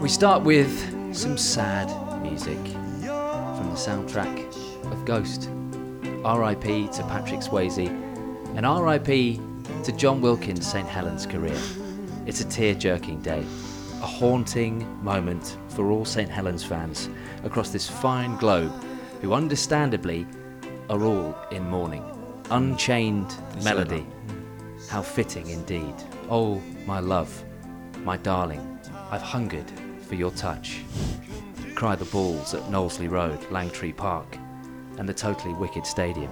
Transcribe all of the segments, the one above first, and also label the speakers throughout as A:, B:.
A: We start with some sad music from the soundtrack of Ghost. RIP to Patrick Swayze and RIP to John Wilkins' St. Helens career. It's a tear jerking day, a haunting moment for all St. Helens fans across this fine globe who understandably are all in mourning. Unchained Melody. How fitting indeed. Oh, my love, my darling, I've hungered for your touch. Cry the balls at Knowlesley Road, Langtree Park, and the totally wicked stadium.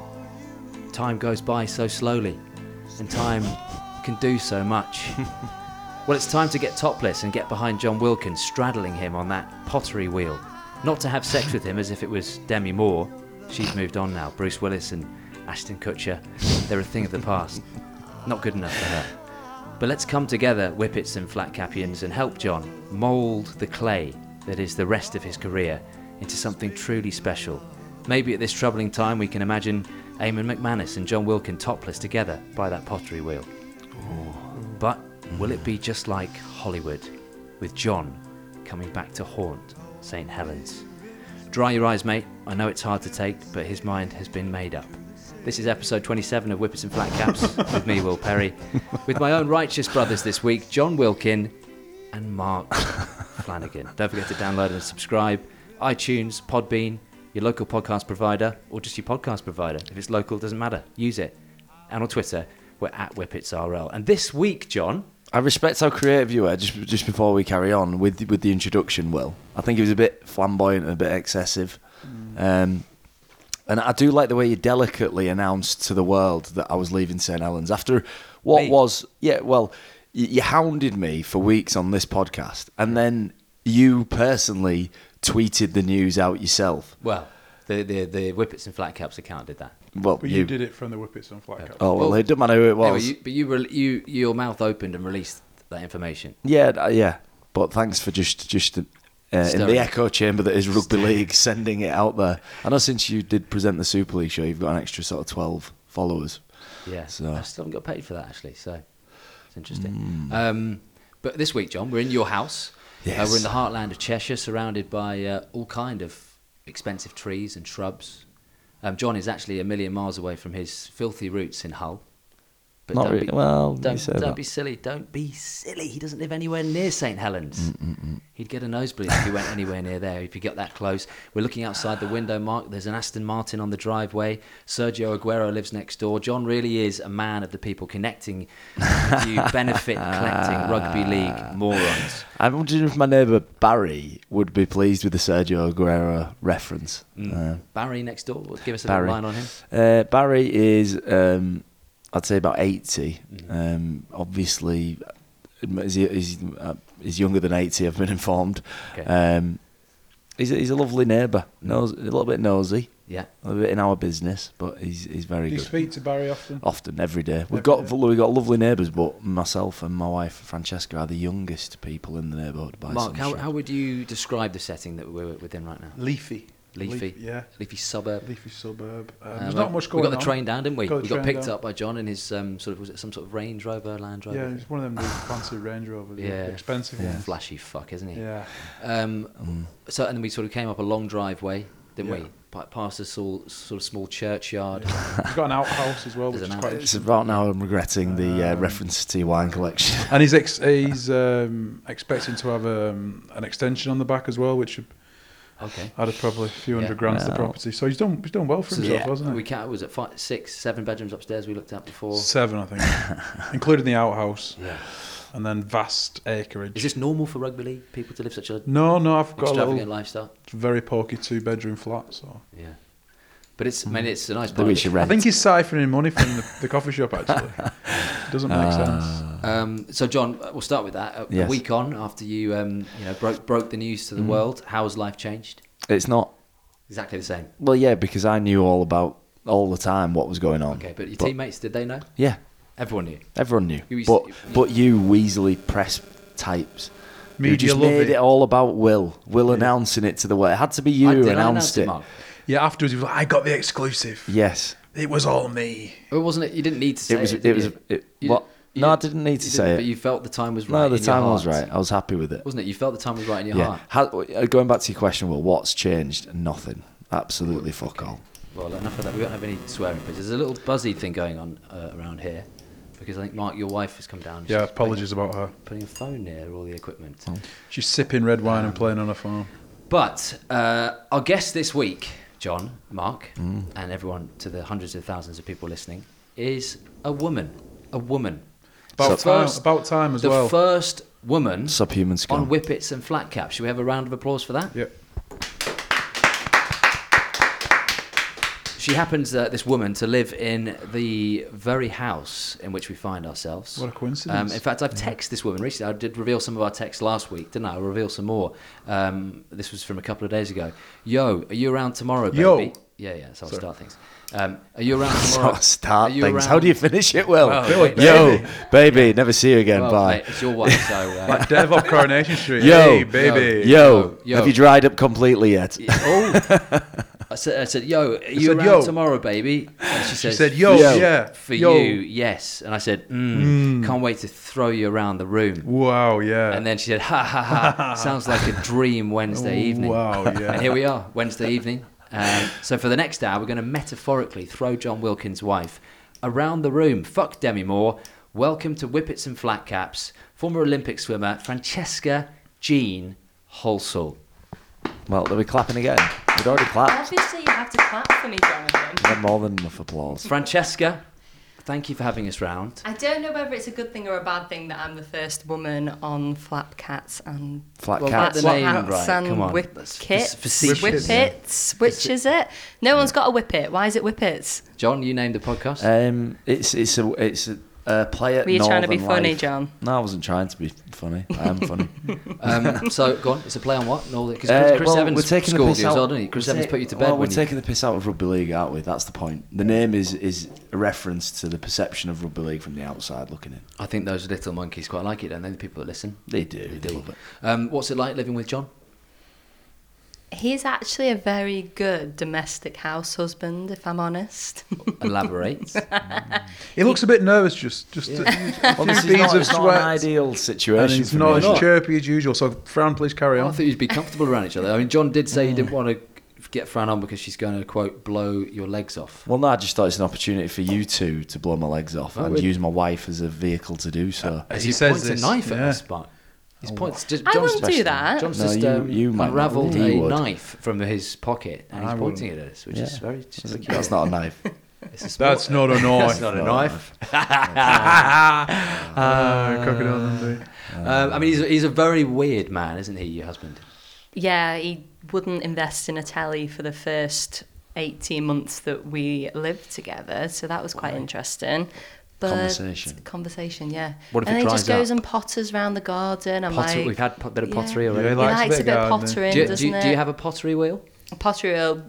A: Time goes by so slowly, and time can do so much. well, it's time to get topless and get behind John Wilkins, straddling him on that pottery wheel. Not to have sex with him as if it was Demi Moore. She's moved on now. Bruce Willis and Ashton Kutcher, they're a thing of the past. Not good enough for her. But let's come together, Whippets and Flatcapians, and help John mould the clay that is the rest of his career into something truly special. Maybe at this troubling time, we can imagine Eamon McManus and John Wilkin topless together by that pottery wheel. But will it be just like Hollywood, with John coming back to haunt St. Helens? Dry your eyes, mate. I know it's hard to take, but his mind has been made up. This is episode 27 of Whippets and Flatcaps with me, Will Perry, with my own righteous brothers this week, John Wilkin and Mark Flanagan. Don't forget to download and subscribe. iTunes, Podbean, your local podcast provider, or just your podcast provider. If it's local, doesn't matter. Use it. And on Twitter, we're at WhippetsRL. And this week, John,
B: I respect how creative you were just just before we carry on with with the introduction. Will I think it was a bit flamboyant and a bit excessive, um, and I do like the way you delicately announced to the world that I was leaving St Helens after what
A: Me?
B: was yeah well you, you hounded me for weeks on this podcast, and then you personally tweeted the news out yourself.
A: well, the, the, the Whippets and Flatcaps account did that.
B: Well,
C: But you, did it from the Whippets on Flat Cap.
B: Oh well,
A: Well,
B: it doesn't matter who it was.
A: Anyway, you, but you, re- you, your mouth opened and released that information.
B: Yeah, uh, yeah. But thanks for just just uh, in
A: Stirring.
B: the echo chamber that is rugby league, sending it out there. I know since you did present the Super League show, you've got an extra sort of twelve followers.
A: Yeah,
B: So-
A: I still haven't got paid for that actually. So it's interesting. Um, but this week, John, we're in your house. Uh, we're in
B: Hmm. Yes.
A: the heartland of Cheshire, surrounded by uh, all kind of expensive trees and shrubs. Um, John is actually a million miles away from his filthy roots in Hull. But
B: Not really. Well, you
A: don't,
B: say
A: don't
B: that.
A: be silly. Don't be silly. He doesn't live anywhere near St Helens.
B: Mm,
A: He'd get a nosebleed if he went anywhere near there. If he got that close, we're looking outside the window, Mark. There's an Aston Martin on the driveway. Sergio Aguero lives next door. John really is a man of the people, connecting with you benefit collecting rugby
B: Ah.
A: league morons.
B: I'm wondering if my neighbour Barry would be pleased with the Sergio Aguero reference. Uh,
A: Mm. Barry next door. Give us a
B: Barry.
A: little line on him.
B: Uh, Barry is, um, I'd say, about 80. Um, obviously, is he, he's, uh, he's younger than 80, I've been informed.
A: Okay.
B: Um, he's, a, he's a lovely neighbour, Nos a little bit nosy,
A: Yeah.
B: a little bit in our business, but he's, he's very
C: Do you
B: good.
C: speak to Barry often?
B: Often, every day.
C: Every
B: We've got,
C: day.
B: we've got lovely neighbours, but myself and my wife, Francesca, are the youngest people in the neighbourhood by some
A: Mark, how,
B: shot.
A: how would you describe the setting that we're within right now?
C: Leafy.
A: Leafy.
C: Leaf- yeah.
A: Leafy suburb.
C: Leafy suburb. Um,
A: Uh,
C: there's
A: well,
C: not much going
A: We
C: on.
A: got the train down, didn't we?
C: Got the
A: we got
C: train
A: picked
C: down.
A: up by John in his um, sort of was it some sort of Range Rover, Land Rover?
C: Yeah,
A: thing?
C: it's one of them big fancy Range Rovers. the
A: Yeah.
C: Expensive
A: Yeah,
C: ones.
A: Flashy fuck, isn't he?
C: Yeah.
A: Um,
B: Mm.
A: So and then we sort of came up a long driveway, didn't
C: Yeah.
A: we? Pa- Past a sort sort of small churchyard.
C: He's got an outhouse as well,
A: There's
C: which is
A: an
C: quite
A: outhouse.
B: It's
C: interesting.
B: about now I'm regretting the uh, reference to your wine collection.
C: And he's ex- he's um, expecting to have um, an extension on the back as well, which should
A: Okay.
C: add a probably a few
A: Yeah.
C: hundred grand to the
B: Wow.
C: property. So he's done he's done well for
A: So
C: himself,
B: yeah,
C: hasn't he?
A: We ca was it five, six, seven bedrooms upstairs we looked at before.
C: Seven, I think, including the outhouse
A: Yeah.
C: and then vast acreage.
A: Is this normal for rugby league people to live such a
C: no, no, I've got a
A: extravagant
C: little
A: lifestyle?
C: very porky two bedroom flat. So
A: Yeah. But it's I mean it's a nice
B: That
A: part.
B: we
A: of it.
B: should
C: I
B: rent.
C: think he's siphoning money from the, the coffee shop. Actually, doesn't make sense.
A: Um, so John, uh, we'll start with that. A, a
B: Yes. Mm-hmm.
A: week on after you um, you know broke broke the news to the world, how has life changed?
B: it's not
A: Exactly the same.
B: Well, yeah, because I knew all about all the time what was going on.
A: Okay, but your teammates did they know?
B: Yeah,
A: Everyone knew.
B: everyone knew.
A: You- you-
B: but but you Weasley press types. who
C: Media
B: just
C: love
B: made it.
C: it.
B: all about Will. Will announcing it to the world. It had to be you
A: I-
B: who
A: did I
B: announced
A: announce
B: it.
A: Mark?
C: Yeah, afterwards he was like, "I got the exclusive.
B: Yes,
C: It was all me."
A: It wasn't it. You didn't need to say
B: it was.
A: did
B: It was.
A: you?
B: It,
A: You-
B: what? No,
A: You-
B: I didn't need to
A: you
B: say
A: didn't,
B: it.
A: But you felt the time was right.
B: no, the
A: in your
B: time was
A: heart,
B: right. I was happy with it.
A: wasn't it? You felt the time was right in your
B: Yeah.
A: heart.
B: How, uh, going back to your question, Will, what's changed? Nothing. Absolutely fuck all.
A: Well, enough of that. We don't have any swearing, but there's a little buzzy thing going on uh, around here because I think Mark, your wife, has come down. and
C: Yeah,
A: she's
C: apologies about her.
A: Putting, putting a phone near all the equipment.
B: Oh.
C: She's sipping red wine and playing on her phone.
A: But uh, our guest this week, John, Mark,
C: Mm.
A: and everyone to the hundreds of thousands of people listening, is a woman. A woman.
C: About
A: The
C: time,
A: first-
C: about time as
A: the
C: well.
A: first woman
B: Subhuman skill.
A: on whippets and flat caps. Should we have a round of applause for that?
C: yeah,
A: She happens, uh, this woman, to live in the very house in which we find ourselves.
C: What a coincidence.
A: Um, in fact, I've texted this woman recently. I did reveal some of our texts last week, didn't I? I'll reveal some more. Um, this was from a couple of days ago. Yo, are you around tomorrow, baby?
C: Yo.
A: Yeah, yeah, so I'll
C: Sorry.
A: start things. Um, are you around
B: That's
A: tomorrow?
B: not start
A: Are you
B: things. How do you
A: around-
B: finish it, Will?
A: Well, Well, baby.
B: Yo, baby, never see you again.
A: Well,
B: Bye.
A: mate, it's your wife, so... Uh,
C: like Dev off Coronation Street.
B: Yo,
C: hey, baby.
B: Yo,
A: Yo, yo.
B: have you dried up completely yet?
A: oh! I said, I said, yo, are you
C: said,
A: around
C: "Yo."
A: tomorrow, baby? And she,
C: She
A: says,
C: said, "Yo,
B: Yo.
C: yeah,
A: For
C: yo.
A: you, yes. And I said, mm, can't wait to throw you around the room.
C: Wow, yeah.
A: And then she said, ha ha ha, sounds like a dream Wednesday evening.
C: Wow, yeah.
A: And here we are, Wednesday evening. Um, so for the next hour, we're going to metaphorically throw John Wilkins' wife around the room. Fuck Demi Moore. Welcome to Whippets and Flat Caps, former Olympic swimmer Francesca Jean Holsall.
B: Well, they'll be clapping again. We'd already clapped.
D: Obviously, you have to clap for me, Jonathan.
B: We had more than enough applause.
A: Francesca, thank you for having us round.
D: I don't know whether it's a good thing or a bad thing that I'm the first woman on flap cats and
B: Flat
A: Well,
B: cat.
A: that's-
D: flap
A: the name
D: cats
A: right,
D: and
A: come on. That's
D: whippets.
A: facetious.
D: Whippets. Which is it? No one's got a whippet. Why is it whippets?
A: John, you named the podcast.
B: Um, it's it's a it's a uh, play at
D: Were you trying to be
B: Northern
D: funny,
B: Life.
D: John?
B: No, I wasn't trying to be funny. I am funny.
A: Um, so go on, it's a play on what? No, because
B: Uh,
A: Chris, Chris
B: well,
A: Evans
B: we're taking the
A: scored
B: piss
A: you as
B: out.
A: well, didn't he? Chris
B: we're
A: Evans
B: ta-
A: put you to bed.
B: Well, we're
A: when he-
B: taking the piss out of rugby league, aren't we? That's the point. The name is is a reference to the perception of rugby league from the outside looking in.
A: I think those little monkeys quite like it, don't they? The people that listen.
B: They do. They,
A: do.
B: love it.
A: Um, what's it like living with John?
D: He's actually a very good domestic house husband, if I'm honest.
A: Elaborate.
C: he looks a bit nervous, just just a
B: Well,
C: few
B: this is
C: beads
B: not,
C: of
B: it's not an
C: sweat.
B: ideal
C: And
B: situation.
C: he's
B: for
C: not
B: me.
C: as chirpy as usual. So, Fran, please carry
A: Well, I
C: on.
A: thought you'd be comfortable around each other. I mean, John did say he didn't want to get Fran on because she's going to quote blow your legs off.
B: Well, no, I just thought it's an opportunity for you two to blow my legs off
A: Oh,
B: and
A: really?
B: use my wife as a vehicle to do so.
C: As
A: As
C: he
A: he,
C: says
A: points
C: this,
A: a knife at
C: yeah.
A: us, but his points. Just,
D: I
A: John's
D: wouldn't
B: special.
D: do that.
A: John's
B: Oh, No,
A: just
B: you-
A: um,
B: you might not.
A: unravelled
B: He
A: a
B: would.
A: knife from his pocket and
C: I
A: he's
C: wouldn't.
A: pointing it at us, which is
B: Yeah.
A: very.
B: That's that's not a knife.
A: It's a small-
C: That's not a
A: That's
C: knife.
A: not a
B: not a
A: knife.
C: Ah, crocodile Dundee.
A: Um, I mean, he's, he's a very weird man, isn't he? Your husband.
D: Yeah, he wouldn't invest in a telly for the first 18 months that we lived together, so that was quite interesting. But
B: Conversation.
D: Conversation, yeah.
A: What if
D: and
A: it
D: then he
A: dries
D: just goes
A: up?
D: and potters round the garden. I'm
A: Potter,
D: like,
A: we've had a bit of
D: yeah.
A: pottery
C: Yeah,
A: already.
C: he
D: he
C: likes
D: likes,
C: a bit
D: a bit of
C: gardening.
D: pottering,
A: Do you, do,
D: doesn't
A: you,
D: it?
A: do you have a pottery wheel?
D: pottery? wheel.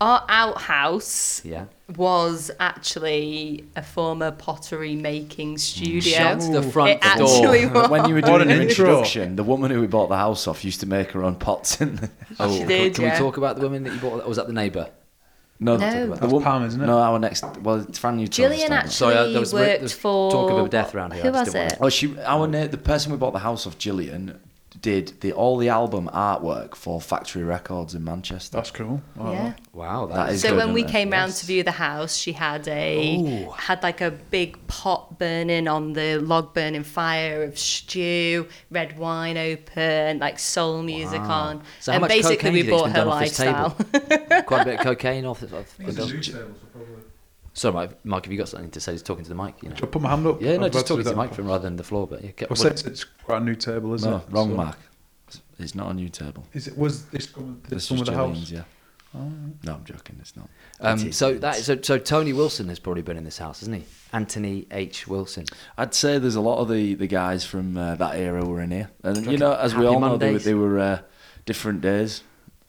D: Our outhouse
A: Yeah.
D: was actually a former pottery making studio.
A: Shut the front
D: it
A: door.
D: actually was.
B: when you were
C: What
B: doing
C: an
B: your
C: intro.
B: introduction, the woman who we bought the house off used to make her own pots in the.
A: Oh,
D: She
A: can-
D: did,
A: can we
D: yeah.
A: talk about the woman that you bought? Or was that the neighbour?
B: No,
D: No.
B: the
C: That's
B: woman-
C: Pam, isn't it?
B: No, our next. Well, it's Fran, you told us,
D: Jillian
B: don't you?
D: actually
A: Sorry, uh, there was- there
D: worked
A: was
D: for.
A: talk of a death round here, I
D: Who
A: just
D: was
A: didn't
D: it?
A: want
B: Oh, she. Our na- the person we bought the house off, Jillian, did the all the album artwork for Factory Records in Manchester.
C: That's cool. Wow.
D: Yeah.
A: Wow,
B: That
A: that
B: is-
A: is.
D: so
B: good,
D: when we
B: isn't it?
D: came round
B: Yes.
D: to view the house, she had a
A: Ooh.
D: had like a big pot burning on the log burning fire of stew, red wine open, like soul music
A: Wow.
D: on,
A: ah. So how
D: and
A: much
D: basically
A: cocaine do
D: we
A: you think's
D: bought
A: been
D: her
A: done off this
D: lifestyle.
A: Quite a bit of cocaine off. off, off the bill.
C: Should
A: Sorry, Mike, Mike, have you got something to say? Just talking to the mic. You know.
C: I put my hand up?
A: Yeah, no,
C: I've
A: just
C: got
A: talking to
C: do
A: the
C: that.
A: microphone rather than the floor. But yeah, get-
C: Well,
A: what-
C: since it's quite a new table, isn't
B: no,
C: it?
B: wrong
C: So-
B: mark. It's not a new table.
C: Is it was this coming this
B: This
C: one
B: was
C: with the
B: Jillian's,
C: house? Oh.
B: yeah. No, I'm joking. It's not. It
A: um,
B: is,
A: so
B: it
A: that
B: is.
A: so, so Tony Wilson has probably been in this house, hasn't he? Anthony H Wilson.
B: I'd say there's a lot of the, the guys from uh, that era were in here, and you
A: Like
B: know, as we
A: Happy
B: all know, they, were-
A: Mondays.
B: they were uh, different days.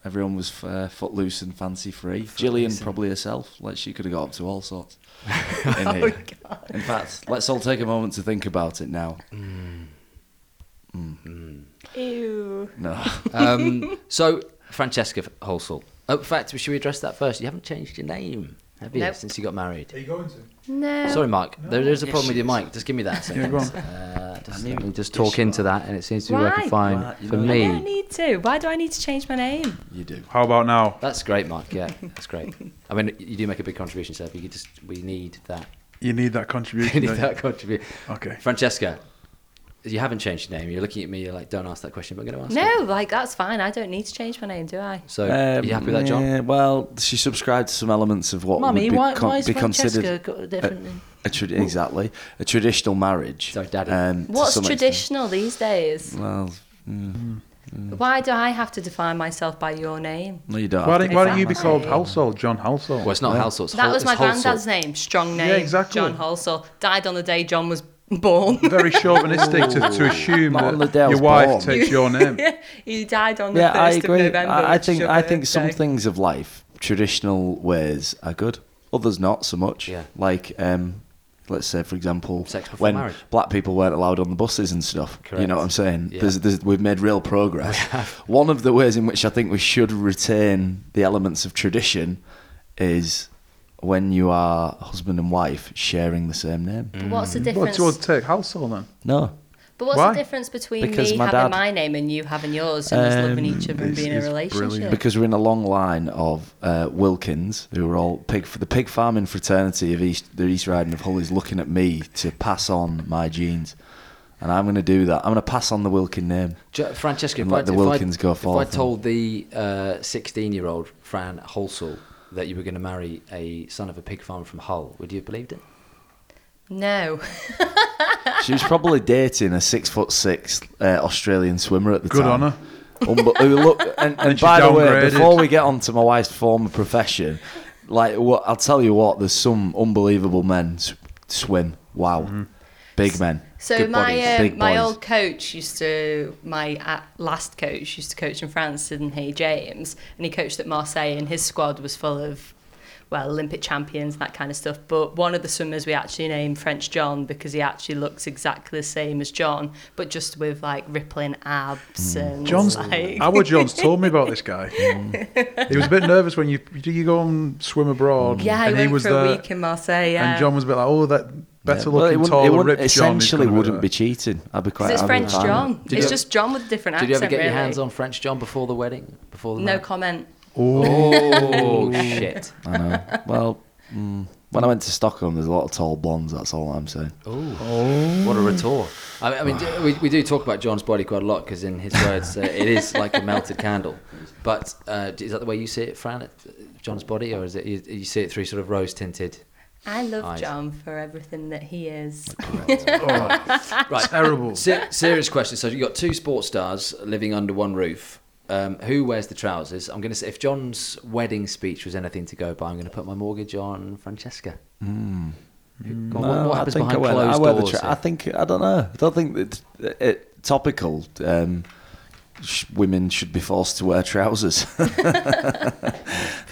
B: Everyone was uh, footloose and fancy free. Gillian
A: Footloose and-
B: probably herself, like she could have got up to all sorts. in,
A: Oh,
B: here. in fact, let's all take a moment to think about it now.
A: Mm.
D: Ew.
B: No,
A: uh, Um, so Francesca Holsall. Oh, in fact, should we address that first? You haven't changed your name. Have you
D: Nope.
A: since you got married?
C: Are you going to?
D: No.
A: Sorry, Mark. There is a
B: No.
A: problem with your mic. Just give me that.
C: Yeah, go
A: Sentence.
C: on.
A: Uh,
B: Just
A: I knew
B: let me
A: you just
B: dish
A: talk into that, and it seems to be working
D: Why?
A: fine
B: Why? You
A: for
B: know-
D: I don't
A: me.
D: need to. Why do I need to change my name?
B: You do.
C: How about now?
A: That's great, Mark. Yeah, that's great. I mean, you do make a big contribution, Seb. You just we need that.
C: You need that
A: We
C: contribution.
A: need
C: don't you?
A: that contribution.
C: Okay.
A: Francesca, you haven't changed your name. You're looking at me. You're like, don't ask that question, but I'm going to ask.
D: No,
A: it.
D: like that's fine. I don't need to change my name, do I?
A: So, are you happy with that, John?
B: Um, yeah, well, she subscribed to some elements of what
D: Mummy,
B: would be,
D: why,
B: con-
D: why is
B: be
D: Francesca
B: considered
D: got a different
B: uh,
D: name?
B: a trad- exactly a traditional marriage. Um,
A: Sorry, Daddy.
B: to
D: What's
B: some extent.
D: traditional these days?
B: Well,
A: mm,
D: Why do I have to define myself by your name?
B: no, you don't.
C: Why
B: have
C: don't,
B: to
C: why
B: do
C: don't you be
B: that.
C: called Household, John Household?
A: Well, it's not Halsall. It's
D: That
A: Hol-
D: was my
A: it's Holsall.
D: granddad's name, strong name,
C: exactly.
D: John Halsall. Died on the day John was born.
C: Very chauvinistic to, to assume
B: Not
C: that
B: on the day I
C: your
B: was
C: wife
B: born.
C: takes your name.
D: he died on the
B: Yeah, I
D: first of
B: agree.
D: November.
B: I, I
D: which is
B: think
D: your
B: I think some
D: birthday.
B: things of life, traditional ways, are good. Others not so much.
A: Yeah.
B: Like, um, let's say, for example,
A: Sex before
B: when
A: marriage.
B: black people weren't allowed on the buses and stuff. You
A: Correct.
B: know what I'm saying?
A: Yeah.
B: There's, there's, we've made real progress. One of the ways in which I think we should retain the elements of tradition is when you are husband and wife sharing the same
A: Mm.
B: name.
D: But what's the
C: Well,
D: difference?
C: do you want to take Household then?
B: No.
D: but what's
C: Why?
D: the difference between
B: Because
D: me
B: my
D: having
B: dad-
D: my name and you having yours and us
B: Um,
D: loving each other and
C: this
D: being in
C: is
D: a
C: brilliant.
D: relationship?
B: because we're in a long line of uh, Wilkins, who are all pig for the pig farming fraternity of East, the East Riding of Hull, is looking at me to pass on my genes, and I'm going to do that. I'm going to pass on the Wilkin name.
A: Jo- Francesca, if,
B: And
A: I,
B: let the
A: if I-
B: Wilkins go
A: if I
B: forth.
A: told the uh, 16 year old Fran Holsall that you were going to marry a son of a pig farmer from Hull, would you have believed it?
D: no.
B: She was probably dating a six foot six uh, Australian swimmer at the
C: Good
B: time.
C: on her.
B: Unbe- who look, and, and,
C: she
B: by the way,
C: downgraded.
B: before we get on to my wife's former profession, like what I'll tell you what, there's some unbelievable men s- swim. Wow,
C: Mm-hmm.
B: big men.
D: So
B: Good
D: my
B: bodies,
D: um,
B: big
D: my
B: boys.
D: old coach used to my uh, last coach used to coach in France, didn't he, James? And he coached at Marseille, and his squad was full of well Olympic champions that kind of stuff. But one of the swimmers we actually named French John because he actually looks exactly the same as John, but just with like rippling abs
A: Hmm.
D: and
C: John's,
D: like
C: Howard Johns told me about this guy. he was a bit nervous when you do you go and swim abroad.
D: yeah, he
C: and
D: went
C: was
D: for a
C: there,
D: week in Marseille. Yeah.
C: and John was a bit like, oh, that better
B: Well, it
C: looking,
B: wouldn't- it
C: taller,
B: wouldn't-
C: ripped John. is
B: Essentially,
C: gonna be
B: wouldn't
C: there.
B: be cheating. I'd be quite.
D: 'Cause it's
B: happy
D: French
B: with that.
D: John.
A: Did
D: it's
A: you-
D: just John with a different
A: Did
D: accent.
A: you ever get
D: really.
A: your hands on French John before the wedding? Before the
D: No
A: marriage?
D: comment.
A: Oh shit!
B: I know. Well, mm, when I went to Stockholm, there's a lot of tall blondes. That's all I'm saying.
A: Oh, what a retort! I mean, I mean do- we, we do talk about John's body quite a lot because, in his words, uh, it is like a melted candle. But uh, is that the way you see it, Fran? uh, John's body, or is it you, you see it through sort of rose-tinted?
D: I love
A: Eyes.
D: John for everything that he is.
A: Right,
C: Terrible.
A: Se- serious question. So you've got two sports stars living under one roof. Um, who wears the trousers? I'm going to say if John's wedding speech was anything to go by, I'm going to put my mortgage on Francesca. Who- go on, what,
B: Hmm. Mm. No,
A: what happens
B: I think
A: behind
B: I wear,
A: closed
B: I wear the
A: doors?
B: tra-
A: here?
B: I think I don't know. I don't think that it, topical. Um, sh- women should be forced to wear trousers.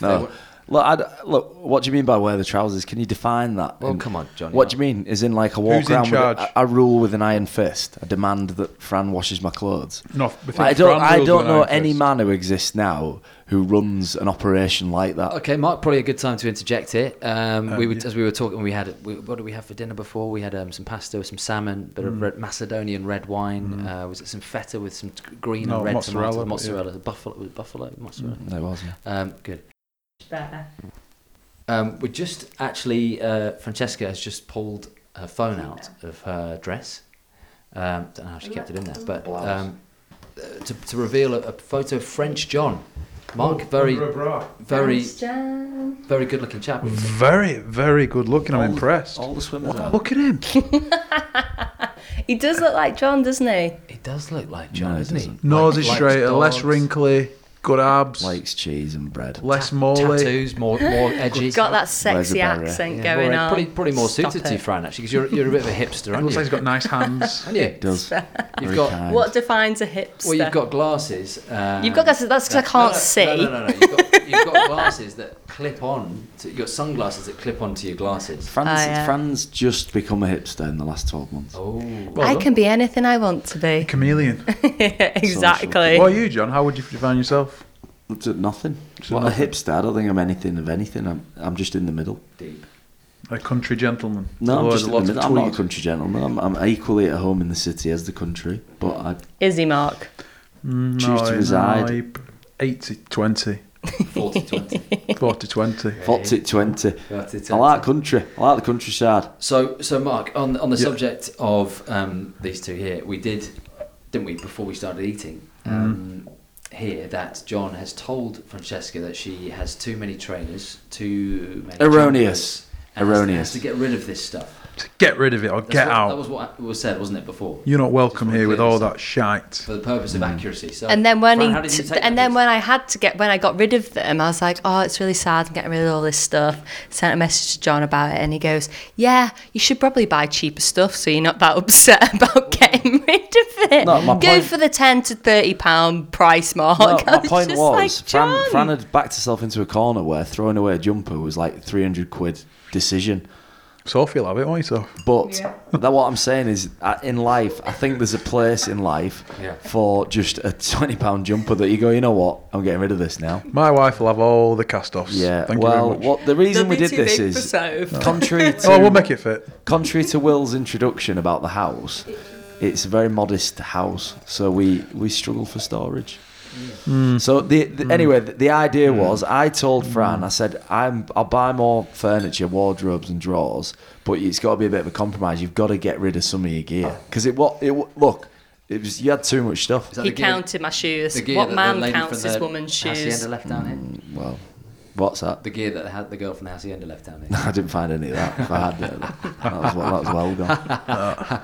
B: no. Look, I d look. What do you mean by wear the trousers? Can you define that?
A: Well,
B: in-
A: come on, Johnny,
B: What do
A: no.
B: you mean? Is in like I walk
C: Who's in
B: around with
C: charge?
B: a, I, I rule with an iron fist. I demand that Fran washes my clothes.
C: No, I think
B: I don't.
C: Fran
B: I
C: rules
B: don't
C: with
B: know
C: iron
B: any
C: fist.
B: man who exists now who runs an operation like that.
A: Okay, Mark, probably a good time to interject here.
B: Uh,
A: Um, we were, as we were talking, we had we, what did we have for dinner before? We had um, some pasta with some salmon, bit
B: Mm.
A: of red, Macedonian red wine. Uh, was it some feta with some t- green
C: No,
A: and red
C: mozzarella,
A: tomatoes?
C: but yeah.
A: Mozzarella, buffalo, was it buffalo, mozzarella.
B: There wasn't.
A: Um, good.
D: Better.
A: Um, we're just actually, uh, Francesca has just pulled her phone out of her dress. Um, don't know how she kept it in there, but um, uh, to, to reveal a, a photo of French John. Mark, very,
C: Under a bra.
A: very,
D: Thanks, John.
A: very good looking chap. wouldn't you say?
C: Very, very good looking. I'm impressed.
B: All the swimmers. are.
C: Look at him.
D: He does look like John, doesn't he?
A: He does look like John,
B: No, he
A: doesn't he?
B: doesn't.
C: Nose is
A: Like-
C: straighter,
A: likes
C: less
A: dogs,
C: wrinkly, good abs,
B: Likes cheese and bread.
C: less
A: ta-
C: moly.
A: Tattoos, more, more edgy.
D: Got that
B: Where's the
D: sexy
B: barrier?
D: accent
A: Yeah,
D: going
A: more-
D: on.
A: Probably, probably more
D: Stop
A: suited to you,
D: it.
A: Fran, actually, because you're, you're a bit of a hipster, aren't
C: Looks like
A: you?
C: he's got nice hands.
A: Aren't you?
B: Does.
A: You've
B: Very
A: got-
B: kind.
D: What defines a hipster?
A: Well, you've got glasses. Um,
D: You've got glasses. That's 'cause I
A: No,
D: can't
A: no,
D: see.
A: No, no, no, no. You've, got, you've got glasses that clip on. To, you've got sunglasses that clip onto your glasses.
B: Fran's,
D: Oh, yeah.
B: Fran's just become a hipster in the last 12 months.
A: Oh,
D: I
A: done.
D: can be anything I want to be.
C: Chameleon.
D: exactly.
C: What are you, John? How would you define yourself?
B: It's at nothing.
C: It's at
B: what
C: nothing.
B: a hipster. I don't think I'm anything of anything. I'm, I'm just in the middle.
A: Deep.
C: A country gentleman.
B: No, I'm
C: Otherwise,
B: just
C: a
B: in
C: lot
B: the
C: of
B: middle. I'm not a
C: tweed.
B: country gentleman. I'm, I'm equally at home in the city as the country, but I
D: Is he, Mark?
C: Mm,
B: Choose to
C: I-
B: reside.
C: I- 80 20.
A: 40 20.
C: 40 20.
B: fought it 20.
A: That's it.
B: I like country. I like the countryside.
A: So, so Mark, on on the
C: Yeah.
A: subject of um, these two here, we did, didn't we, before we started eating, um, here that John has told Francesca that she has too many trainers, too many
B: Erroneous.
A: jumpers, and has to- has
B: Erroneous.
A: to get rid of this stuff.
C: Get rid of it or
A: That's
C: get
A: what-
C: out.
A: That was what was said, wasn't it, before?
C: You're not welcome
A: Just
C: here with
A: clear
C: all
A: this up.
C: that shite.
A: For the purpose
B: Mm.
A: of accuracy. So,
D: And then when
A: Fran,
D: he,
A: how did you
D: t-
A: take
D: and
A: that
D: then
A: piece?
D: when I had to get when I got rid of them, I was like, oh, it's really sad. I'm getting rid of all this stuff. Sent a message to John about it, and he goes, yeah, you should probably buy cheaper stuff so you're not that upset about getting rid of it.
B: No, my
D: Go
B: point-
D: for the ten to thirty pound price mark.
B: No,
D: I
B: my
D: was
B: point
D: just
B: was,
D: like,
B: Fran,
D: John.
B: Fran had backed herself into a corner where throwing away a jumper was like 300 quid decision.
C: Sophie will have it, won't you? So
B: But
D: Yeah.
B: that what I'm saying is, uh, in life, I think there's a place in life
A: Yeah.
B: for just a 20 pound jumper that you go, you know what, I'm getting rid of this now.
C: my wife will have all the cast offs.
B: Yeah.
C: Thank
B: well,
C: you very much.
B: what the
D: They'll
B: reason we
D: be
B: did
D: too
B: this
D: big for
B: is
D: Soph.
B: contrary to
C: Oh, we'll make it fit.
B: contrary to Will's introduction about the house. It's a very modest house, so we we struggle for storage.
A: Hmm.
B: So the, the anyway, the, the idea was I told
A: Hmm.
B: Fran, I said I'm I'll buy more furniture, wardrobes and drawers, but it's got to be a bit of a compromise. You've got to get rid of some of your gear because it what it wa- look it was you had too much stuff.
A: Oh. Is that
D: He
A: the gear-
D: counted my shoes.
A: the gear
D: What
A: that the
D: man
A: lady
D: counts
A: from
D: his
A: the
D: woman's shoes?
A: Hacienda left down here.
B: Well, what's that?
A: The gear that had the girl from the hacienda left down here.
B: I didn't find any of that. If I had it, that was well- that was well gone.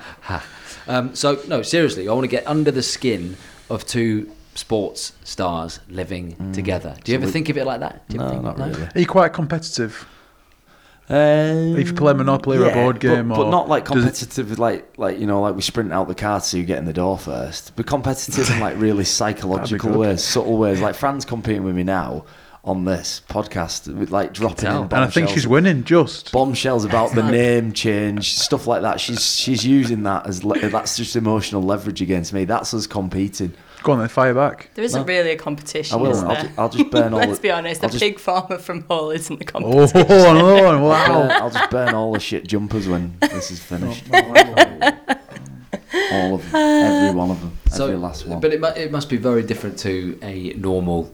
A: Um, so no, seriously, I want to get under the skin of two sports stars living together. Do you
B: Mm. So
A: ever
B: we-
A: think of it like that? Do you ever
B: No,
A: think-
B: not really.
C: Are you quite competitive?
B: Um,
C: If you play Monopoly or a board
B: but-
C: game
B: but,
C: or-
B: not like
C: does it-
B: competitive, like like you know, like we sprint out the cards so you get in the door first. But competitive in like really psychological
C: good.
B: ways, subtle ways. Like Fran's competing with me now on this podcast, with like dropping
A: tell.
B: in
A: And
C: and I think
B: bombshells-
C: she's winning, just.
B: bombshells about the name change, stuff like that. She's she's using that as le- that's just emotional leverage against me. That's us competing.
C: Go on then, fire back.
D: There isn't
B: No.
D: really a competition,
B: I will.
D: is there?
B: I'll ju- I'll just burn all
D: Let's
B: the-
D: be honest,
B: I'll
D: a
B: just-
D: pig farmer from Hull isn't a
C: Oh,
D: competition.
C: another one.
B: Burn-
C: Wow.
B: I'll just burn all the shit jumpers when this is
C: Oh,
B: finished. all of them, every one of them, every last one.
A: But it, mu- it must be very different to a normal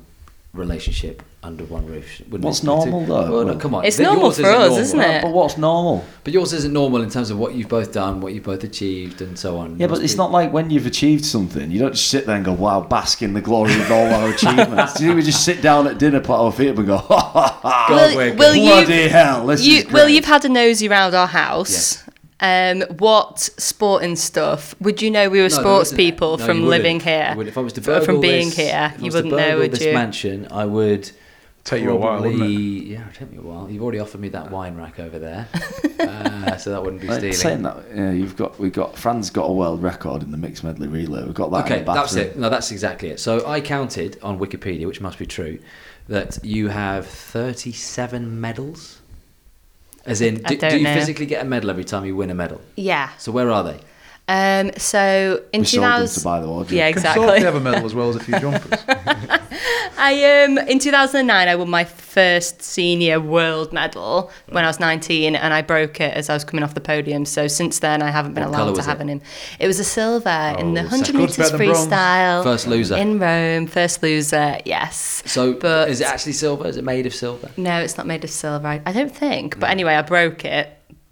A: relationship under one roof. wouldn't
B: What's
A: it? To-
B: normal, though?
A: Well, no, come on.
D: It's
A: Th-
D: normal
A: yours
D: for
A: isn't
D: us,
A: normal.
D: isn't it?
B: But what's normal?
A: But yours isn't normal in terms of what you've both done, what you've both achieved, and so on.
B: Yeah,
A: It
B: but
A: must
B: it's
A: be-
B: not like when you've achieved something, you don't just sit there and go, "Wow, bask in the glory of all our achievements." Do you think we just sit down at dinner, put our feet up, and go, "Ha ha ha!
D: Will-
A: we're
D: will you-
B: bloody hell, this
D: you,
B: is great."
D: well, you've had a nosy round our house. Um, what sporting stuff would you know? We were
A: No, there
D: sports
A: isn't.
D: people
A: No,
D: from
A: you wouldn't.
D: living here,
A: You wouldn't. If I was to
D: fr- from
A: burgle
D: being
A: this-
D: here,
A: if I was to
D: you wouldn't know,
A: burgle
D: would
A: this
D: you?
A: mansion, I would.
C: Take you a while, wouldn't it?
A: probably- Yeah, it'd take me a while. You've already offered me that wine rack over there, uh, so that wouldn't be
B: Like,
A: stealing.
B: saying that, yeah, you've got we've got Fran's got a world record in the mixed medley relay. We've got that.
A: Okay,
B: in the
A: that's
B: bathroom.
A: it. No, that's exactly it. So I counted on Wikipedia, which must be true, that you have 37 medals. As in,
D: I
A: do, do
D: don't
A: you
D: know.
A: physically get a medal every time you win a medal?
D: Yeah.
A: So where are they?
D: Um, so in
B: We
D: two
B: sold them to
D: thousand,
B: buy the wardrobe.
D: yeah,
C: Can Sophie
D: exactly.
C: have a medal as well as a few jumpers?
D: I um in 2009 I won my first senior world medal when I was 19 and I broke it as I was coming off the podium so since then I haven't been
A: What colour
D: allowed to
A: was
D: have
A: it?
D: an in. It was a silver in the
A: Oh,
D: 100
A: second.
D: meters
C: Good better than bronze.
D: freestyle
A: First loser.
D: in Rome first loser yes
A: so
D: but
A: is it actually silver? Is it made of silver?
D: no it's not made of silver I, I don't think but anyway I broke it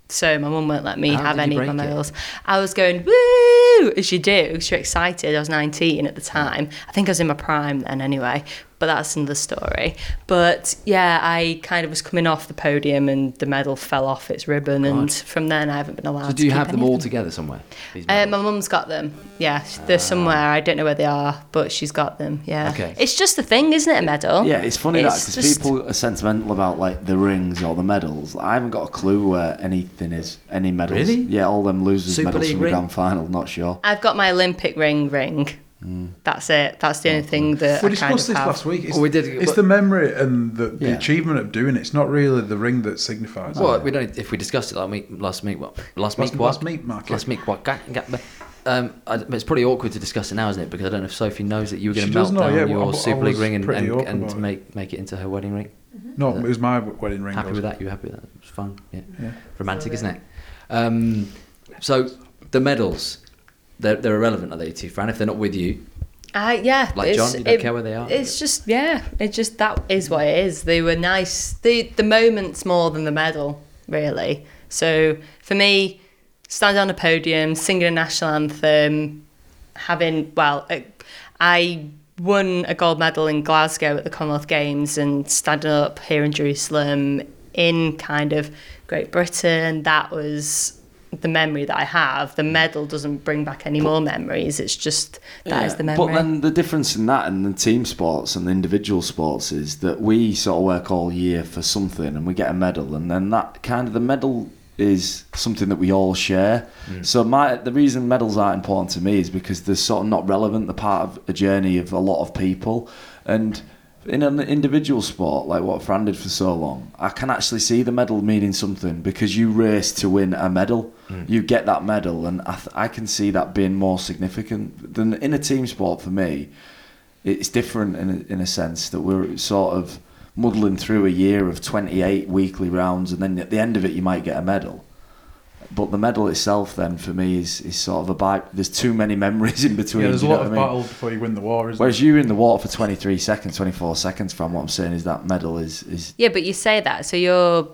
D: so my mum won't let me
A: How
D: have
A: did
D: any
A: you
D: of my
A: break it?
D: medals I was going woo as you do because you're excited I was 19 at the time I think I was in my prime then anyway but that's another story but yeah I kind of was coming off the podium and the medal fell off its ribbon and from then I haven't been allowed
A: So
D: to
A: do you
D: keep
A: have them
D: any of
A: all together somewhere? these
D: uh,
A: medals?
D: my mum's got them. Yeah, sh- they're somewhere. I don't know where they are, but she's got them. Yeah.
A: Ah. Okay.
D: It's just a thing, isn't it? A medal.
B: Yeah, it's funny that 'cause that because
D: just-
B: people are sentimental about like the rings or the medals. I haven't got a clue where anything is, any medals.
A: Really?
B: Yeah, all them losers'
A: Super
B: medals
A: League
B: from the
A: ring?
B: grand final. Not sure.
D: I've got my Olympic ring ring.
A: Mm.
D: That's it. That's the only thing that
C: we
D: I kind of
C: discussed this
D: have.
C: last week. It's,
A: Oh, we did,
C: it's
A: but-
C: the memory and the, the
B: Yeah.
C: achievement of doing it. It's not really the ring that signifies. it.
A: Well, we don't. If we discussed it last week, last week, what? Last
C: Last-
A: week, what?
C: last meet market.
A: Last week, what? Ga- ga- Um, I, but it's pretty awkward to discuss it now, isn't it? Because I don't know if Sophie knows that you were going
C: She
A: to melt
C: does know,
A: down
C: yeah,
A: your
C: well, I- I
A: Super League
C: was
A: ring and,
C: pretty
A: and,
C: open about
A: and
C: it.
A: make make it into her wedding ring.
C: No, it was my wedding ring.
A: Happy
C: was.
A: with that? You were happy with that? It's fun. Yeah,
C: Yeah.
A: romantic,
D: So
A: isn't it? Um, so the medals, they're, they're irrelevant, are they, to you, Fran? If they're not with you,
D: Uh, yeah.
A: Like
D: it's-
A: John, you don't care where they are?
D: It's just, yeah, it's just that is what it is. They were nice. The, the moment's more than the medal, really. So for me, standing on a podium, singing a national anthem, having, well, I- I won a gold medal in Glasgow at the Commonwealth Games and standing up here in Jerusalem in kind of Great Britain, that was the memory that I have. The medal doesn't bring back any more memories. It's just that is the
B: Yeah,
D: memory.
B: But then the difference in that and the team sports and the individual sports is that we sort of work all year for something and we get a medal, and then that kind of the medal is something that we all share. So my the reason medals aren't important to me is because they're sort of not relevant. They're part of a journey of a lot of people, and. In an individual sport like what Fran did for so long, I can actually see the medal meaning something because you race to win a medal
C: Hmm.
B: you get that medal, and I, th- I can see that being more significant than in a team sport for me. It's different in a, in a sense that we're sort of muddling through a year of 28 weekly rounds, and then at the end of it, you might get a medal. But the medal itself, then, for me, is, is sort of a bite. There's too many memories in between.
C: Yeah, there's
B: do
C: a
B: you know
C: lot of
B: what I mean?
C: battle before you win the war, isn't
B: Whereas
C: there?
B: you're in the water for 23 seconds, 24 seconds, from what I'm saying is that medal is, is
D: Yeah, but you say that, so you're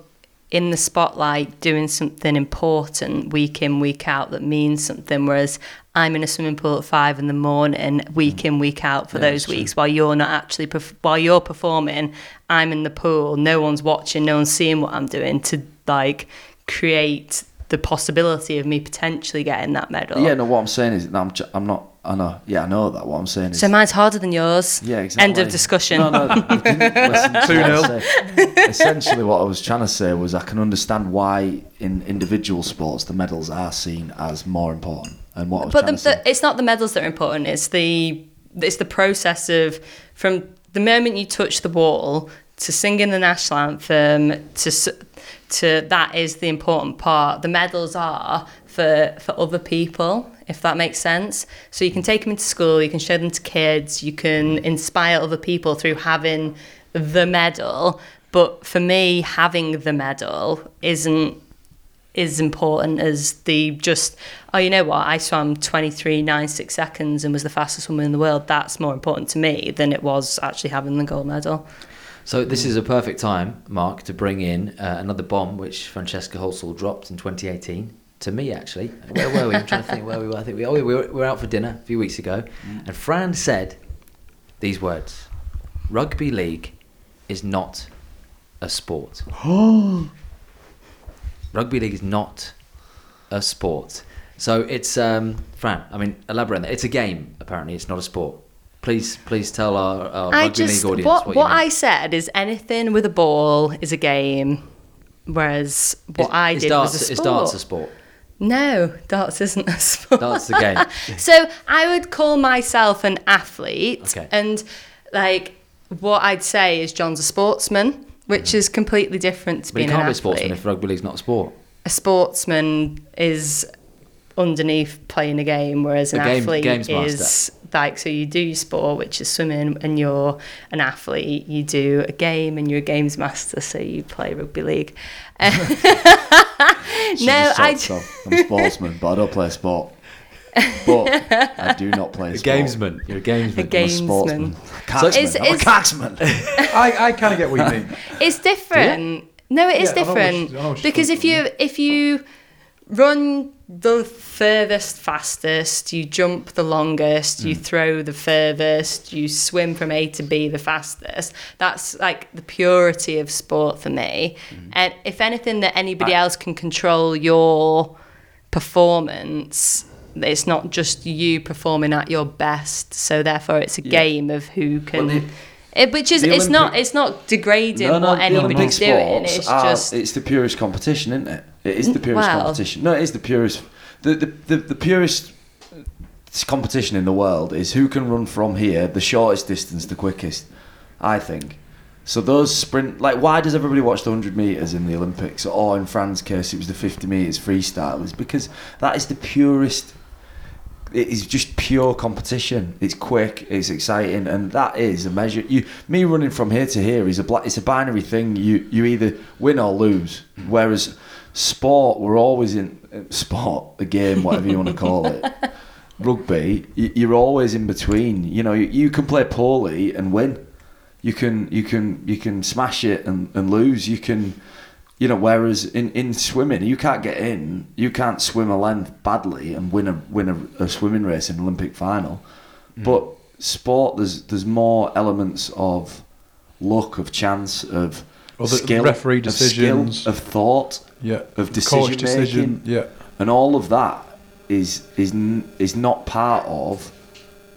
D: in the spotlight doing something important week in, week out that means something, whereas I'm in a swimming pool at five in the morning, week in, week out for
B: Mm. Yeah,
D: those
B: that's true.
D: weeks while you're not actually, perf- while you're performing, I'm in the pool, no one's watching, no one's seeing what I'm doing to like create the possibility of me potentially getting that
C: Oh.
D: medal.
B: yeah. No, what I'm saying is that I'm, j- I'm not. I know. Yeah, I know that. What I'm saying is
D: So mine's harder than yours.
B: Yeah, exactly.
D: End of discussion.
B: No, no, you didn't listen to
C: Two
B: what I
C: nil.
B: said. Essentially, what I was trying to say was I can understand why in individual sports the medals are seen as more important. And what I was
D: but the,
B: trying to say.
D: the, it's not the medals that are important. It's the it's the process of from the moment you touch the wall to singing the national anthem to s- to that is the important part. The medals are for for other people, if that makes sense. So you can take them into school, you can show them to kids, you can inspire other people through having the medal. But for me, having the medal isn't is important as the just oh you know what I swam 23 nine six seconds and was the fastest woman in the world that's more important to me than it was actually having the gold medal
A: So this is a perfect time, Mark, to bring in uh, another bomb which Francesca Holsall dropped in 2018 to me actually. Where were we? I'm trying to think where we were. I think we oh we were, we were out for dinner a few weeks ago, and Fran said these words: "Rugby league is not a sport." Rugby league is not a sport. So it's um, Fran. I mean, elaborate. On that. It's a game. Apparently, it's not a sport. Please, please tell our, our
D: I
A: rugby
D: just
A: league audience
D: what
A: what,
D: what,
A: you mean.
D: I said is anything with a ball is a game whereas what
A: Is-
D: I
A: is
D: did
A: darts,
D: was a
A: is
D: sport
A: darts a sport?
D: no darts isn't a sport
A: Darts the game.
D: so I would call myself an athlete,
A: Okay.
D: and like what I'd say is John's a sportsman, which is completely different to
A: Mm. But you
D: being an
A: can't be a
D: athlete.
A: sportsman if rugby league's not a sport.
D: a sportsman is underneath playing a game, whereas an
A: A game-
D: athlete
A: games
D: is like so you do your sport, which is swimming, and you're an athlete. You do a game, and you're a games master, so you play rugby league.
B: She
D: no,
B: just
D: I
B: said so. I'm a sportsman, but I don't play a sport. But I do not play a, sport.
A: You're a gamesman.
D: A
B: I'm a
D: gamesman.
B: sportsman.
A: So-
B: Cacksman.
D: Is-
B: I'm a
D: is-
B: cacksman.
C: I, I kind of get what you mean.
D: It's different. No, it is
C: Yeah, I know what
D: different
C: she- I know what she's
D: because if
C: talking
D: you if you run the furthest fastest, you jump the longest,
C: Hmm.
D: you throw the furthest, you swim from A to B the fastest. That's like the purity of sport for me.
C: Hmm.
D: And if anything that anybody else can control your performance, it's not just you performing at your best. So therefore, it's a game of who can.
B: the-
D: it, which is
B: the
D: it's not
B: Olympic-
D: it's not degrading
B: No, no,
D: what
B: the Olympic
D: anybody's doing.
B: sports
D: It's
B: are-
D: just Mm,
B: it's the purest competition, isn't it? It is the purest
D: well-
B: competition. No, it is the purest. The the, the, the purest competition in the world is who can run from here the shortest distance, the quickest. I think. So those sprint, like, why does everybody watch the hundred meters in the Olympics, or in Fran's case, it was the fifty meters freestyle? Is because that is the purest it is just pure competition. It's quick, it's exciting, and that is a measure. You, me running from here to here is a black. It's a binary thing. You you either win or lose. Whereas sport, we're always in uh, sport, the game, whatever you want to call it. Rugby, y- you're always in between. You know, you, you can play poorly and win. You can you can you can smash it and, and lose. You can. You know, whereas in, in swimming, you can't get in, you can't swim a length badly and win a win a, a swimming race in an Olympic final.
C: Mm.
B: But sport, there's there's more elements of luck, of chance, of
C: Other-
B: skill,
C: referee
B: of skill,
C: decisions.
B: of thought,
C: Yeah.
B: of decision
C: Coach decision.
B: making,
C: Yeah.
B: and all of that is is n- is not part of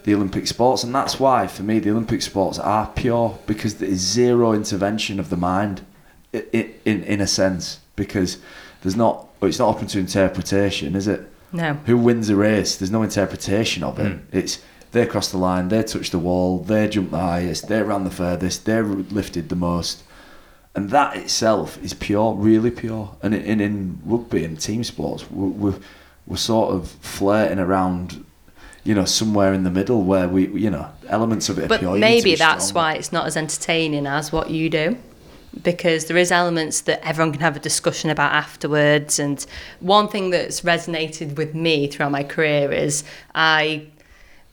B: the Olympic sports, and that's why for me the Olympic sports are pure because there is zero intervention of the mind, i i in in a sense, because there's not it's not open to interpretation, is it?
D: No.
B: Who wins a race? There's no interpretation of it. It's they crossed the line, they touched the wall, they jumped the highest, they ran the furthest, they r- lifted the most. And that itself is pure, really pure. And in, in, in rugby and team sports, we're, we're, we're sort of flirting around, you know, somewhere in the middle where we, you know, elements of it are
D: But
B: pure. You need to
D: maybe
B: be
D: that's
B: strong.
D: why it's not as entertaining as what you do. Because there is elements that everyone can have a discussion about afterwards. And one thing that's resonated with me throughout my career is I,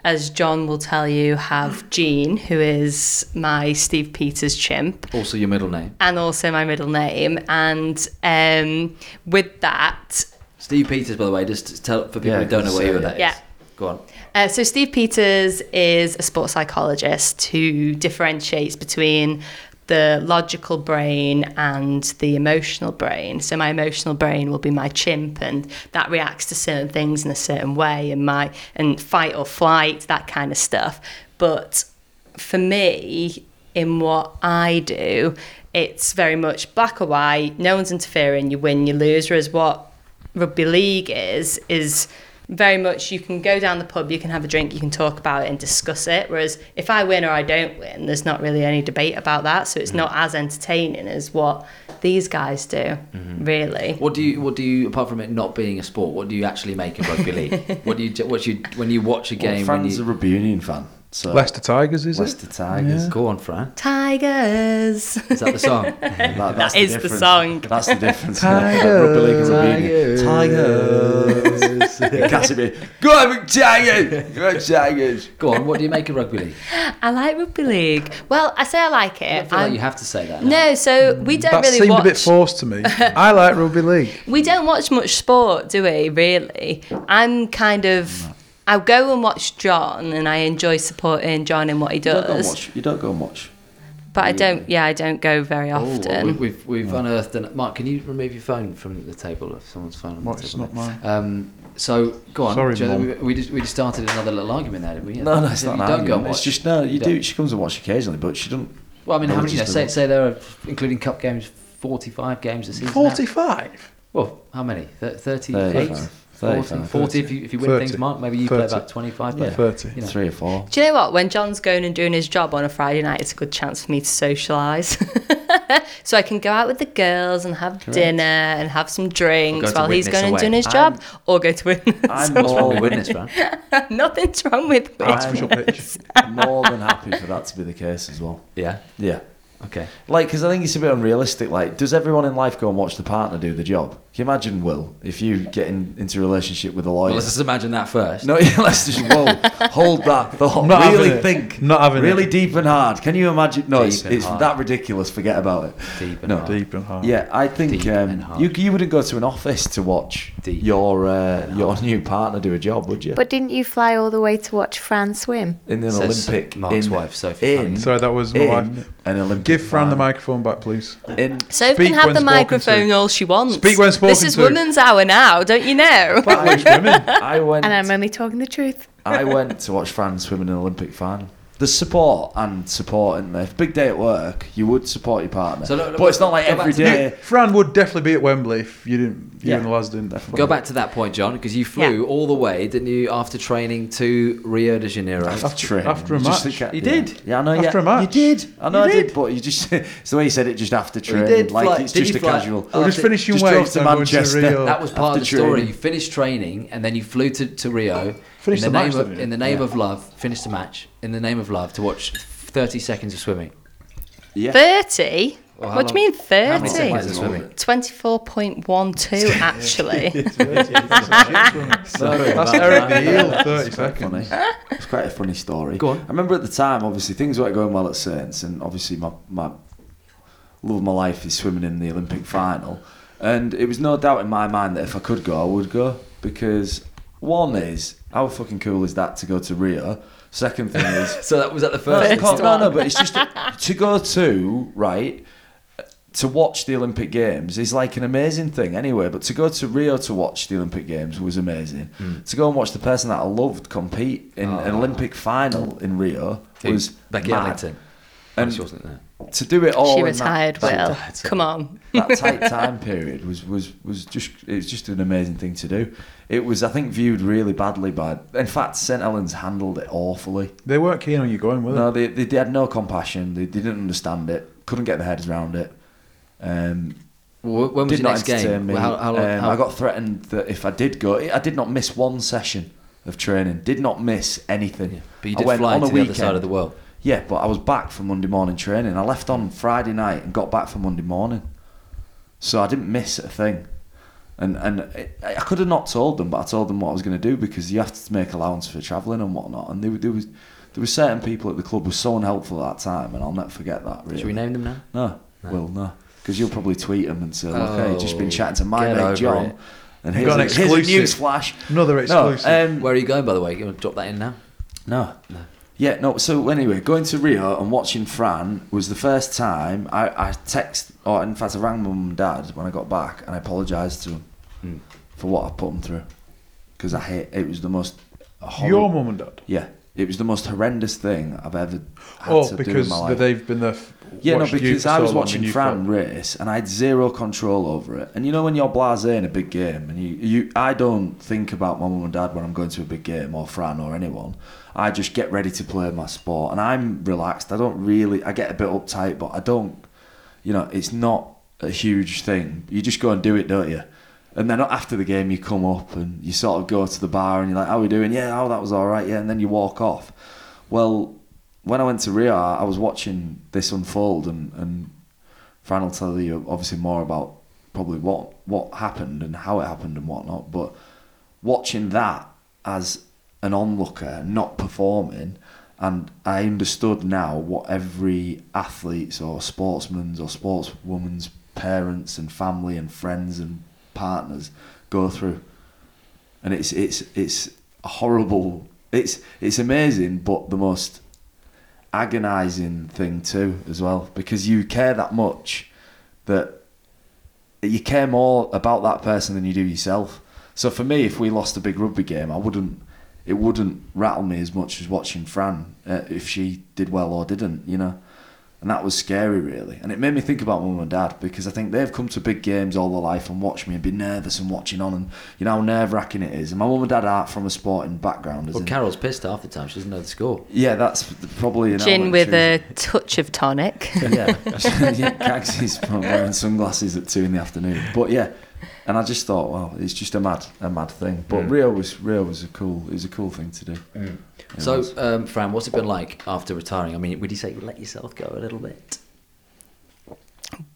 D: as John will tell you, have Gene, who is my Steve Peters chimp.
A: Also, your middle name.
D: and also my middle name. And um, with that,
A: Steve Peters, by the way, just to tell for people
B: Yeah,
A: who don't know
B: say
A: where
B: it.
A: that is.
D: Yeah.
A: Go on.
D: uh, so Steve Peters is a sports psychologist who differentiates between the logical brain and the emotional brain. So my emotional brain will be my chimp, and that reacts to certain things in a certain way, and my and fight or flight, that kind of stuff. But for me, in what I do, it's very much black or white. No one's interfering. You win, you lose. Whereas what rugby league is is very much you can go down the pub, you can have a drink, you can talk about it and discuss it. Whereas if I win or I don't win, there's not really any debate about that. So it's not as entertaining as what these guys do, really.
A: What do you? What do you? Apart from it not being a sport, what do you actually make of rugby league? What do you? What you? When you watch a
B: Well,
A: game? when
B: Fran's
A: you,
B: a rugby union fan, so
C: Leicester Tigers, is it?
B: Leicester Tigers.
A: Go on, Fran.
D: Tigers.
A: Is that the song?
B: That,
D: That is the
B: difference.
D: song.
B: That's the difference. Rugby league and rugby union. Tigers. It has to be. Go on, Tigers. Go on, Tigers.
A: Go on. What do you make of rugby league?
D: I like rugby league. Well, I say I like
A: I
D: it.
A: feel like
D: I'm-
A: you have to say that. now.
D: no, so we don't
C: That
D: really
C: seemed
D: watch.
C: a bit forced to me. I like rugby league.
D: We don't watch much sport, do we, really? I'm kind of. I go and watch John and I enjoy supporting John in what he
B: You don't go and
D: does.
B: watch. You don't go and watch.
D: But I don't, yeah, I don't go very
A: Oh, well,
D: often.
A: we, we've we've unearthed an. Mark, can you remove your phone from the table? If someone's phone on
C: Well,
A: the
C: it's
A: table.
C: not mine.
A: Um, so go on.
C: Sorry,
A: Do you know,
C: Mum.
A: we, we just we just started another little argument there, didn't we?
B: No, no, it's
A: You
B: not.
A: Don't go and watch.
B: It's just no. You
A: Yeah.
B: do. She comes and watch occasionally, but she doesn't.
A: Well, I mean,
B: No,
A: how many?
B: it's
A: You know,
B: just
A: say
B: a-
A: say there are including cup games, forty-five games a season. now.
C: 45?
A: Well, how many? Thir- 38?
B: 35.
A: 40,
B: 35.
A: 40 if you, if you win
C: 30.
A: things, Mark, maybe you play
C: 30.
A: about 25.
B: Yeah.
A: Yeah.
C: 30.
A: You know.
B: Three or four.
D: do you know what? When John's going and doing his job on a Friday night, it's a good chance for me to socialise. so I can go out with the girls and have dinner and have some drinks
A: to
D: while he's
A: Witness
D: going and
A: away.
D: doing his
B: I'm-
D: job or go to witness.
A: What's
B: I'm
A: wrong with
B: more,
A: witness, Fran?
D: Nothing's wrong with me.
C: Artificial pitch.
B: more than happy for that to be the case as well.
A: Yeah.
B: Yeah.
A: Okay.
B: Like, because I think it's a bit unrealistic. Like, does everyone in life go and watch the partner do the job? Can you imagine, Will, if you get in, into a relationship with a lawyer?
A: Well, let's just imagine that first.
B: No, yeah, let's just whoa, hold that thought.
C: Not having
B: really
C: it.
B: think.
C: Not having
B: really
C: it.
B: deep and hard. Can you imagine? No,
A: Deep
B: it's,
A: and
B: it's
A: hard.
B: that ridiculous. Forget about it.
A: Deep and
B: No.
A: hard.
C: Deep and hard.
B: Yeah, I think
A: Deep and
B: um,
A: hard.
B: you you wouldn't go to an office to watch
A: Deep
B: your uh, your new partner do a job, would you?
E: But didn't you fly all the way to watch Fran swim?
B: in an
A: Says
B: Olympic,
A: Mark's
B: in,
A: wife, Sophie
B: in,
C: Sorry, that was my
B: in
C: wife.
B: An Olympic.
C: Give Fran the
B: final.
C: microphone back, please.
B: In,
D: So
C: Speak
D: can have
C: when spoken
D: the
C: to.
D: microphone all she wants.
C: Speak when
D: This
C: spoken
D: is
C: to.
D: women's hour now, don't you know?
C: Blacklegs women.
B: I went.
E: And I'm only talking the truth.
B: I went to watch France swim in an Olympic final. The support and support in there. If Big day at work, you would support your partner.
A: So look, look,
B: but it's not like
A: go back
B: every
A: to-
B: day.
C: Fran would definitely be at Wembley if you didn't. You
B: Yeah.
C: and the lads didn't.
A: Go back to that point, John, because you flew all the way, didn't you, after training to Rio de Janeiro?
B: After him.
C: after a
B: You just
C: match.
B: think I-
A: He
B: yeah.
A: did.
B: Yeah, I know.
C: After
B: yeah.
C: a match.
B: You did. I know
C: You
B: I did.
C: did.
B: But you just, it's the way you said it just after
A: Well, he
B: training.
A: did
B: like
A: fly-
B: it's
A: did he
B: just a
A: fly-
B: casual.
A: Oh,
C: We're just
A: After-
C: finishing
B: just
C: waves.
B: drove to
C: I'm going to
B: Manchester.
C: Rio.
A: That was part of the
B: After
A: story.
B: training.
A: You finished training and then you flew to, to Rio.
C: Finish
A: in
C: the
A: the,
C: match,
A: name of,
C: didn't you?
A: in the name of love, finish the match in the name of love to watch 30 seconds of swimming.
B: Yeah.
D: 30?
A: Well, how
D: what do you mean
A: How many
D: 30?
A: seconds of swimming?
D: 24.12 actually.
B: Sorry
C: That's
B: about
C: Eric
B: that.
C: Neal, 30
B: It's quite
C: seconds.
B: funny. It's quite a funny story.
A: Go on.
B: I remember at the time, obviously, things weren't going well at Saints, and obviously, my, my love of my life is swimming in the Olympic final. And it was no doubt in my mind that if I could go, I would go. Because one is, how fucking cool is that to go to Rio? Second thing is,
A: So that was at the
B: No,
A: first.
B: it's not- no, no, but it's just to go to right to watch the Olympic Games is like an amazing thing anyway. But to go to Rio to watch the Olympic Games was amazing. To go and watch the person that I loved compete in an
A: Oh.
B: Olympic final in Rio was
A: Becky
B: mad.
A: Ellington.
B: And
A: she wasn't there.
B: to do it all
D: she
B: in
D: retired,
B: that,
D: Will.
B: that-
D: Come on.
B: that tight time period was was was just it's just an amazing thing to do. It was I think viewed really badly by. In fact, St Helens handled it awfully.
C: They weren't keen on you going with
B: No,
C: it.
B: they, they they had no compassion. They, they didn't understand it. Couldn't get their heads around it. Um,
A: Well, when was
B: did
A: your
B: not
A: next
B: entertain
A: game?
B: me.
A: Well, how, how, long-
B: Um,
A: how,
B: I got threatened that if I did go, I did not miss one session of training. Did not miss anything.
A: yeah, but you
B: I
A: did
B: went
A: fly
B: on
A: to
B: a
A: the
B: weekend.
A: other side of the world.
B: Yeah, but I was back for Monday morning training. I left on Friday night and got back for Monday morning, so I didn't miss a thing. And and it, I could have not told them, but I told them what I was going to do because you have to make allowance for travelling and whatnot. And there, were- there was there were certain people at the club who were so unhelpful at that time, and I'll never forget that. Really.
A: Should we name them now?
B: No,
A: No.
B: well, no, because you'll probably tweet him and say, "Look, hey, you've just
A: Oh,
B: been chatting to my
A: get over
B: mate John."
A: it.
B: And
C: You
B: here's,
C: got an
B: a, here's a
C: exclusive.
B: news flash.
C: Another exclusive.
B: No, um,
A: Where are you going, by the way? You want to drop that in now?
B: no. Yeah, no. So anyway, going to Rio and watching Fran was the first time I, I text, or in fact, I rang my mum and dad when I got back, and I apologised to them
A: Mm.
B: for what I put them through because I hate. It was the most.
C: Your
B: horrible-
C: mum and dad.
B: Yeah, it was the most horrendous thing I've ever had
C: Oh,
B: to do in
C: because
B: my
C: the-
B: life.
C: they've been there. f-
B: Yeah, no,
C: watched you
B: because
C: for
B: I
C: so
B: was
C: long
B: watching
C: and you
B: Fran
C: thought-
B: race and I had zero control over it. And you know when you're blasé in a big game and you, you I don't think about my mum and dad when I'm going to a big game or Fran or anyone. I just get ready to play my sport and I'm relaxed. I don't really I get a bit uptight but I don't you know, it's not a huge thing. You just go and do it, don't you? And then after the game, you come up and you sort of go to the bar and you're like, "How we doing? Yeah, oh, that was all right. Yeah," and then you walk off. Well, when I went to Rio, I was watching this unfold, and and Fran will tell you obviously more about probably what what happened and how it happened and whatnot. But watching that as an onlooker, not performing, and I understood now what every athlete's or sportsman's or sportswoman's parents and family and friends and partners go through, and it's it's it's a horrible. It's it's amazing, but the most agonizing thing too, as well, because you care that much that you care more about that person than you do yourself. So for me, if we lost a big rugby game, I wouldn't. It wouldn't rattle me as much as watching Fran uh, if she did well or didn't, you know. And that was scary, really. And it made me think about mum and dad because I think they've come to big games all their life and watched me and been nervous and watching on and you know how nerve wracking it is. And my mum and dad aren't from a sporting background, as
A: Well,
B: in,
A: Carol's pissed half the time. She doesn't know the score.
B: yeah, that's probably an
D: Gin
B: element
D: with
B: to-
D: a touch of tonic.
B: yeah, yeah, Cags is from wearing sunglasses at two in the afternoon. But yeah, and I just thought, wow, it's just a mad, a mad thing. But
C: Mm.
B: Rio was Rio was a cool, it was a cool thing to do. It
A: So,
B: was.
A: um, Fran, what's it been like after retiring? I mean, would you say you let yourself go a little bit?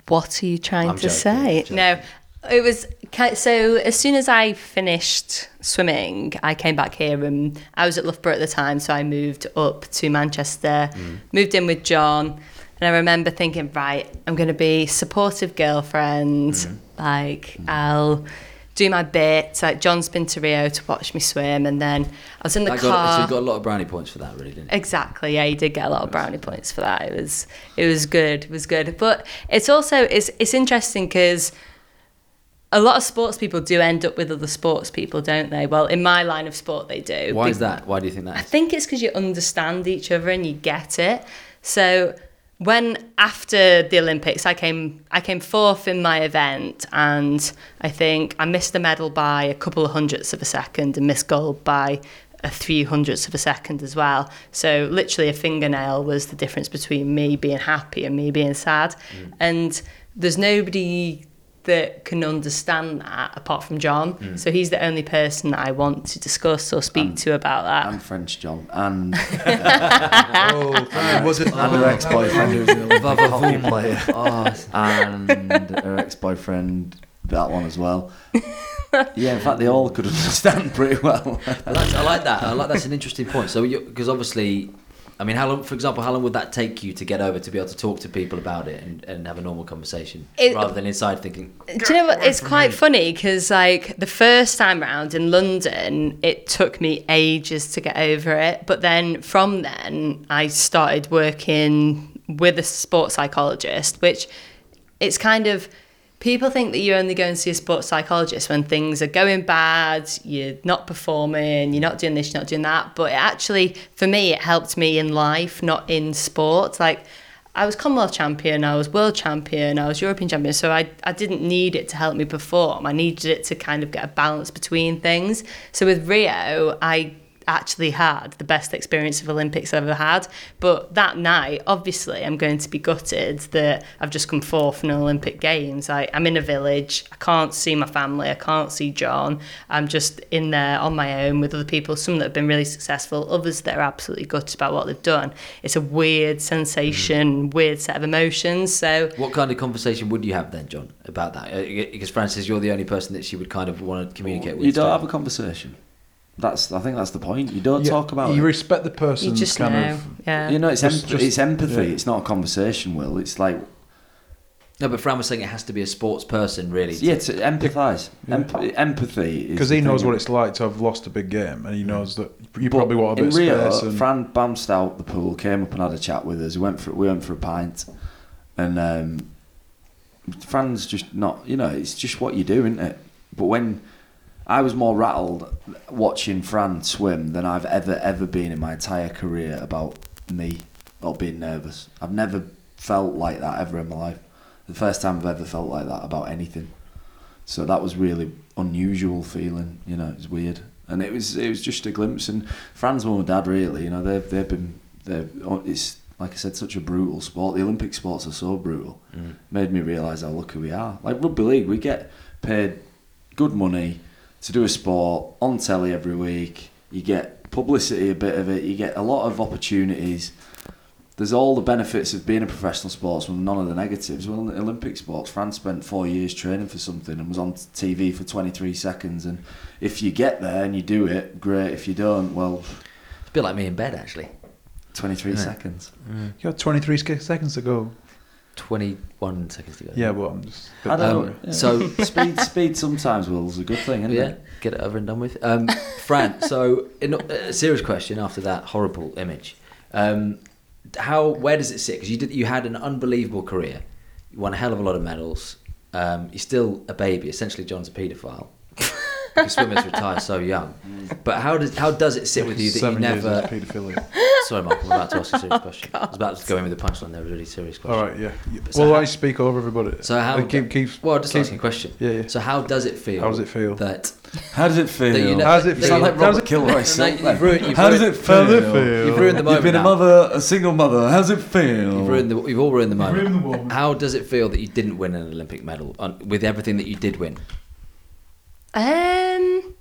D: What are you trying
A: I'm
D: to
A: joking,
D: say?
A: I'm
D: No, it was ki- so. As soon as I finished swimming, I came back here, and I was at Loughborough at the time, so I moved up to Manchester,
A: Mm.
D: moved in with John, and I remember thinking, right, I'm going to be supportive girlfriend.
A: Mm-hmm.
D: Like
A: Mm.
D: I'll do my bit. Like John's been to Rio to watch me swim, and then I was in the
A: That
D: car.
A: got, so you got a lot of brownie points for that, really, didn't you?
D: Exactly. Yeah, you did get a lot of brownie points for that. It was it was good. It was good. But it's also it's it's interesting because a lot of sports people do end up with other sports people, don't they? Well, in my line of sport, they do.
A: Why
D: Be-
A: is that? Why do you think
D: I
A: that is?
D: think it's because you understand each other and you get it. So when after the Olympics, I came I came fourth in my event, and I think I missed the medal by a couple of hundredths of a second, and missed gold by a few hundredths of a second as well. So literally, a fingernail was the difference between me being happy and me being sad. And there's nobody that can understand that apart from John. So he's the only person that I want to discuss or speak to about that.
B: and French John and
C: Oh, fine. Was it
B: and her ex-boyfriend who's an Olympic
A: Vava
B: hockey
A: Vuma.
B: player, and her ex-boyfriend, that one as well. Yeah, in fact, they all could understand pretty well.
A: I like, I like that. I like that's an interesting point. So, because obviously, I mean, how long, for example, how long would that take you to get over to be able to talk to people about it and, and have a normal conversation
D: It-
A: rather than inside thinking?
D: Do you know what? It's quite funny because, like, the first time round in London, it took me ages to get over it. But then from then, I started working with a sports psychologist, which it's kind of people think that you only go and see a sports psychologist when things are going bad, you're not performing, you're not doing this, you're not doing that. But it actually, for me, it helped me in life, not in sport. Like, I was Commonwealth champion, I was world champion, I was European champion. So I, I didn't need it to help me perform. I needed it to kind of get a balance between things. So with Rio, I actually had the best experience of Olympics I've ever had. But that night, obviously, I'm going to be gutted that I've just come fourth in an Olympic Games. I, I'm in a village. I can't see my family. I can't see John. I'm just in there on my own with other people, some that have been really successful, others that are absolutely gutted about what they've done. It's a weird sensation, weird set of emotions. So
A: What kind of conversation would you have then, John, about that? Uh, Because Francis, you're the only person that she would kind of want to communicate with.
B: You don't
A: so-
B: have a conversation. That's I think that's the point. You don't
C: Yeah,
B: talk about
C: You
B: it.
C: respect the
D: you
C: person's
D: just
C: kind
D: know.
C: of.
D: yeah.
B: you know, it's,
C: Just-
B: emp-
C: just-
B: it's empathy.
C: yeah.
B: It's not a conversation, Will. It's like
A: No, but Fran was saying it has to be a sports person, really. to-
B: yeah, to empathise. Emp- empathy.
C: Because he knows what
B: it's.
C: it's like to have lost a big game, and he knows that you
B: But
C: probably want a bit
B: in Rio,
C: of space. And
B: Fran bounced out the pool, came up and had a chat with us. We went for we went for a pint, and um, Fran's just not. You know, it's just what you do, isn't it? But when I was more rattled watching Fran swim than I've ever ever been in my entire career about me or being nervous. I've never felt like that ever in my life. The first time I've ever felt like that about anything. So that was really unusual feeling. You know, it was weird, and it was it was just a glimpse. And Fran's mum and dad, really, you know, they've they've been they it's like I said, such a brutal sport. The Olympic sports are so brutal. Made me realise how lucky we are. Like rugby league, we get paid good money to do a sport on telly every week. You get publicity a bit of it. You get a lot of opportunities. There's all the benefits of being a professional sportsman, none of the negatives. Well, in the Olympic sports, France spent four years training for something and was on TV for 23 seconds. And if you get there and you do it, great. If you don't, well,
A: It's a bit like me in bed, actually.
B: 23
A: Yeah.
B: seconds.
C: you had 23 sec- seconds to go.
A: 21 seconds to go.
C: Yeah, but I'm just.
B: I don't
A: Um,
B: know.
A: so-
B: speed, speed sometimes, Will, is a good thing, isn't
A: Yeah,
B: it?
A: get it over and done with. Um, Fran, so in, a serious question after that horrible image. Um, how where does it sit? Because you did you had an unbelievable career, you won a hell of a lot of medals. Um, you're still a baby. Essentially, John's a paedophile. because swimmers retire so young. But how does how does it sit with you that you
C: Seven years
A: never?
C: into paedophilia.
A: Sorry, Mark, I'm about to ask a serious question. I was about to go in with a punchline there, a really serious question.
C: All right, yeah.
A: So
C: well,
A: how-
C: I speak over everybody.
A: So how?
C: They keep, keep,
A: well, I'm just
C: keep-
A: asking a question.
C: Yeah, yeah.
A: So how does it feel?
C: How does it feel?
A: that
B: How does it feel?
A: That you know-
B: How-
C: How's it
A: They-
B: you sound
C: feel?
B: like
C: How's
B: Robert
C: it-
B: Kilroy.
A: No,
B: something.
A: you've ruined- you've
B: How does
A: ruined-
B: it
C: How's it
B: feel?
C: feel?
A: You've ruined the moment
B: You've been a
A: now.
B: mother, a single mother. How's it feel?
A: You've ruined the, you've all ruined the moment.
C: ruined the moment.
A: How does it feel that you didn't win an Olympic medal on, with everything that you did win?
D: Um.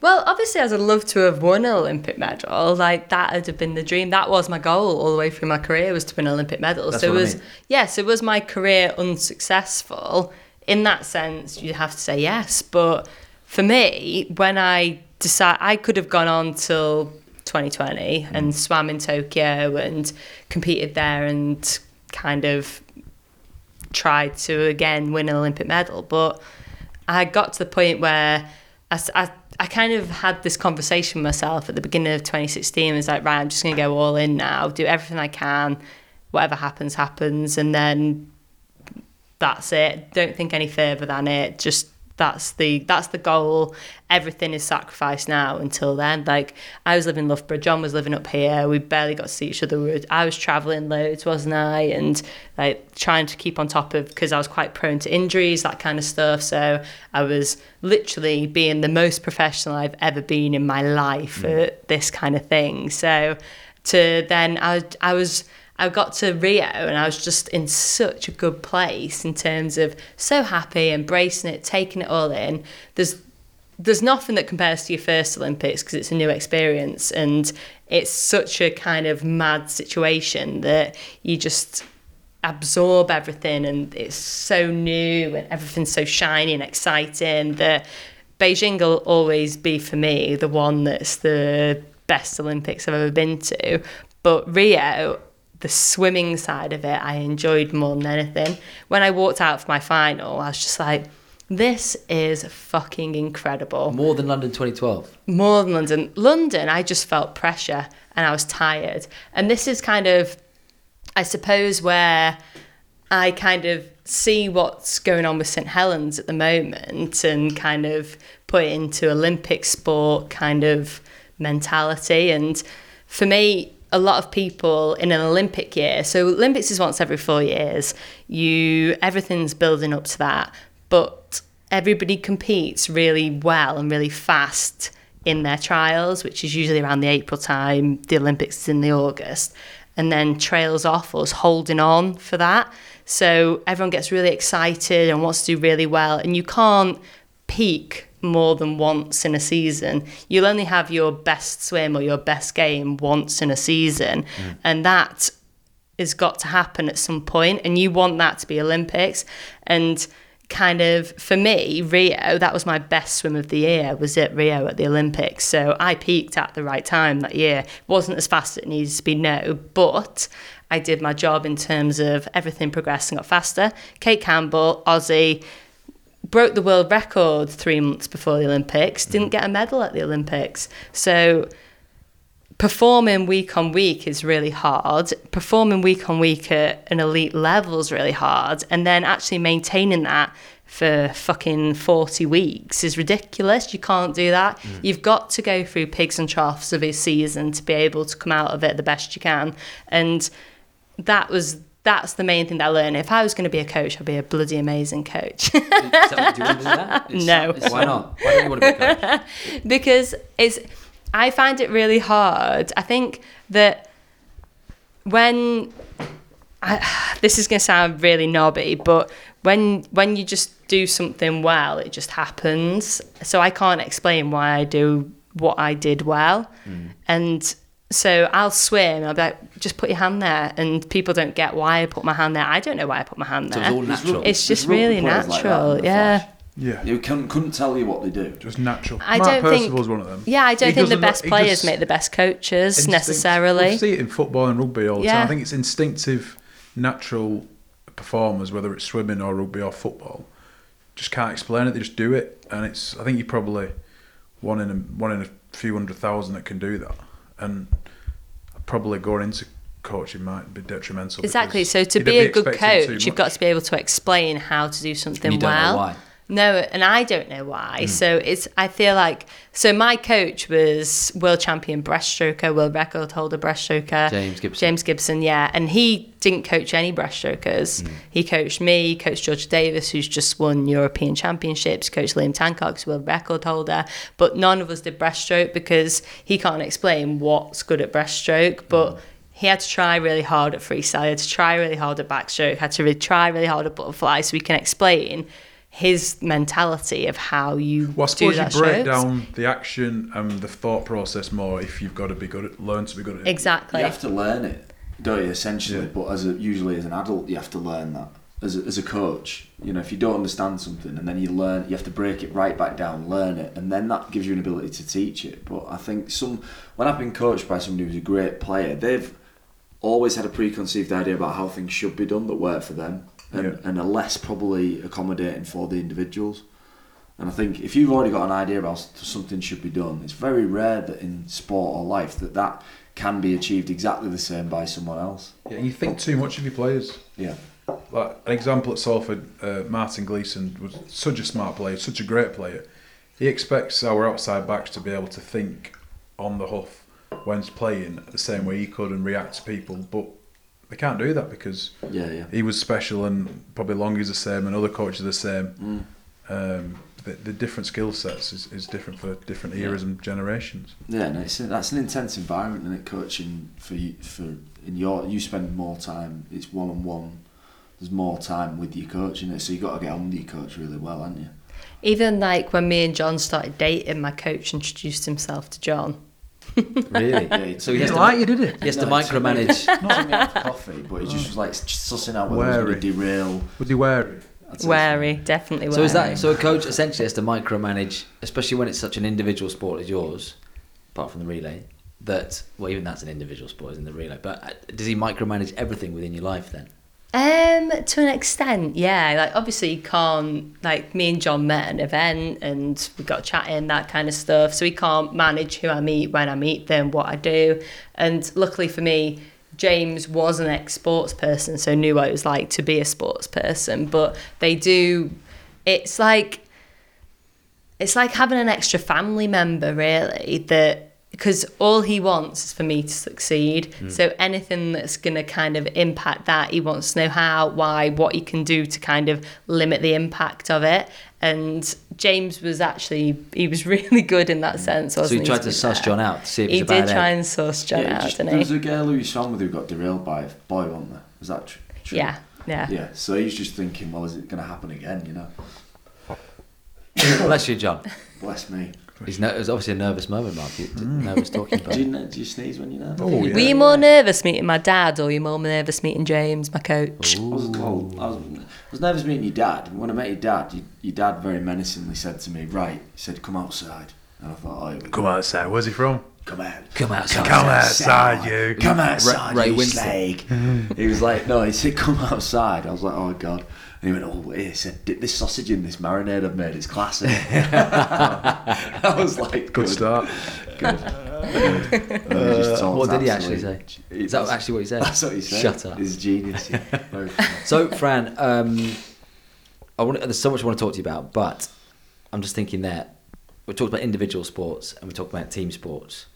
D: Well, obviously, I'd love to have won an Olympic medal. Like that would have been the dream. That was my goal all the way through my career was to win an Olympic medal.
A: That's
D: so
A: what I
D: it was
A: mean.
D: yes, it was my career unsuccessful in that sense. You have to say yes, but for me, when I decide, I could have gone on till 2020
A: Mm.
D: and swam in Tokyo and competed there and kind of tried to again win an Olympic medal, but I got to the point where I, s- I- I kind of had this conversation with myself at the beginning of 2016. I was like, right, I'm just going to go all in now, do everything I can, whatever happens, happens. And then that's it. Don't think any further than it. Just that's the that's the goal. Everything is sacrificed now until then. Like I was living in Loughborough, John was living up here. We barely got to see each other. We were, I was traveling loads, wasn't I? And like trying to keep on top of because I was quite prone to injuries, that kind of stuff. So I was literally being the most professional I've ever been in my life at this kind of thing. So to then I I was. I I got to Rio and I was just in such a good place in terms of so happy, embracing it, taking it all in. There's there's nothing that compares to your first Olympics because it's a new experience and it's such a kind of mad situation that you just absorb everything and it's so new and everything's so shiny and exciting that Beijing will always be for me the one that's the best Olympics I've ever been to. But Rio, the swimming side of it, I enjoyed more than anything. When I walked out for my final, I was just like, this is fucking incredible
A: More than London 2012.
D: more than London. London, I just felt pressure and I was tired. And this is kind of, I suppose, where I kind of see what's going on with St Helens at the moment and kind of put it into Olympic sport kind of mentality. And for me, a lot of people in an Olympic year, so Olympics is once every four years, you everything's building up to that. But everybody competes really well and really fast in their trials, which is usually around the April time. The Olympics is in the August, and then trails off us holding on for that. So everyone gets really excited and wants to do really well, and you can't peak more than once in a season. You'll only have your best swim or your best game once in a season, and that has got to happen at some point and you want that to be olympics and kind of for me rio that was my best swim of the year was at rio at the olympics so i peaked at the right time that year it wasn't as fast as it needed to be no but i did my job in terms of everything progressed and got faster kate campbell aussie broke the world record three months before the olympics didn't get a medal at the olympics so performing week on week is really hard. Performing week on week at an elite level is really hard. And then actually maintaining that for fucking 40 weeks is ridiculous. You can't do that. You've got to go through pigs and troughs of a season to be able to come out of it the best you can. And that was. That's the main thing that I learned. If I was going to be a coach, I'd be a bloody amazing coach.
A: Is that- do you want to do that? It's-
D: No.
A: it's- Why not? Why don't you want to be a coach?
D: because it's I find it really hard. I think that when I, this is going to sound really knobby, but when when you just do something well, it just happens. So I can't explain why I do what I did well,
A: Hmm.
D: and so I'll swim. and I'll be like, just put your hand there, and people don't get why I put my hand there. I don't know why I put my hand
A: So
D: there.
A: it's all natural.
D: It's
F: There's
D: just
F: rugby
D: really
F: players like that in
D: natural,
F: the
D: yeah.
F: Flash.
C: Yeah.
F: You couldn't, couldn't tell you what they do.
C: Just natural.
D: I
C: Mark
D: don't think-
C: Percival's one of them.
D: Yeah, I don't
C: He
D: think the
C: doesn't look-
D: best
C: he
D: players
C: just-
D: make the best coaches
C: instinct-
D: necessarily.
C: We see it in football and rugby all the
D: Yeah.
C: time. I think it's instinctive, natural performers, whether it's swimming or rugby or football. Just can't explain it. They just do it, and it's. I think you probably one in a, one in a few hundred thousand that can do that, and probably going into coaching might be detrimental.
D: Exactly.
C: because
D: So to
C: you'd
D: be a good
C: expecting too
D: coach, you've
C: much.
D: got to be able to explain how to do something
A: you don't know
D: well.
A: why.
D: No, and I don't know why.
C: Hmm.
D: So it's I feel like so my coach was world champion breaststroker, world record holder breaststroker.
A: James Gibson.
D: James Gibson, yeah. And he didn't coach any
C: Mm.
D: breaststrokers. He coached me, coached George Davis, who's just won European Championships, coached Liam Tancock's world record holder. But none of us did breaststroke because he can't explain what's good at breaststroke.
C: Mm.
D: But he had to try really hard at freestyle, he had to try really hard at backstroke, had to re- try really hard at butterfly so we can explain his mentality of how you
C: Well, I
D: do
C: suppose you
D: that
C: break
D: stroke.
C: down the action and the thought process more if you've got to be good at, learn to be good at it.
D: Exactly.
F: You have to learn it, don't you? Essentially, but as a, usually as an adult, you have to learn that. As a, as a coach, you know, if you don't understand something and then you learn, you have to break it right back down, learn it, and then that gives you an ability to teach it. But I think some when I've been coached by somebody who's a great player, they've always had a preconceived idea about how things should be done that work for them, and,
C: Yeah.
F: and are less probably accommodating for the individuals. And I think if you've already got an idea about s- something should be done, it's very rare that in sport or life that that can be achieved exactly the same by someone else.
C: Yeah, you think too much of your players.
F: Yeah.
C: Like an example at Salford, uh, Martin Gleeson was such a smart player, such a great player. He expects our outside backs to be able to think on the hoof when playing the same way he could and react to people, but they can't do that because
F: Yeah, yeah.
C: he was special and probably Longy's the same and other coaches are the same. Um, the, the different skill sets is, is different for different eras and generations.
B: Yeah, and it's that's an intense environment, and it coaching for you for in your you spend more time. It's one on one. There's more time with your coach in it, so you got to get on with your coach really well, haven't you?
D: Even like when me and John started dating, my coach introduced himself to John.
A: Really?
B: Yeah, he
A: so he has
C: Didn't
A: to,
C: like you, did it?
A: he has to
B: No, it's-
A: micromanage.
B: Not having enough coffee, but he just was like sussing out whether it was going to derail.
C: Was he wary?
B: I'd say-
D: Wary, definitely wary.
A: So is that so? A coach essentially has to micromanage, especially when it's such an individual sport as yours, apart from the relay. That well, even that's an individual sport, isn't the relay? But uh, does he micromanage everything within your life then?
D: Um, to an extent, yeah. Like obviously he can't like me and John met at an event and we got chatting, that kind of stuff. So he can't manage who I meet, when I meet them, what I do. And luckily for me, James was an ex sports person, so knew what it was like to be a sports person. But they do it's like it's like having an extra family member really that because all he wants is for me to succeed
A: Mm.
D: so anything that's going to kind of impact that he wants to know how why what he can do to kind of limit the impact of it and james was actually he was really good in that sense
A: Mm. so he
D: wasn't he,
A: tried to
D: be
A: suss
D: fair?
A: John out to see if
D: he
A: he's a bad
D: did try
A: egg.
D: and suss john
B: Yeah,
D: out
B: just, there
D: didn't
B: was
D: he
B: a girl who you swam with who got derailed by a boy, wasn't there? Was that tr- true?
D: yeah yeah
B: Yeah, so he's just thinking, well, is it going to happen again? You know,
A: Bless you, John.
B: bless me.
A: He's no, it was obviously a nervous moment, Mark. You,
B: Mm.
A: Nervous talking about.
B: Do you, kn- do you sneeze when you know?
C: Oh,
D: were you more nervous meeting my dad or were you more nervous meeting james my coach
B: I was, well, I was, I was nervous meeting your dad. When I met your dad, your, your dad very menacingly said to me, "Right," he said, "Come outside," and I thought, "Oh, here we go.
C: Come outside. Where's he from?
B: come out."
A: Come outside.
C: Come outside, you.
B: Come outside,
A: Ray
B: you
A: Winston.
B: slag. He was like, no, he said, come outside. I was like, oh, God. And he went, oh, wait. He said, "Dip this sausage in this marinade I've made, it's classic. I was like,
C: Good start.
B: Good. Good. And he just talked
A: Uh, What did he actually
B: absolute-
A: say?
B: He-
A: Is that actually what he said?
B: That's what he said.
A: Shut up.
B: He's genius. yeah. Very funny.
A: So, Fran, um, I want there's so much I want to talk to you about, but I'm just thinking that we talked about individual sports and we talked about team sports.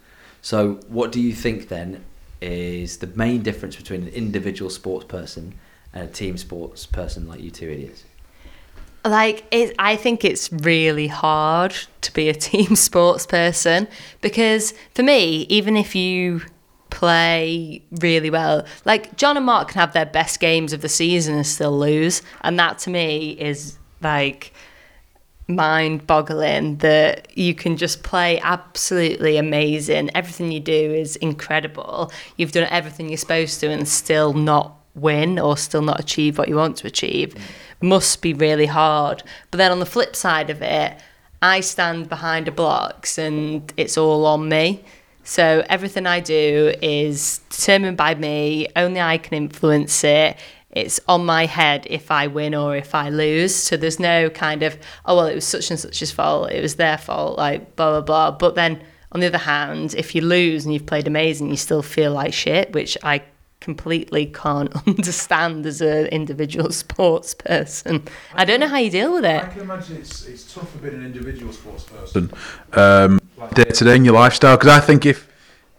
A: So, what do you think then is the main difference between an individual sports person and a team sports person like you two idiots?
D: Like it, I think it's really hard to be a team sports person because for me, even if you play really well, like John and Mark can have their best games of the season and still lose, and that to me is like mind boggling that you can just play absolutely amazing. Everything you do is incredible. You've done everything you're supposed to and still not win or still not achieve what you want to achieve must be really hard. But then on the flip side of it, I stand behind the blocks and it's all on me. So everything I do is determined by me, only I can influence it. It's on my head if I win or if I lose. So there's no kind of, oh, well, it was such and such's fault, it was their fault, like blah, blah, blah. But then on the other hand, if you lose and you've played amazing, you still feel like shit, which I completely can't understand as an individual sports person. I don't know how you deal with it.
C: I can imagine it's, it's tough for being an individual sports person um, day to day in your lifestyle because I think if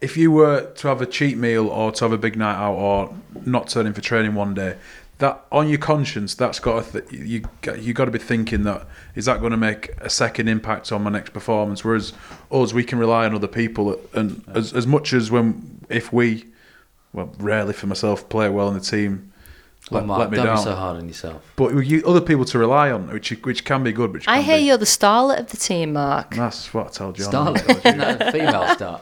C: if you were to have a cheat meal or to have a big night out or not turn in for training one day, that on your conscience, that's got to th- you got- you got to be thinking that is that going to make a second impact on my next performance. Whereas us, we can rely on other people, and as as much as when if we well rarely for myself play well in the team,
A: Well,
C: let,
A: Mark,
C: let me
A: don't
C: down.
A: be so hard on yourself.
C: But you, other people to rely on, which which can be good. Which
D: I
C: can
D: hear
C: be-
D: you're the starlet of the team, Mark.
C: That's what I told you.
A: Starlet, isn't that a female star?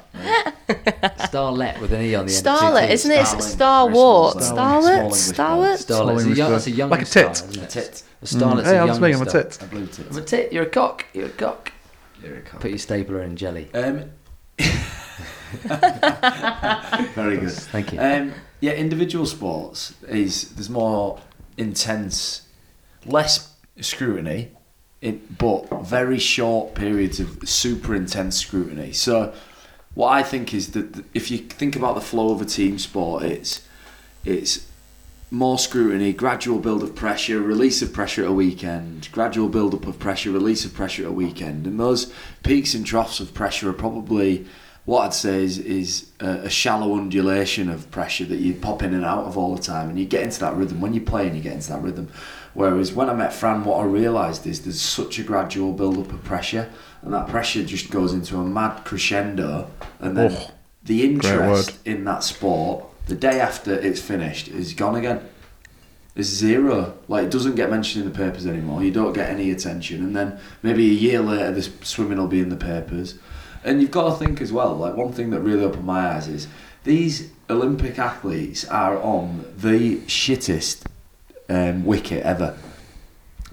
A: Starlet with an e on the end. of two
D: Starlet,
A: T's.
D: isn't it? It's
B: Starling.
D: Star
B: Very
D: Wart.
B: small Starling.
D: Starlet?
B: Small
A: Starlet.
B: English
D: Starlet?
A: It's a young, that's a young
C: Like a
A: star,
C: tit. Mm.
A: isn't it?
B: A tit.
A: A starlet's
C: Hey,
A: a
C: I'm
A: young
C: speaking of a
A: star.
C: tit.
B: I blew it.
A: I'm a tit. You're a cock. You're a cock.
B: You're a cock.
A: Put your stapler in jelly.
B: Um, very good.
A: Thank you.
B: Um, yeah, individual sports is there's more intense, less scrutiny, it, but very short periods of super intense scrutiny. So, what I think is that th- if you think about the flow of a team sport, it's it's more scrutiny, gradual build of pressure, release of pressure at a weekend, gradual build up of pressure, release of pressure at a weekend, and those peaks and troughs of pressure are probably what I'd say is is a, a shallow undulation of pressure that you pop in and out of all the time, and you get into that rhythm. When you're playing, you get into that rhythm. Whereas when I met Fran, what I realised is there's such a gradual build up of pressure, and that pressure just goes into a mad crescendo, and then
C: Oh,
B: the
C: word.
B: interest in that sport the day after it's finished is gone again. It's zero. Like it doesn't get mentioned in the papers anymore. You don't get any attention, and then maybe a year later, this swimming will be in the papers. And you've got to think as well. Like one thing that really opened my eyes is these Olympic athletes are on the shittest um, wicket ever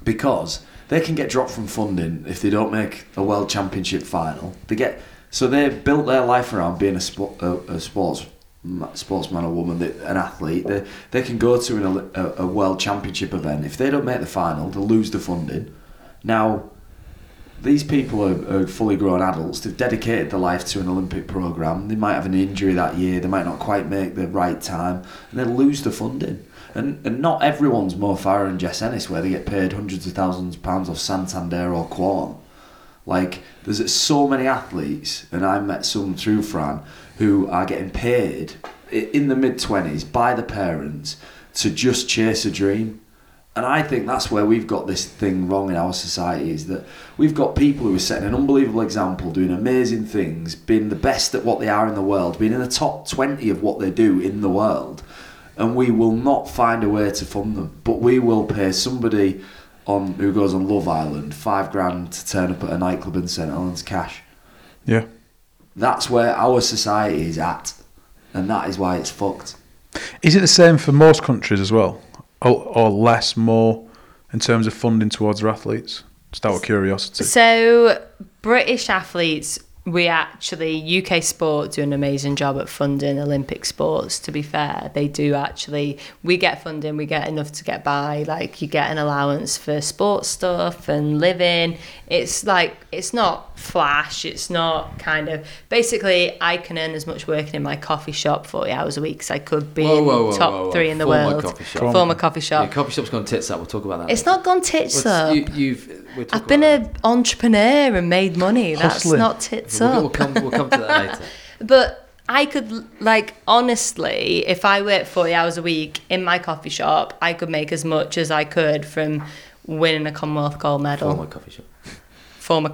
B: because they can get dropped from funding if they don't make a world championship final. They get so they've built their life around being a, spo- a, a sports ma- sportsman or woman, that, an athlete. They they can go to an, Oli- a, a world championship event. If they don't make the final, they'll lose the funding. Now these people are, are fully grown adults. They've dedicated their life to an Olympic program. They might have an injury that year. They might not quite make the right time, and they lose the funding. And, and not everyone's Mo Farah and Jess Ennis, where they get paid hundreds of thousands of pounds off Santander or Quorn. Like there's so many athletes, and I met some through Fran who are getting paid i- in the mid twenties by the parents to just chase a dream. And I think that's where we've got this thing wrong in our society is that we've got people who are setting an unbelievable example, doing amazing things, being the best at what they are in the world, being in the top 20 of what they do in the world. And we will not find a way to fund them. But we will pay somebody on who goes on Love Island five grand to turn up at a nightclub in St. Helens cash.
C: Yeah.
B: That's where our society is at. And that is why it's fucked.
C: Is it the same for most countries as well, or, or less, more, in terms of funding towards their athletes? Just out of curiosity.
D: So, British athletes, we actually, UK sport do an amazing job at funding Olympic sports, to be fair. They do actually, we get funding, we get enough to get by. Like, you get an allowance for sports stuff and living. It's like, it's not flash, it's not kind of. Basically, I can earn as much working in my coffee shop 40 hours a week as I could be
A: Whoa,
D: in
A: whoa, whoa,
D: top
A: whoa, whoa.
D: three in the
A: Former
D: world.
A: coffee shop.
D: Former coffee
A: Yeah,
D: shop.
A: coffee shop's gone tits up. We'll talk about that.
D: it's not gone tits
A: Well,
D: up.
A: You, you've. We're
D: I've been
A: about
D: an entrepreneur and made money. That's
C: Hustling.
D: not tits
A: that. We'll, we'll
D: up.
A: come. We'll come to that later.
D: But I could, like, honestly, if I worked 40 hours a week in my coffee shop, I could make as much as I could from winning a Commonwealth gold medal.
A: Former
D: Former,
A: coffee shop.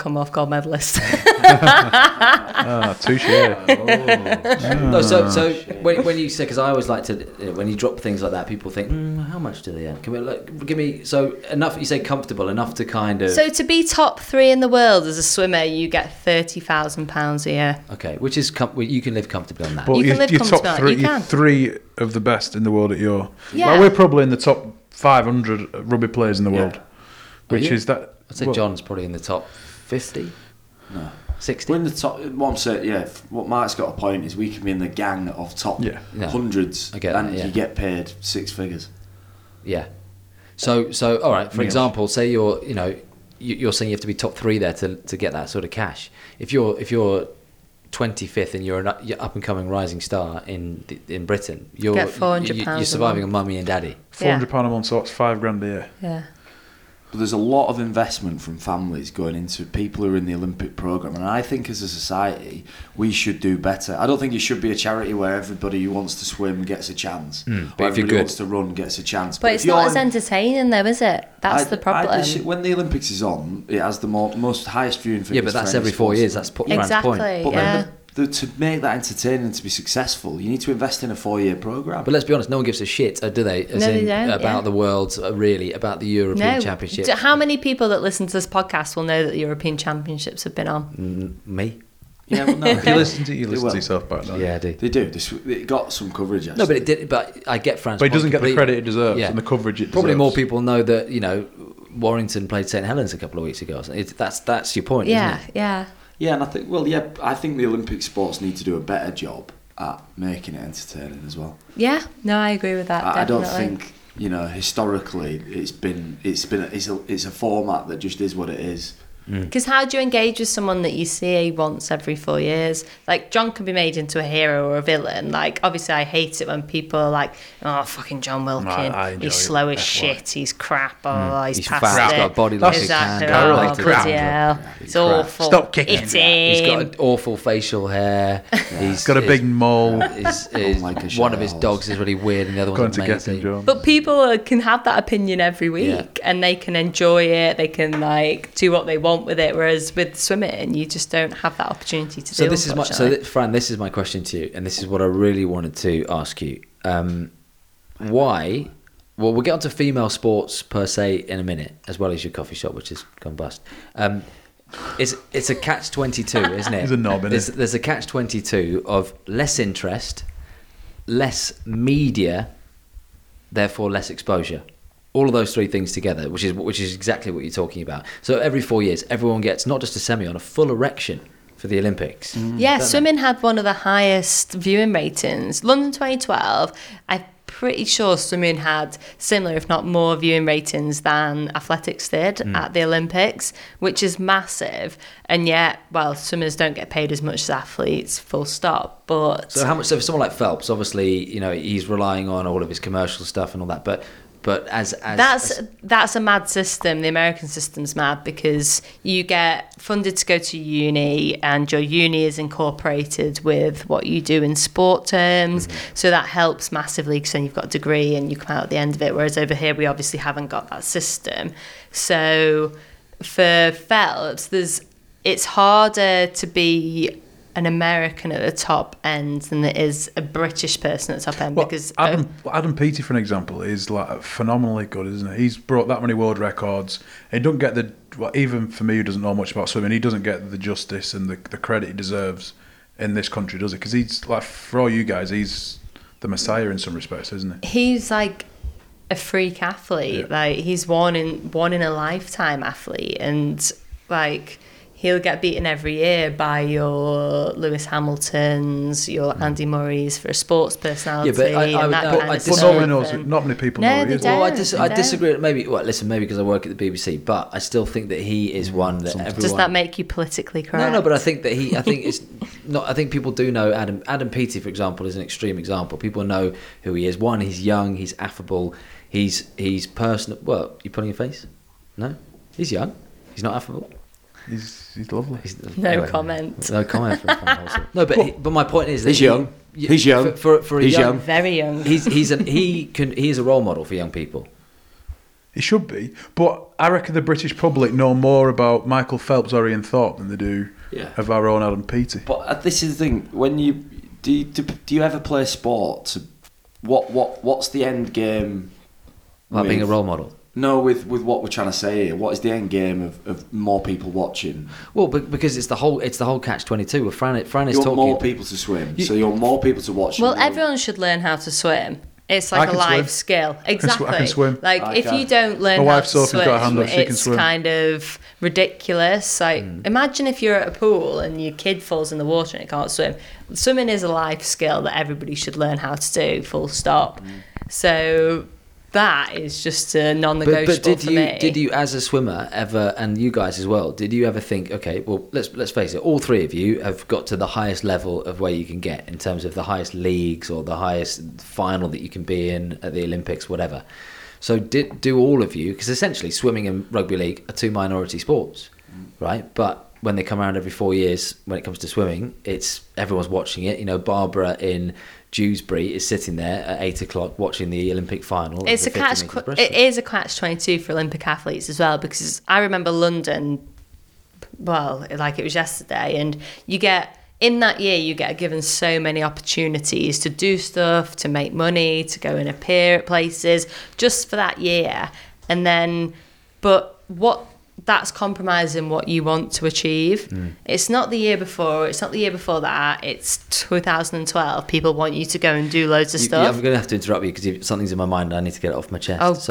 D: Commonwealth gold medalist.
C: Ah, touche. Oh,
A: No, so so when, when you say because I always like to uh, when you drop things like that, people think mm, how much do they earn? Can we like, give me so enough? You say comfortable enough to kind of
D: so to be top three in the world as a swimmer, you get £30,000 a year.
A: okay, which is com- well, you can live comfortably on that.
C: But
D: You can
C: you
D: live
C: are top
D: comfortably,
C: three.
D: you
C: You are
D: can.
C: three of the best in the world at your.
D: Yeah.
C: Like, we're probably in the top 500 rugby players in the
A: Yeah.
C: world, which
A: you?
C: is that.
A: I'd say
C: well,
A: John's probably in the top fifty,
B: No.
A: sixty.
B: We're in the top. What I'm saying, yeah, f- what Mark's got a point is we can be in the gang of top
C: Yeah.
A: Yeah.
B: hundreds,
A: I get
B: and
A: that, yeah.
B: you get paid six figures.
A: Yeah. So so all right. For
B: Yeah.
A: example, say you're you know you- you're saying you have to be top three there to, to get that sort of cash. If you're if you're 25th and you're an up- you're up and coming rising star in the- in Britain, you're
D: Get 400
A: you,
D: pounds
A: you're
D: a
A: surviving on mummy and daddy.
D: Yeah.
C: 400 pound a month, so that's five grand a year.
D: Yeah.
B: But there's a lot of investment from families going into people who are in the Olympic program, and I think as a society we should do better. I don't think it should be a charity where everybody who wants to swim gets a chance, or
A: Hmm, but if you're
B: everybody
A: good-
B: wants to run gets a chance.
D: But
B: if
D: it's not
B: you're
D: as
B: in-
D: entertaining, though, is it? That's
B: I-
D: the
B: I-
D: problem.
B: this- when the Olympics is on, it has the mo most highest viewing figures.
A: Yeah, but
B: for
A: that's
B: any
A: every four
B: sports.
A: years. That's po- Fran's point.
D: Exactly,
B: But
D: yeah.
B: then the, the, to make that entertaining to be successful, you need to invest in a four-year program.
A: But let's be honest, no one gives a shit, uh, do they? As
D: No, they
A: in,
D: don't,
A: about
D: yeah.
A: the world's uh, really about the European Championship.
D: D- How many people that listen to this podcast will know that the European Championships have been on?
A: Me?
B: yeah, well, no,
C: If you listen to, you
B: They
C: listen
B: will.
C: to yourself back then.
A: Yeah, I do.
B: They do. This it got some coverage. Actually.
A: No, but it did. But I get France.
C: But it
A: point
C: doesn't get the
A: completely.
C: credit it deserves
A: Yeah.
C: and the coverage it
A: Probably
C: deserves.
A: more people know that you know Warrington played St Helens a couple of weeks ago. or something. It's, that's that's your point,
D: Yeah,
A: isn't it?
D: yeah.
B: Yeah, and I think well, yeah, I think the Olympic sports need to do a better job at making it entertaining as well.
D: Yeah, no, I agree with that.
B: I, I don't
D: definitely.
B: think you know historically it's been it's been it's a it's a format that just is what it is.
D: Because how do you engage with someone that you see once every four years? Like John can be made into a hero or a villain. Like obviously, I hate it when people are like, "Oh, fucking John Wilkin,
C: I enjoy
D: he's slow as
C: it.
D: shit, he's crap, oh, he's,
G: He's
D: past
G: fat,
D: it."
G: he's got a body like a
D: exactly.
G: can,
D: oh,
G: dilated
D: bloody
G: eyes.
D: hell, it's
G: crap.
D: awful.
C: Stop kicking
D: It's
G: He's got
D: him.
G: an awful facial hair. He's
C: It's got a big mole.
G: Is,
B: like his
G: one of his
B: shadows.
G: dogs is really weird, and the other
C: Going
G: one's
C: to get him,
G: amazing.
C: John.
D: But people uh, can have that opinion every week
G: Yeah.
D: and they can enjoy it. They can like do what they want with it. Whereas with swimming, you just don't have that opportunity to
A: So
D: do
A: this is my so
D: unfortunately.
A: th- Fran. This is my question to you, and this is what I really wanted to ask you. Um, why? Well, we'll get onto female sports per se in a minute, as well as your coffee shop, which has gone bust. Um, it's it's a catch twenty two, isn't it?
C: There's a knob in
A: there's,
C: it.
A: there's a catch twenty two of less interest, less media, therefore less exposure. All of those three things together, which is which is exactly what you're talking about. So every four years, everyone gets not just a semi on a full erection for the Olympics.
C: Mm-hmm.
D: Yeah, swimming had one of the highest viewing ratings. London 2012, I'm pretty sure swimming had similar, if not more, viewing ratings than athletics did
A: Mm.
D: at the Olympics, which is massive. And yet, well, swimmers don't get paid as much as athletes, full stop. But
A: So how much? So for someone like Phelps, obviously, you know, he's relying on all of his commercial stuff and all that. But but as as
D: that's
A: as-
D: that's a mad system. The American system's mad because you get funded to go to uni, and your uni is incorporated with what you do in sport terms. So that helps massively because then you've got a degree and you come out at the end of it. Whereas over here, we obviously haven't got that system. So for Phelps, there's it's harder to be an American at the top end than it is a British person at the top end
C: Well,
D: because
C: Adam, Adam Peaty, for an example, is like phenomenally good, isn't he? He's brought that many world records. He don't get the well, even for me who doesn't know much about swimming, he doesn't get the justice and the, the credit he deserves in this country, does he? Because he's like for all you guys, he's the messiah in some respects, isn't he?
D: he's like a freak athlete. Like he's one in one in a lifetime athlete, and like he'll get beaten every year by your Lewis Hamiltons, your Andy Murray's for a sports personality,
A: Mm. I- I
D: and
A: would-
D: that
A: I-
D: kind
A: I
D: of
A: dis-
C: But
D: stuff.
C: no one knows.
D: and-
C: Not many people
D: No,
C: know. who
D: they
C: he is.
D: don't.
A: Well, I, dis- I
D: No.
A: disagree. Maybe well, listen, maybe because I work at the BBC, but I still think that he is one that everyone.
D: Does that make you politically correct?
A: No, no, but I think that he, I think it's not. I think people do know Adam. Adam Peaty, for example, is an extreme example. People know who he is. One, he's young, he's affable, he's he's personal. Well, you putting your face? No, he's young. He's not affable.
C: He's, he's lovely.
A: He's-
D: No comment.
A: No comment. From Van Hulsen. no, but he, but my point is that
H: He's
A: he-
H: young.
A: y-
H: He's young.
A: For, for, for a
H: He's
A: young,
H: young.
D: very young.
A: He's he's an, he can he is a role model for young people.
C: He should be, but I reckon the British public know more about Michael Phelps or Ian Thorpe than they do
B: Yeah.
C: of our own Adam Peaty.
B: But uh, this is the thing. When you do, you, do, do you ever play sport? To, what what what's the end game?
A: Like being a
B: with-
A: role model.
B: No, with with what we're trying to say here. What is the end game of, of more people watching?
A: Well, but because it's the whole it's the whole catch twenty two. Where Fran Fran is
B: you want
A: talking.
B: more people to swim, so you want more people to watch.
D: Well,
B: You want-
D: everyone should learn how to swim. It's
C: I
D: like a
C: can swim.
D: life skill. Exactly.
C: I can swim.
D: Like
B: I
D: if
B: can.
D: you don't learn
C: My
D: how
C: wife
D: to
C: Sophie's
D: swim,
C: got a hand up, she can
D: it's
C: swim. Hmm.
D: kind of ridiculous. Like imagine if you're at a pool and your kid falls in the water and it can't swim. Swimming is a life skill that everybody should learn how to do. Full stop.
C: Hmm.
D: So that is just a non-negotiable
A: but, but did
D: for
A: you
D: me.
A: did you as a swimmer ever and you guys as well did you ever think okay well let's let's face it all three of you have got to the highest level of where you can get in terms of the highest leagues or the highest final that you can be in at the Olympics whatever so did do all of you because essentially swimming and rugby league are two minority sports right but when they come around every four years when it comes to swimming it's everyone's watching it you know Barbara in Dewsbury is sitting there at eight o'clock watching the Olympic final. of
D: it's
A: the
D: a
A: 50
D: catch.
A: metres breaststroke.
D: It is a catch twenty-two for Olympic athletes as well because I remember London. Well, like it was yesterday, and you get in that year you get given so many opportunities to do stuff, to make money, to go and appear at places just for that year, and then, but what that's compromising what you want to achieve.
A: Mm.
D: It's not the year before. It's not the year before that. It's 2012. People want you to go and do loads of
A: You-
D: stuff.
A: I'm going to have to interrupt you because something's in my mind and I need to get it off my chest.
D: Oh,
A: Because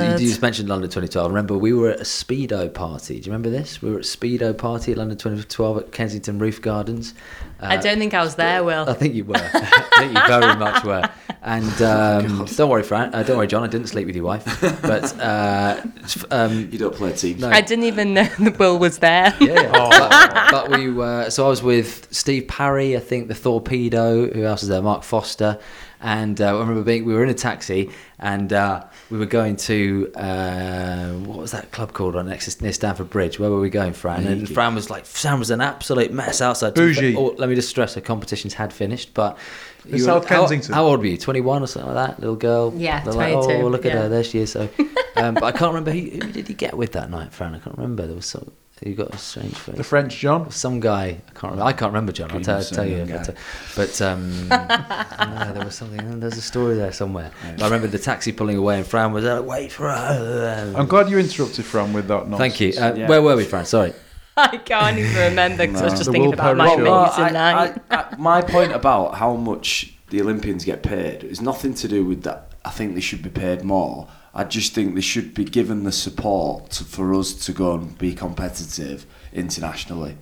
D: God.
A: you just mentioned London 2012. Remember, we were at a Speedo party. Do you remember this? We were at a Speedo party at London 2012 at Kensington Roof Gardens. Uh,
D: I don't think I was there, Will.
A: I think you were. I think you very much were. And
D: Oh,
A: um, don't worry, Fran. Uh, don't worry, John. I didn't sleep with your wife. But uh, f- um,
B: you don't play teams.
A: no,
D: I didn't didn't even know that Will was there.
A: Yeah, yeah.
C: Oh,
A: but, but we were. So I was with Steve Parry, I think the Torpedo. Who else is there? Mark Foster, and uh, I remember being. We were in a taxi, and uh, we were going to uh, what was that club called on next near Stamford Bridge? Where were we going, Fran? And Fran was like, "Sam was an absolute mess outside." To be
C: Bougie.
A: fair- oh, let me just stress, the competitions had finished, but.
C: In South
A: how-
C: Kensington.
A: How, old were you? Twenty-one or something like that, little girl.
D: Yeah,
A: They're like, oh,
D: 22,
A: look at
D: yeah.
A: her, there she is. So, um, but I can't remember who, who did he get with that night, Fran. I can't remember. There was some. You got a strange face.
C: The French John.
A: Some guy, I can't remember. I can't remember, John. I'll tell,
B: Goodness,
A: tell you.
B: some young
A: But, uh, but um, no, there was something. There's a story there somewhere. But I remember the taxi pulling away, and Fran was like, "Wait for her."
C: I'm glad you interrupted Fran with that. Nonsense.
A: Thank you. Uh,
B: Yeah.
A: Where were we, Fran? Sorry.
D: I can't even remember because I was just
C: The
D: thinking about
C: Will
D: my
C: Perry
D: amazing
C: show.
D: night.
B: I, I, my point about how much the Olympians get paid is nothing to do with that. I think they should be paid more. I just think they should be given the support to, for us to go and be competitive internationally,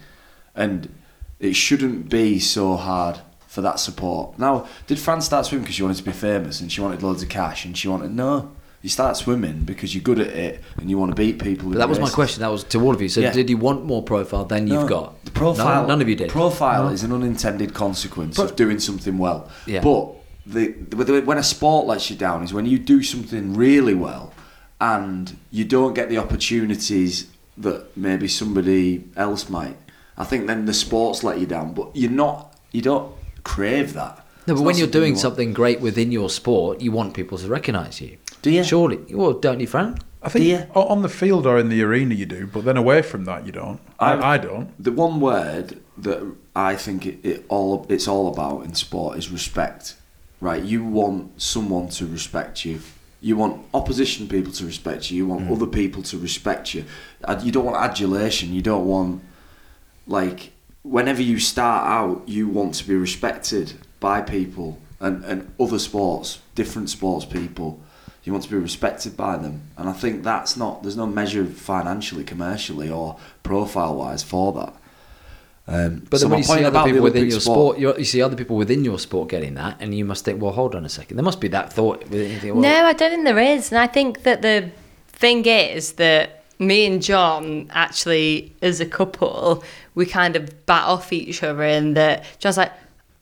B: and it shouldn't be so hard for that support. Now, did France start swimming because she wanted to be famous and she wanted loads of cash and she wanted no? You start swimming because you're good at it and you want to beat people.
A: But that was my question. That was to all of you. So,
B: Yeah.
A: did you want more profile than you've
B: No,
A: got?
B: The profile.
A: None, none of you did.
B: Profile is an unintended consequence of doing something well.
A: Yeah.
B: But the, the, the- when a sport lets you down is when you do something really well and you don't get the opportunities that maybe somebody else might. I think then the sports let you down, but you're not. You don't crave that.
A: no,
B: It's
A: but
B: not
A: when you're doing
B: you want.
A: something great within your sport, you want people to recognise you.
B: Do you?
A: Surely. Well, don't you, Fran?
C: I think
B: Dear.
C: o- on the field or in the arena you do, but then away from that you don't. I, I don't.
B: The one word that I think it, it all it's all about in sport is respect. Right? You want someone to respect you. You want opposition people to respect you. You
A: Mm.
B: want other people to respect you. And You don't want adulation. You don't want like whenever you start out, you want to be respected by people and, and other sports, different sports people. You want to be respected by them, and I think that's not. There's no measure financially, commercially, or profile-wise for that. Um,
A: But
B: so
A: then
B: my
A: when you
B: point
A: see other
B: about the
A: people within
B: Olympic
A: your sport, you you see other people within your sport getting that, and you must think, well, hold on a second. There must be that thought. Within, you think, well,
D: No, I don't think there is. And I think that the thing is that me and John actually, as a couple, we kind of bat off each other in that John's like,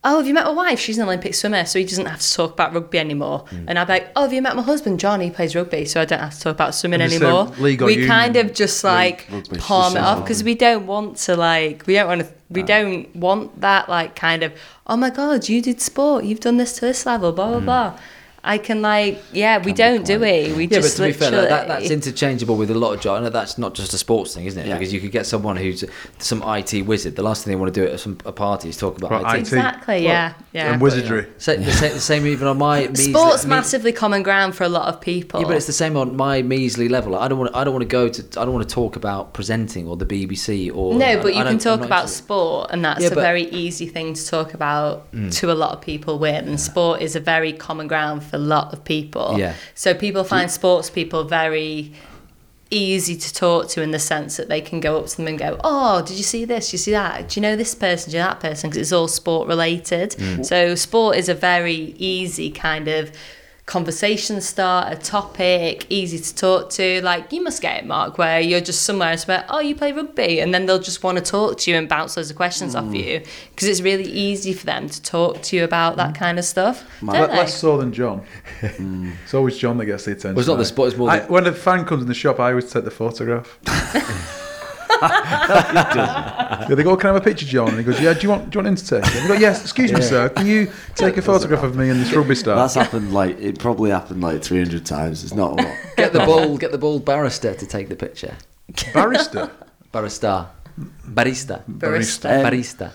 D: Oh, have you met my wife? She's an Olympic swimmer, so he doesn't have to talk about rugby anymore. And I'm like, Oh, have you met my husband, John? He plays rugby, so I don't have to talk about swimming
C: And it's the
D: anymore.
C: league or
D: we kind
C: union
D: of just like
B: rugby,
D: palm it
B: it's
D: off
B: the
D: because we don't want to like we don't want to we don't want that like kind of oh my god you did sport you've done this to this level blah blah blah I Mm. can like yeah we don't do it we
A: Yeah, but
D: just
A: to be fair,
D: literally
A: like, that, that's interchangeable with a lot of jobs. That's not just a sports thing, isn't it?
B: Yeah.
A: Because you could get someone who's some IT wizard. The last thing they want to do at some, a party is talk about
C: Well,
A: IT.
C: I-
D: exactly yeah yeah
C: and wizardry.
A: Sa- the, same, the same even on my measly-
D: sports
A: me-
D: massively common ground for a lot of people
A: Yeah, but it's the same on my measly level. Like, I don't want. I don't want to go to. I don't want to talk about presenting or the BBC or. I-
D: no but
A: I
D: you
A: don't- I'm
D: can talk
A: not
D: about
A: interested.
D: sport and that's
A: Yeah,
D: a
A: but- Mm.
D: very easy thing to talk about to a lot of people with and sport is a very common ground for a lot of people
A: Yeah.
D: so people find sports people very easy to talk to in the sense that they can go up to them and go oh did you see this do you see that do you know this person do you know that person because it's all sport related so sport is a very easy kind of conversation starter topic easy to talk to like you must get it mark where you're just somewhere and it's about oh you play rugby and then they'll just want to talk to you and bounce loads of questions off you because it's really easy for them to talk to you about that kind of stuff don't
C: Let,
D: they?
C: less so than John. it's always John that gets the attention.
A: Hmm. Well, it's not the
C: right?
A: sport, it's more
C: I,
A: the-
C: when a fan comes in the shop, I always take the photograph. yeah, they go, "Can I have a picture, John?" And he goes, "Yeah." Do you want Do you want him to take it? And they go, "Yes." Excuse me, sir. Can you take a photograph of me and this rugby star?
B: That's happened like it probably happened like three hundred times. It's not a lot.
A: Get the ball. Get the ball. Barrister to take the picture.
C: barrister.
A: Barista. Barista.
D: barista
B: Um,
A: Barista.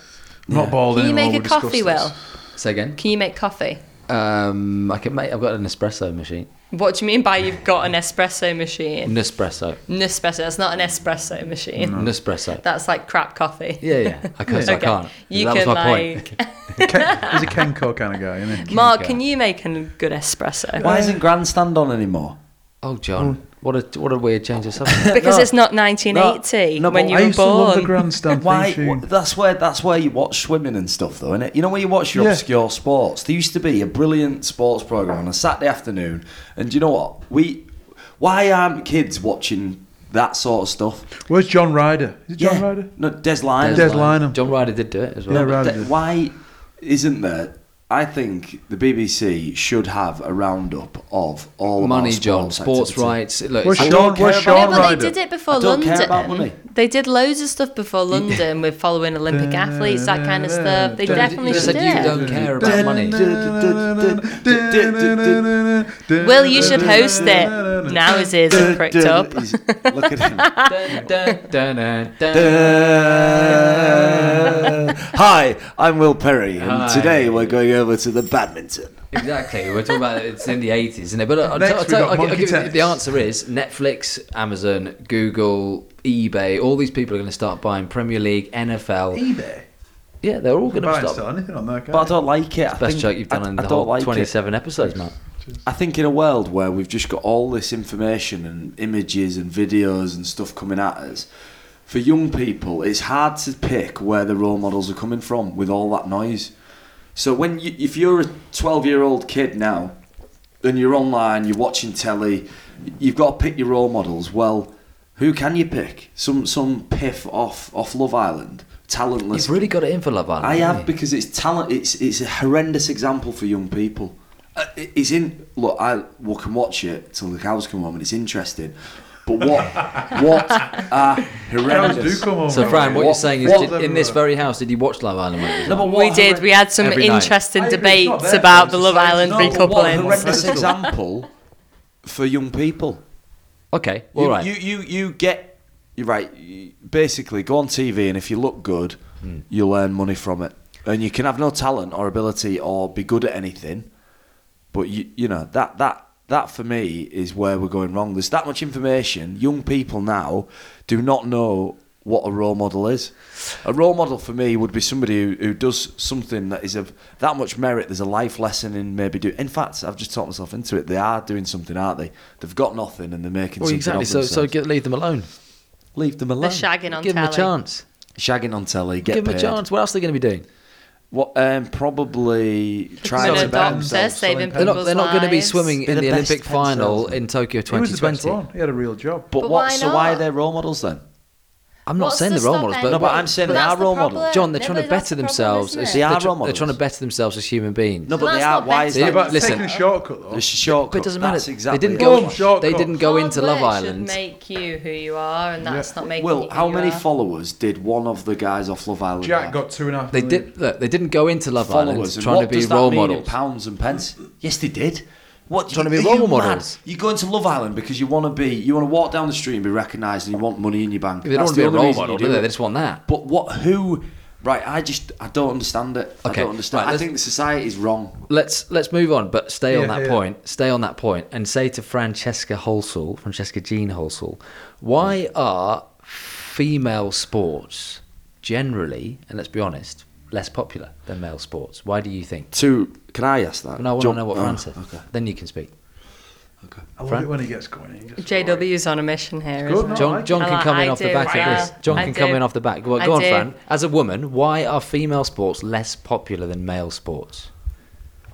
C: I'm not bald
D: Can you
C: anymore,
D: make a
C: we'll discuss
D: coffee,
C: this.
D: Will?
A: Say again.
D: Can you make coffee?
A: Um, I can make. I've got an espresso machine.
D: What do you mean by you've got an espresso machine?
A: Nespresso.
D: Nespresso. That's not an espresso machine.
A: Mm. Nespresso.
D: That's like crap coffee.
A: Yeah, yeah. I can't. I
D: Okay.
A: can't.
D: You
A: that
D: can
A: was my point.
D: like
C: Ken, he's a Kenko kind of guy, isn't he?
D: Mark.
A: Kinka.
D: Can you make a good espresso?
B: Why isn't grandstand on anymore?
A: Oh, John. What a what a weird change of subject.
D: Because
B: No.
D: it's not 1980
B: No, no,
D: when
B: but
D: you
C: I
D: were
C: used to love the
D: born.
C: grandstand
B: Why?
C: theme tune.
B: wh- That's where that's where you watch swimming and stuff, though, isn't it? You know where you watch your
C: Yeah.
B: obscure sports. There used to be a brilliant sports program on a Saturday afternoon, and do you know what? We why aren't kids watching
I: that sort of stuff.
C: Where's John Ryder? Is it John
I: yeah.
C: Ryder?
I: No, Des Lynam.
C: Des Lynam.
A: John Ryder did do it as well.
C: Yeah, Ryder.
I: Th-
C: did.
I: why isn't there? I think the BBC should have a roundup of all of our
A: Money, John.
I: sports
A: Sports
I: activity.
A: rights. Look,
C: Where's
A: it's-
C: Sean,
I: care
C: where's
I: about-
C: Sean
D: no, but
C: Ryder?
D: they did it before
I: I don't
D: London.
I: care about money.
D: They did loads of stuff before London with following Olympic athletes, that kind of stuff. They
C: Don't-
D: definitely
A: you
D: should
A: said
D: do
A: you don't
D: it.
A: care about money.
D: Will, you should host it. Now his ears are pricked up.
I: He's- Look at him.
A: Dun, dun, dun, dun, dun.
B: Uh, Hi, I'm Will Perry, and
A: Hi.
B: today we're going over to the badminton.
A: Exactly. We're talking about it's in the 80s, isn't it? But I'll,
C: Next
A: tell, I'll
C: we've
A: tell-
C: got
A: I'll gi- I'll
C: Monkey
A: give you-
C: Tax.
A: the answer is Netflix, Amazon, Google, eBay. All these people are going to start buying Premier League, NFL.
C: eBay.
A: Yeah, they're all
C: You
A: going
C: can
A: to
C: buy and
A: stop.
C: sell anything on there, can't
B: But I
C: you?
B: don't like it. I
A: Best
B: think-
A: joke you've done
B: I-
A: in
B: I
A: the
B: don't
A: whole
B: like it.
A: 27 episodes, Matt.
B: I think in a world where we've just got all this information and images and videos and stuff coming at us, for young people, it's hard to pick where the role models are coming from with all that noise. So when you, if you're a 12 year old kid now, and you're online, you're watching telly, you've got to pick your role models. Well, who can you pick? Some some piff off off Love Island, talentless.
A: You've really got it in for Love Island.
B: I
A: haven't
B: have because it's talent. It's it's a horrendous example for young people. Uh, it- It's in look. I well, can watch it till the cows come home, and it's interesting. But what what are
C: Cows
B: horrendous?
C: do come
A: you?
C: over.
A: So, Fran, what, you're saying is,
C: what-
A: did, in this very house, did you watch Love Island? When it was on?
B: but
D: We did. We had some
A: Every night.
D: interesting
C: I agree, it's not
D: debates
C: their
D: about
C: fault,
D: the
C: it's
D: Love
C: the
D: Island
C: society's
B: No, but what a
D: recoupling.
B: horrendous example for young people.
A: okay,
B: You,
A: all right.
B: you you you get you're right. you- Basically, go on TV, and if you look good,
A: Hmm.
B: you'll earn money from it. And you can have no talent or ability or be good at anything, but you you know that that that for me is where we're going wrong. There's that much information. Young people now do not know what a role model is. A role model for me would be somebody who, who does something that is of that much merit. There's a life lesson in maybe do. In fact, I've just talked myself into it. They are doing something, aren't they? They've got nothing and they're making
A: well,
B: something.
A: exactly.
B: of
A: So, so
B: themselves.
A: get, leave them alone.
B: Leave them
D: They're
B: alone.
D: shagging on
A: Give them a
D: telly.
A: chance.
B: Shagging on telly. Get
A: Give them
B: paid.
A: a chance. What else are they going to be doing?
B: What? Um, probably trying
D: They're
B: to
C: Selling
B: better
C: doctors,
B: themselves.
D: saving
C: They're
A: They're not,
D: people's
A: they're not going to be
D: lives.
A: swimming
B: Be
A: in
B: the
A: the,
B: best
A: Olympic
B: pen
A: final
B: salesman.
A: in Tokyo
C: He was the best
A: 2020.
C: one. He had a real job.
B: But,
D: But
B: what?
D: why
B: So why are
D: not?
B: they role models then?
A: I'm not
D: What's
A: saying
D: the
A: they're role
D: stop
A: models, but
D: then?
B: No, but I'm saying
D: But
B: they
D: that's
B: are
D: the
B: role
D: problem.
B: models.
A: John, they're
D: No,
A: trying to
D: but that's
A: better
D: the problem,
A: themselves.
D: isn't
A: as-
D: it?
B: They are
A: they're, tr-
B: role
A: they're
B: models.
A: trying to better themselves as human beings.
B: No,
D: Well,
B: but they
D: that's
B: are.
D: not
B: Why is
A: better.
B: that?
A: Yeah,
C: But
A: listen.
C: taking a shortcut though.
B: It's a shortcut.
A: Oh. But it doesn't matter.
B: That's exactly
A: they didn't
B: it.
C: Boom,
A: go.
C: shortcut.
A: they didn't go
D: Hard
A: into
D: work
A: Love Island.
D: Should make you who you are, and that's not making you
B: Will,
D: who
B: how
D: you
B: many
D: are.
B: followers did one of the guys off Love Island?
C: Jack
B: have?
C: got two and a half.
A: They
C: million.
A: did. Look, they didn't go into Love
B: followers.
A: Island
B: And
A: trying
B: what
A: to be
B: does that
A: role
B: mean in
A: models.
B: pounds and pence. Yes, they did. What
A: Trying to be
B: are
A: role
B: you mad?
A: models.
B: You go into Love Island because you want to be. You want to walk down the street and be recognised, and you want money in your bank.
A: They don't
B: That's
A: want to be a
B: the only
A: role
B: reason
A: model,
B: you
A: do
B: do
A: they?
B: it.
A: They just want that.
B: But what? Who? Right. I just. I don't understand it.
A: Okay,
B: I don't understand.
A: right,
B: I
A: let's-
B: think the society is wrong.
A: Let's let's move on, but stay on
C: Yeah,
A: that
C: yeah.
A: point. Stay on that point, and say to Francesca Holsall, Francesca Jean Holsall, why are female sports generally, and let's be honest, less popular than male sports? Why do you think?
B: Two. Can I ask that?
A: And I want
B: Jump-
A: to know what
B: oh,
A: Fran said.
B: Okay.
A: Then you can speak.
C: I love
A: Fran?
C: it when he gets going. He gets going.
D: JW's on a mission here.
C: Good,
D: Isn't
C: no,
D: it?
A: John,
C: like
A: John
D: it.
A: can
D: Oh, I
A: come in
D: like-
A: off
D: I
A: the back
D: do.
A: of this. John
D: I
A: can
D: do.
A: come in off the back. Well,
D: I
A: go on,
D: do.
A: Fran. As a woman, why are female sports less popular than male sports?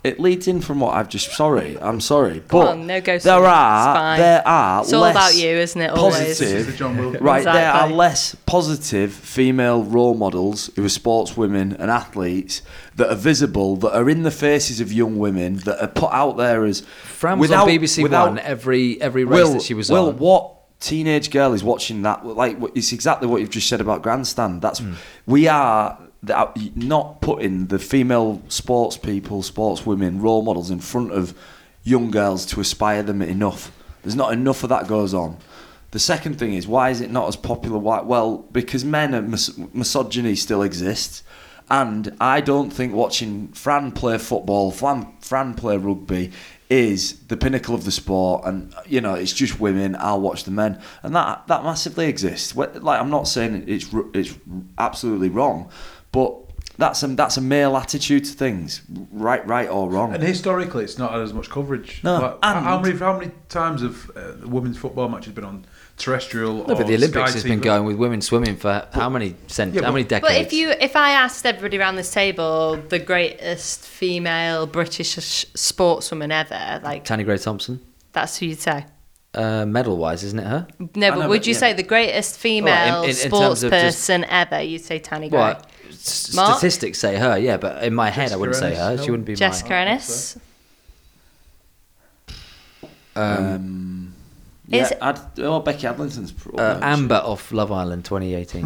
B: It leads in from what I've just. Sorry, I'm sorry,
D: Come
B: but
D: on, no go.
B: there
D: Simon.
B: are
D: It's fine.
B: there are
D: It's all
B: less
D: about you, isn't it? Always.
B: positive-
C: This is the John Wilkins.
B: Right, there are
D: Exactly.
B: less positive female role models who are sportswomen and athletes that are visible, that are in the faces of young women, that are put out there as
A: Fran was on BBC One every every race
B: Will,
A: that she was
B: Will,
A: on.
B: what teenage girl is watching that? Like, wh- it's exactly what you've just said about grandstand. That's
A: Hmm.
B: we are th- uh, not putting the female sports people, sports women, role models in front of young girls to aspire them enough. There's not enough of that goes on. The second thing is why is it not as popular? Why? Well, because men are mis- misogyny still exists. And I don't think watching Fran play football, Fran, Fran play rugby, is the pinnacle of the sport. And you know, it's just women. I'll watch the men, and that that massively exists. Wh- Like I'm not saying it's r- it's absolutely wrong, but that's a that's a male attitude to things, right, right or
C: And
B: wrong.
C: historically, it's not had as much coverage.
B: No,
C: Like,
B: and-
C: how many how many times have uh, the women's football match has been on terrestrial?
A: No,
C: or
A: but the Olympics
C: Oh, Sky
A: has
C: TV?
A: been going with women swimming for how many cent-
C: Yeah,
A: how
C: but-
A: many decades?
D: But if you, if I asked everybody around this table the greatest female British sh- sportswoman ever, like
A: Tanny Gray Thompson,
D: that's who you'd say.
A: uh, medal wise, isn't it her?
D: No,
B: I
D: but
B: know,
D: would
B: but
D: you
B: yeah.
D: say the greatest female
A: Well, in- in- in terms
D: sports
A: of just-
D: person ever? You'd say Tanny Gray.
A: Well, s-
D: Mark?
A: statistics say her, yeah, but in my head I
C: Jessica
A: wouldn't say
C: Ennis,
A: her.
C: no.
A: She wouldn't be
D: Jessica
C: I think
D: Ennis.
C: so.
B: Um, yeah,
D: Is-
B: I'd, oh, Becky Adlington's. pro-
A: mine. Uh, Amber off Love Island 2018.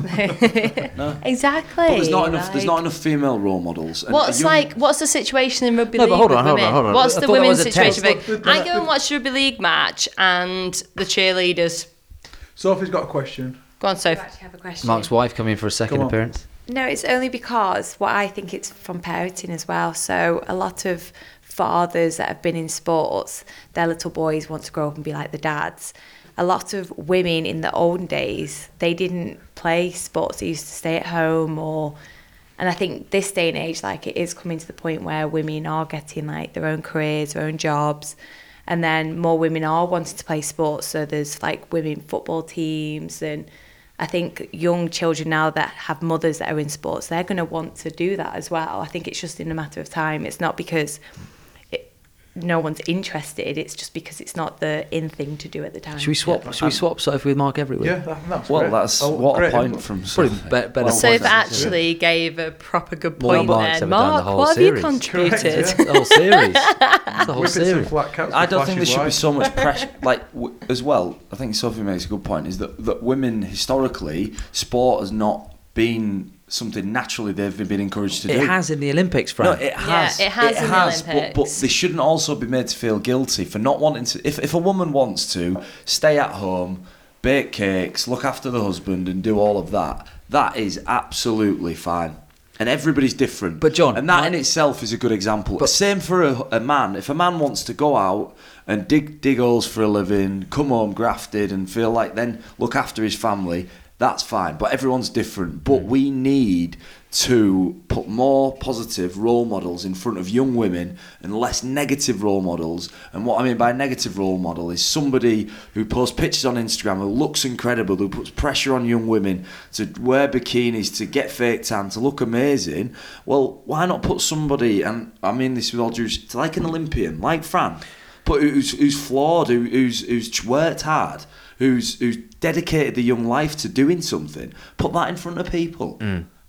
D: Exactly.
B: But there's oh, not enough. There's
D: like-
B: not enough female role models. and
D: What's
B: a young-
D: like? What's the situation in rugby
A: No, but
D: league?
A: hold
D: with
A: on, hold on,
D: women?
A: hold on.
D: What's
A: I
D: the
A: thought that
D: women's
A: was a test.
D: situation? with- I go and watch rugby league match, and the cheerleaders.
C: Sophie's got a question.
D: Go on, Soph.
E: have a question.
A: Mark's wife coming for a second
C: Come on.
A: appearance.
E: No, it's only because what I think it's from parenting as well. So a lot of fathers that have been in sports, their little boys want to grow up and be like the dads. A lot of women in the olden days, they didn't play sports. They used to stay at home or and I think this day and age, like it is coming to the point where women are getting like their own careers, their own jobs, and then more women are wanting to play sports. So there's like women football teams, and I think young children now that have mothers that are in sports, they're going to want to do that as well. I think it's just in a matter of time. It's not because it, no one's interested. It's just because it's not the in thing to do at the time.
A: Should we swap? should we swap Sophie with Mark every week?
C: Yeah, that, that's
B: Well,
C: great.
B: that's
C: Oh,
B: what
C: great.
B: a point from.
A: Probably
B: Sophie.
A: be- better.
B: Well,
A: point
D: Soph
A: than-
D: actually gave a proper good
A: More
D: point
A: marks
D: there.
A: ever done the
D: Mark,
A: whole
D: what have
A: series.
D: you
C: Correct,
D: contributed?
C: yeah.
A: It's the whole series. It's the whole
C: Whippets and
A: series.
C: flat cats
B: I
C: with
B: don't think there
C: flashy
B: should be
C: lights.
B: so much pressure. Like w- as well, I think Sophie makes a good point. Is that that women historically sport has not been something naturally they've been encouraged to
A: It
B: do.
A: has in the Olympics,
B: No,
A: Frank.
B: it has.
D: it has in the
B: but, but
D: Olympics.
B: they shouldn't also be made to feel guilty for not wanting to. If, if a woman wants to stay at home, bake cakes, look after the husband, and do all of that, that is absolutely fine. And everybody's different.
A: But John,
B: and that
A: my-
B: in itself is a good example.
A: But-
B: Same for a, a man. If a man wants to go out and dig dig holes for a living, come home grafted, and feel like then look after his family, that's fine. But everyone's different. But we need to put more positive role models in front of young women and less negative role models. And what I mean by negative role model is somebody who posts pictures on Instagram who looks incredible, who puts pressure on young women to wear bikinis, to get fake tan, to look amazing. Well, why not put somebody, and I mean this with all due respect, like an Olympian, like Fran, but who's, who's flawed, who, who's, who's worked hard, who's, who's dedicated the young life to doing something, put that in front of people.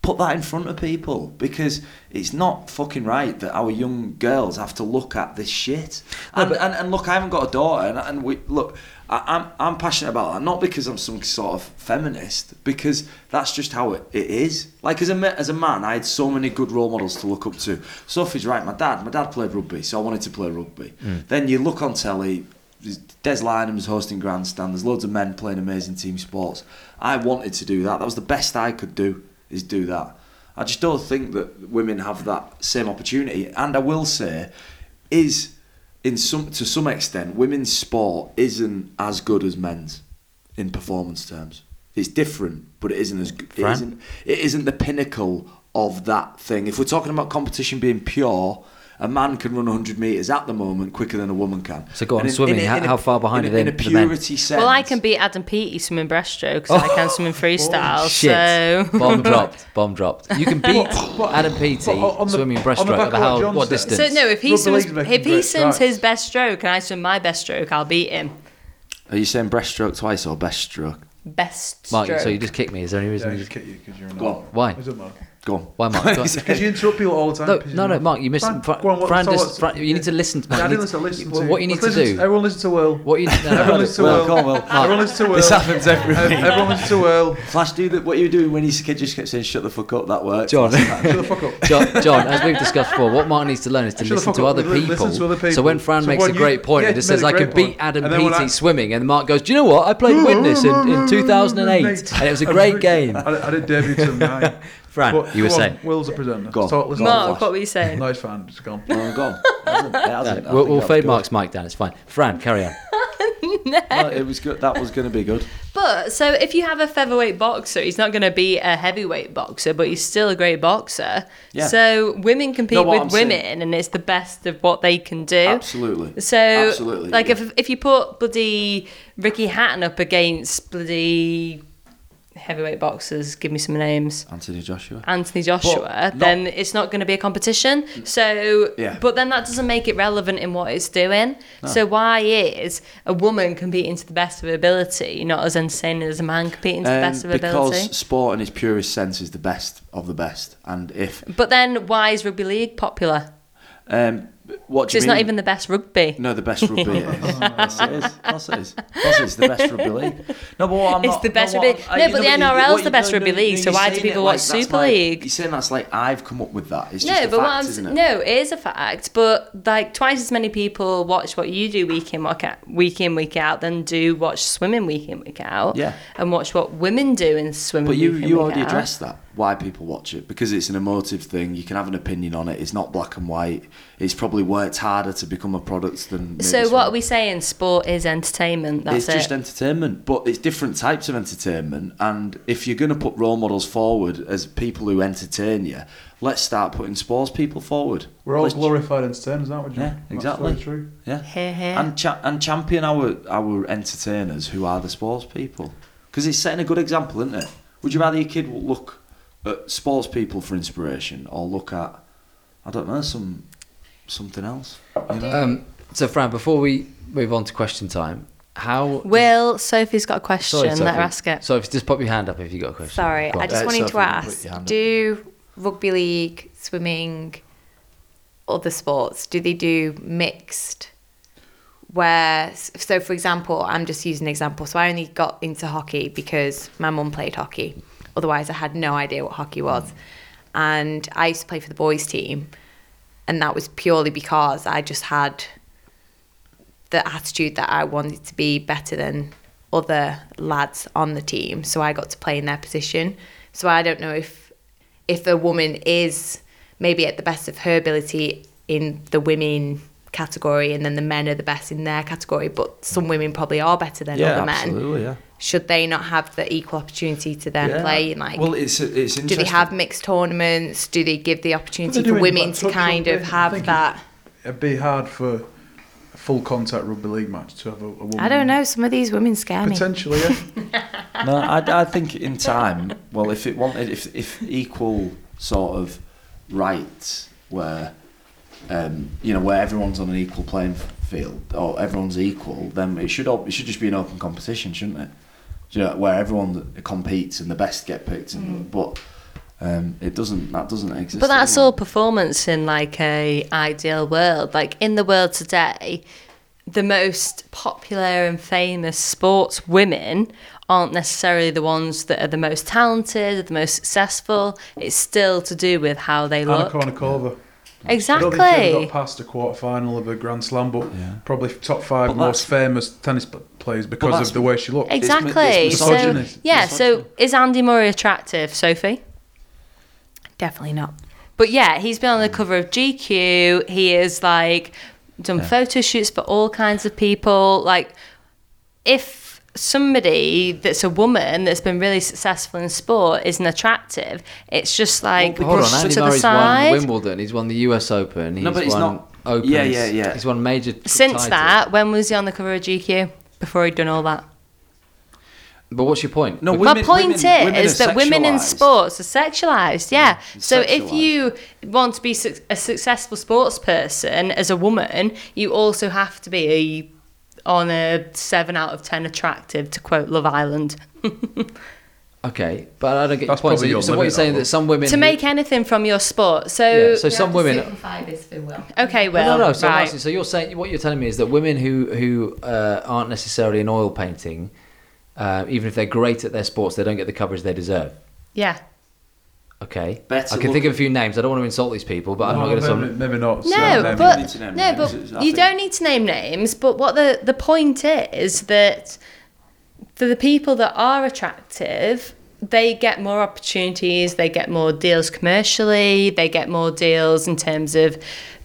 B: Put that in front of people because it's not fucking right that our young girls have to look at this shit. And, and, and look, I haven't got a daughter, and, and we look, I, I'm I'm passionate about that not because I'm some sort of feminist, because that's just how it, it is. Like as a ma- as a man, I had so many good role models to look up to. Sophie's right. My dad, my dad played rugby, so I wanted to play rugby. Then you look on telly. there's Des Lynam's hosting grandstand. There's loads of men playing amazing team sports. I wanted to do that. That was the best I could do is do that. I just don't think that women have that same opportunity. And I will say, is in some to some extent, women's sport isn't as good as men's in performance terms. It's different, but it isn't as good. It
A: Fran?
B: isn't, it isn't the pinnacle of that thing. If we're talking about competition being pure, a man can run 100 meters at the moment quicker than a woman can.
A: So go on,
B: And
A: swimming, how- how far behind
B: in
A: are they-
B: In a
A: the men?
B: purity sense.
D: Well, I can beat Adam Peaty swimming breaststroke because I can
B: Oh,
D: swimming freestyle.
A: Shit.
D: So.
A: Bomb dropped. Bomb dropped. You can beat Adam Peaty
C: but on- on the-
A: swimming
C: on the back
A: breaststroke
C: of
A: at
C: what
A: how
C: John
A: what
C: said.
A: distance?
D: So no, if he
C: Rugby
D: swims,
C: league's making
D: if he
C: great
D: swims his
C: strides.
D: best stroke and I swim my best stroke, I'll beat him.
B: Are you saying breaststroke twice or best stroke?
D: Best
A: Mark,
D: stroke.
A: so you just kicked me. Is there any
C: Yeah,
A: reason?
C: I
A: you
C: just
A: just-
C: kick you because you're an
B: Go on.
C: adult.
A: Why?
C: It doesn't matter.
B: Go on.
A: Why, Mark? Go on.
C: Because you interrupt people all the time.
A: No,
C: pisses
A: no,
C: me
A: no,
C: off.
A: Mark, you missed.
C: Fran,
A: Fran,
C: go on, what-
A: Fran
C: tell
A: just-
C: us-
A: Fran- you need to listen to Mark.
C: I
A: You
C: didn't
A: need
C: listen.
A: to-
C: Listen
A: you-
C: to
A: What you need to
C: Let's listen
A: do.
C: Everyone listen to Will.
A: What you no, no,
C: Everyone
A: no.
C: listens to
B: Well,
C: Will.
B: go on, Will.
C: Everyone listens to Will.
B: This happens every
C: Ev-
B: week.
C: Everyone listens to Will.
B: Flash, do that. What you were doing when his kid just kept saying "shut the fuck up"? That worked.
A: John.
C: Shut the fuck up.
A: John, John, as we've discussed before, what Mark needs to learn is to
C: Shut the
A: listen
C: fuck
A: to,
C: up.
A: other
C: Li- listen to other
A: So
C: people.
A: when Fran
C: So
A: makes a
C: when you-
A: great point
C: yeah,
A: and just
C: made
A: says,
C: a
A: I
C: great
A: can beat
C: point.
A: Adam
C: And then when
A: Peaty
C: I-
A: swimming, and Mark goes, Do you know what? I played Witness in, in 2008, and it was a great game.
C: I, I did debut to nine.
A: Fran,
C: But
A: you were
C: go on,
A: saying.
C: Will's a presenter.
B: Go on.
C: Talk, listen.
D: Mark, what were you saying?
C: No, it's fine. It's gone.
B: No, Oh, I'm gone. It hasn't- it hasn't.
A: We'll,
B: I think
A: we'll
B: that was
A: fade
B: good.
A: Mark's mic down, it's fine. Fran, carry on.
B: No, it was good. That was going to be good.
D: But so if you have a featherweight boxer, he's not going to be a heavyweight boxer, but he's still a great boxer.
B: Yeah.
D: So women compete
B: No, what
D: with
B: I'm saying-
D: women, and it's the best of what they can do.
B: Absolutely.
D: So,
B: Absolutely.
D: like,
B: yeah.
D: if if you put bloody Ricky Hatton up against bloody heavyweight boxers, give me some names.
B: Anthony Joshua.
D: Anthony Joshua, then it's not going to be a competition. So,
B: Yeah.
D: but then that doesn't make it relevant in what it's doing. So, why is a woman competing to the best of her ability not as entertaining as a man competing to the best of her ability?
B: Um, because sport in its purest sense is the best of the best, and if
D: But then, why is rugby league popular?
B: um, what do
D: So
B: you
D: it's not
B: mean-
D: even the Oh, best rugby.
B: No, the best rugby it is. Yes, it is. Of course it is. Of course it's the best rugby league. No, but what I'm
D: It's
B: not-
D: the best
B: no, what
D: rugby-
B: I'm-
D: no,
B: you
D: but the
B: you-
D: NRL 's
B: what you-
D: the best
B: no,
D: rugby
B: no,
D: league,
B: no,
D: so
B: you're
D: why do
B: saying
D: people
B: it
D: watch
B: like that's
D: Super
B: like-
D: League?
B: You're saying that's like I've come up with that. It's
D: No,
B: just a
D: but
B: fact,
D: what I'm
B: isn't
D: s-
B: it?
D: no, it is a fact. But like twice as many people watch what you do week in week out, week in week out than do watch swimming week in week out.
B: Yeah.
D: and watch what women do in swimming.
B: But you
D: week in,
B: you
D: week
B: already
D: out.
B: addressed that. Why people watch it because it's an emotive thing. You can have an opinion on it. It's not black and white. It's probably worked harder to become a product than. maybe
D: So
B: some-
D: what are we saying? Sport is entertainment. That's
B: it's just
D: it.
B: entertainment, but it's different types of entertainment. And if you're going to put role models forward as people who entertain you, let's start putting sports people forward.
C: We're all
B: Let's-
C: glorified entertainers, aren't we? John?
B: Yeah,
C: That's
B: exactly.
C: very true.
B: Yeah.
D: Hear, hear.
B: And cha- and champion our our entertainers who are the sports people because it's setting a good example, isn't it? Would you rather your kid look at sports people for inspiration or look at I don't know some something else? You know?
A: Um, so, Fran, before we move on to question time, how.
D: Will Sophie's got a question?
A: Sorry,
D: Let
A: Sophie.
D: her ask it.
A: Sophie, just pop your hand up if you got a question.
E: Sorry,
A: Go
E: I
A: on.
E: just
B: Uh, Sophie,
E: wanted to
B: you can put
E: ask:
B: your hand up.
E: Do rugby league, swimming, other sports, do they do mixed? Where, so for example, I'm just using an example. So I only got into hockey because my mum played hockey. Otherwise, I had no idea what hockey was. And I used to play for the boys' team, and that was purely because I just had the attitude that I wanted to be better than other lads on the team. So I got to play in their position. So I don't know if if a woman is maybe at the best of her ability in the women category and then the men are the best in their category, but some women probably are better than
B: yeah,
E: other men.
B: absolutely, yeah.
E: Should they not have the equal opportunity to then
B: Yeah.
E: play in like
B: well, it's it's interesting.
E: do they have mixed tournaments? Do they give the
C: But
E: opportunity
C: they're
E: for
C: doing,
E: women
C: like,
E: to
C: touch
E: kind
C: rugby,
E: of
C: I
E: have
C: think.
E: that?
C: It'd be hard for a full contact rugby league match to have a, a woman.
E: I don't know. Some of these women scare me.
C: Potentially, yeah.
B: no, I, I think in time, well, if it wanted, if if equal sort of rights were, um, you know, where everyone's on an equal playing field or everyone's equal, then it should all, it should just be an open competition, shouldn't it? Do You know, where everyone competes and the best get picked, and, but um, it doesn't. That doesn't exist.
D: But that's
B: anymore.
D: all performance in like a ideal world. Like in the world today, the most popular and famous sports women aren't necessarily the ones that are the most talented, the most successful. It's still to do with how they
C: Anna
D: look.
C: Kournikova. I don't think she ever
D: Exactly.
C: got past a quarter final of a Grand Slam, but
B: Yeah.
C: probably top five
B: But
C: most
B: that's-
C: famous tennis p- players because
B: that's-
C: of the way she looked.
D: Exactly.
B: It's
C: mi- it's
D: So
C: misogynist.
D: yeah. So is Andy Murray attractive, Sophie?
E: Definitely not.
D: But yeah, he's been on
A: Mm.
D: the cover of GQ. He is like done photo shoots for all kinds of people. Like, if somebody that's a woman that's been really successful in sport isn't attractive, it's just like
A: Hold on,
D: brushed
A: Andy
D: to the
A: Murray's
D: side.
A: won Wimbledon. He's won the U.S. Open. He's
B: No, but he's
A: won
B: not-
A: Opens.
B: Yeah, yeah, yeah.
A: He's won major.
D: Since
A: titles.
D: that, when was he on the cover of GQ? Before he'd done all that.
A: But what's your point?
B: No,
A: Because-
D: My
B: Women-
D: point
B: women- women
D: is
B: are
D: that women in
B: sexualised.
D: sports are sexualized. Yeah.
B: Yeah,
A: Mm,
D: so if
B: sexualised.
D: you want to be suc a successful sports person as a woman, you also have to be on a seven out of ten attractive, to quote Love Island.
A: okay, but I don't get your point. So,
C: That's probably
A: you-
C: your
A: so what you're
C: limit,
A: saying
C: though.
A: that some women
D: to
A: who-
D: make anything from your sport. So,
A: yeah, so some women
D: okay,
A: no,
D: well,
A: no, no. So, I'm
D: right.
A: asking- so you're saying what you're telling me is that women who who uh, aren't necessarily in oil painting, uh, even if they're great at their sports, they don't get the coverage they deserve.
D: yeah.
A: Okay,
B: Better
A: I can
B: look-
A: think of a few names. I don't want to insult these people, but I'm not
C: Well,
A: going to.
C: maybe, maybe not.
D: No,
C: maybe.
B: need
D: but
B: to name
D: no,
B: names,
D: but
B: it's- I
D: you
B: think-
D: don't need to name names. But what the the point is that for the people that are attractive, they get more opportunities. They get more deals commercially. They get more deals in terms of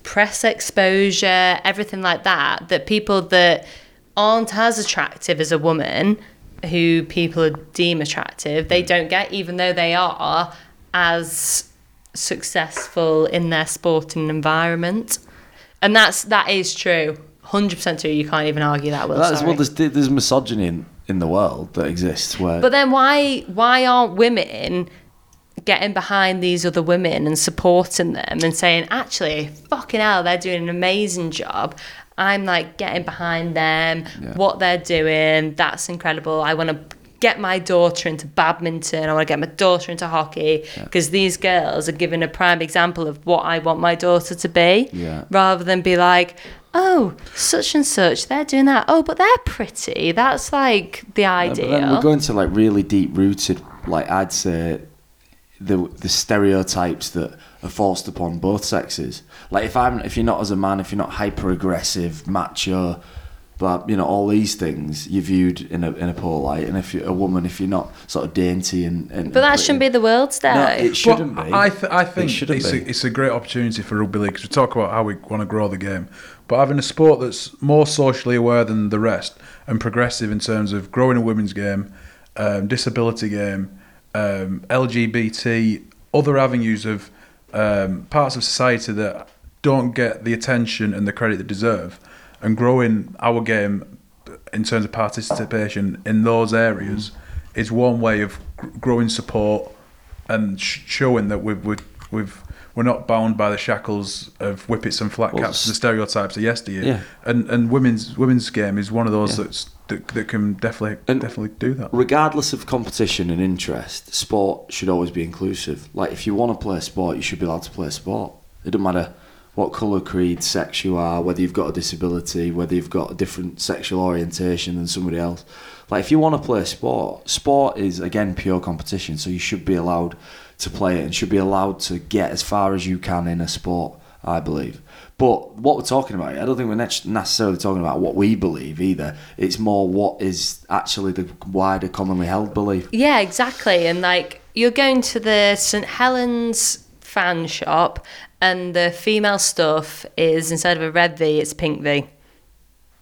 D: press exposure, everything like that. That people that aren't as attractive as a woman, who people deem attractive, they don't get, even though they are as successful in their sporting environment. And that's that is true. Hundred percent true. You can't even argue that. Will
B: That's
D: sorry.
B: well, there's there's misogyny in,
J: in the world that exists where
D: But then why why aren't women getting behind these other women and supporting them and saying, actually, fucking hell, they're doing an amazing job. I'm like getting behind them, what they're doing. That's incredible. I want to get my daughter into badminton. I want to get my daughter into hockey because these girls are giving a prime example of what I want my daughter to be
B: Yeah.
D: rather than be like, oh, such and such, they're doing that. Oh, but they're pretty. That's like the
B: Yeah,
D: ideal.
B: Uh, But then we're going to like really deep rooted, like I'd say, the the stereotypes that are forced upon both sexes. Like if I'm if you're not as a man, if you're not hyper aggressive, macho, but you know all these things you're viewed in a in a poor light. And if you're a woman, if you're not sort of dainty and, and
D: But that shouldn't be the world's day.
B: No, it shouldn't
C: Well,
B: be.
C: I, th- I think
B: it shouldn't
C: it's,
B: be.
C: A, it's a great opportunity for rugby league 'cause we talk about how we want to grow the game. But having a sport that's more socially aware than the rest and progressive in terms of growing a women's game, um, disability game, um, LGBT, other avenues of um, parts of society that don't get the attention and the credit they deserve, and growing our game in terms of participation in those areas
B: Mm.
C: is one way of gr- growing support and sh- showing that we've, we've, we've, we're not bound by the shackles of whippets and flat
B: Well,
C: caps,
B: s-
C: the stereotypes of yesteryear.
B: Yeah.
C: And and women's women's game is one of those that's, that that can definitely
B: And-
C: definitely do that.
B: regardless of competition and interest, sport should always be inclusive. Like if you want to play a sport, you should be allowed to play a sport. It doesn't matter what colour, creed, sex you are, whether you've got a disability, whether you've got a different sexual orientation than somebody else. Like if you want to play a sport, sport is again pure competition, so you should be allowed to play it and should be allowed to get as far as you can in a sport. I believe. But what we're talking about, here, I don't think we're nec- necessarily talking about what we believe either. It's more what is actually the wider commonly held belief.
D: Yeah, exactly. And like you're going to the St Helens fan shop, and the female stuff is instead of a red V, it's a pink V.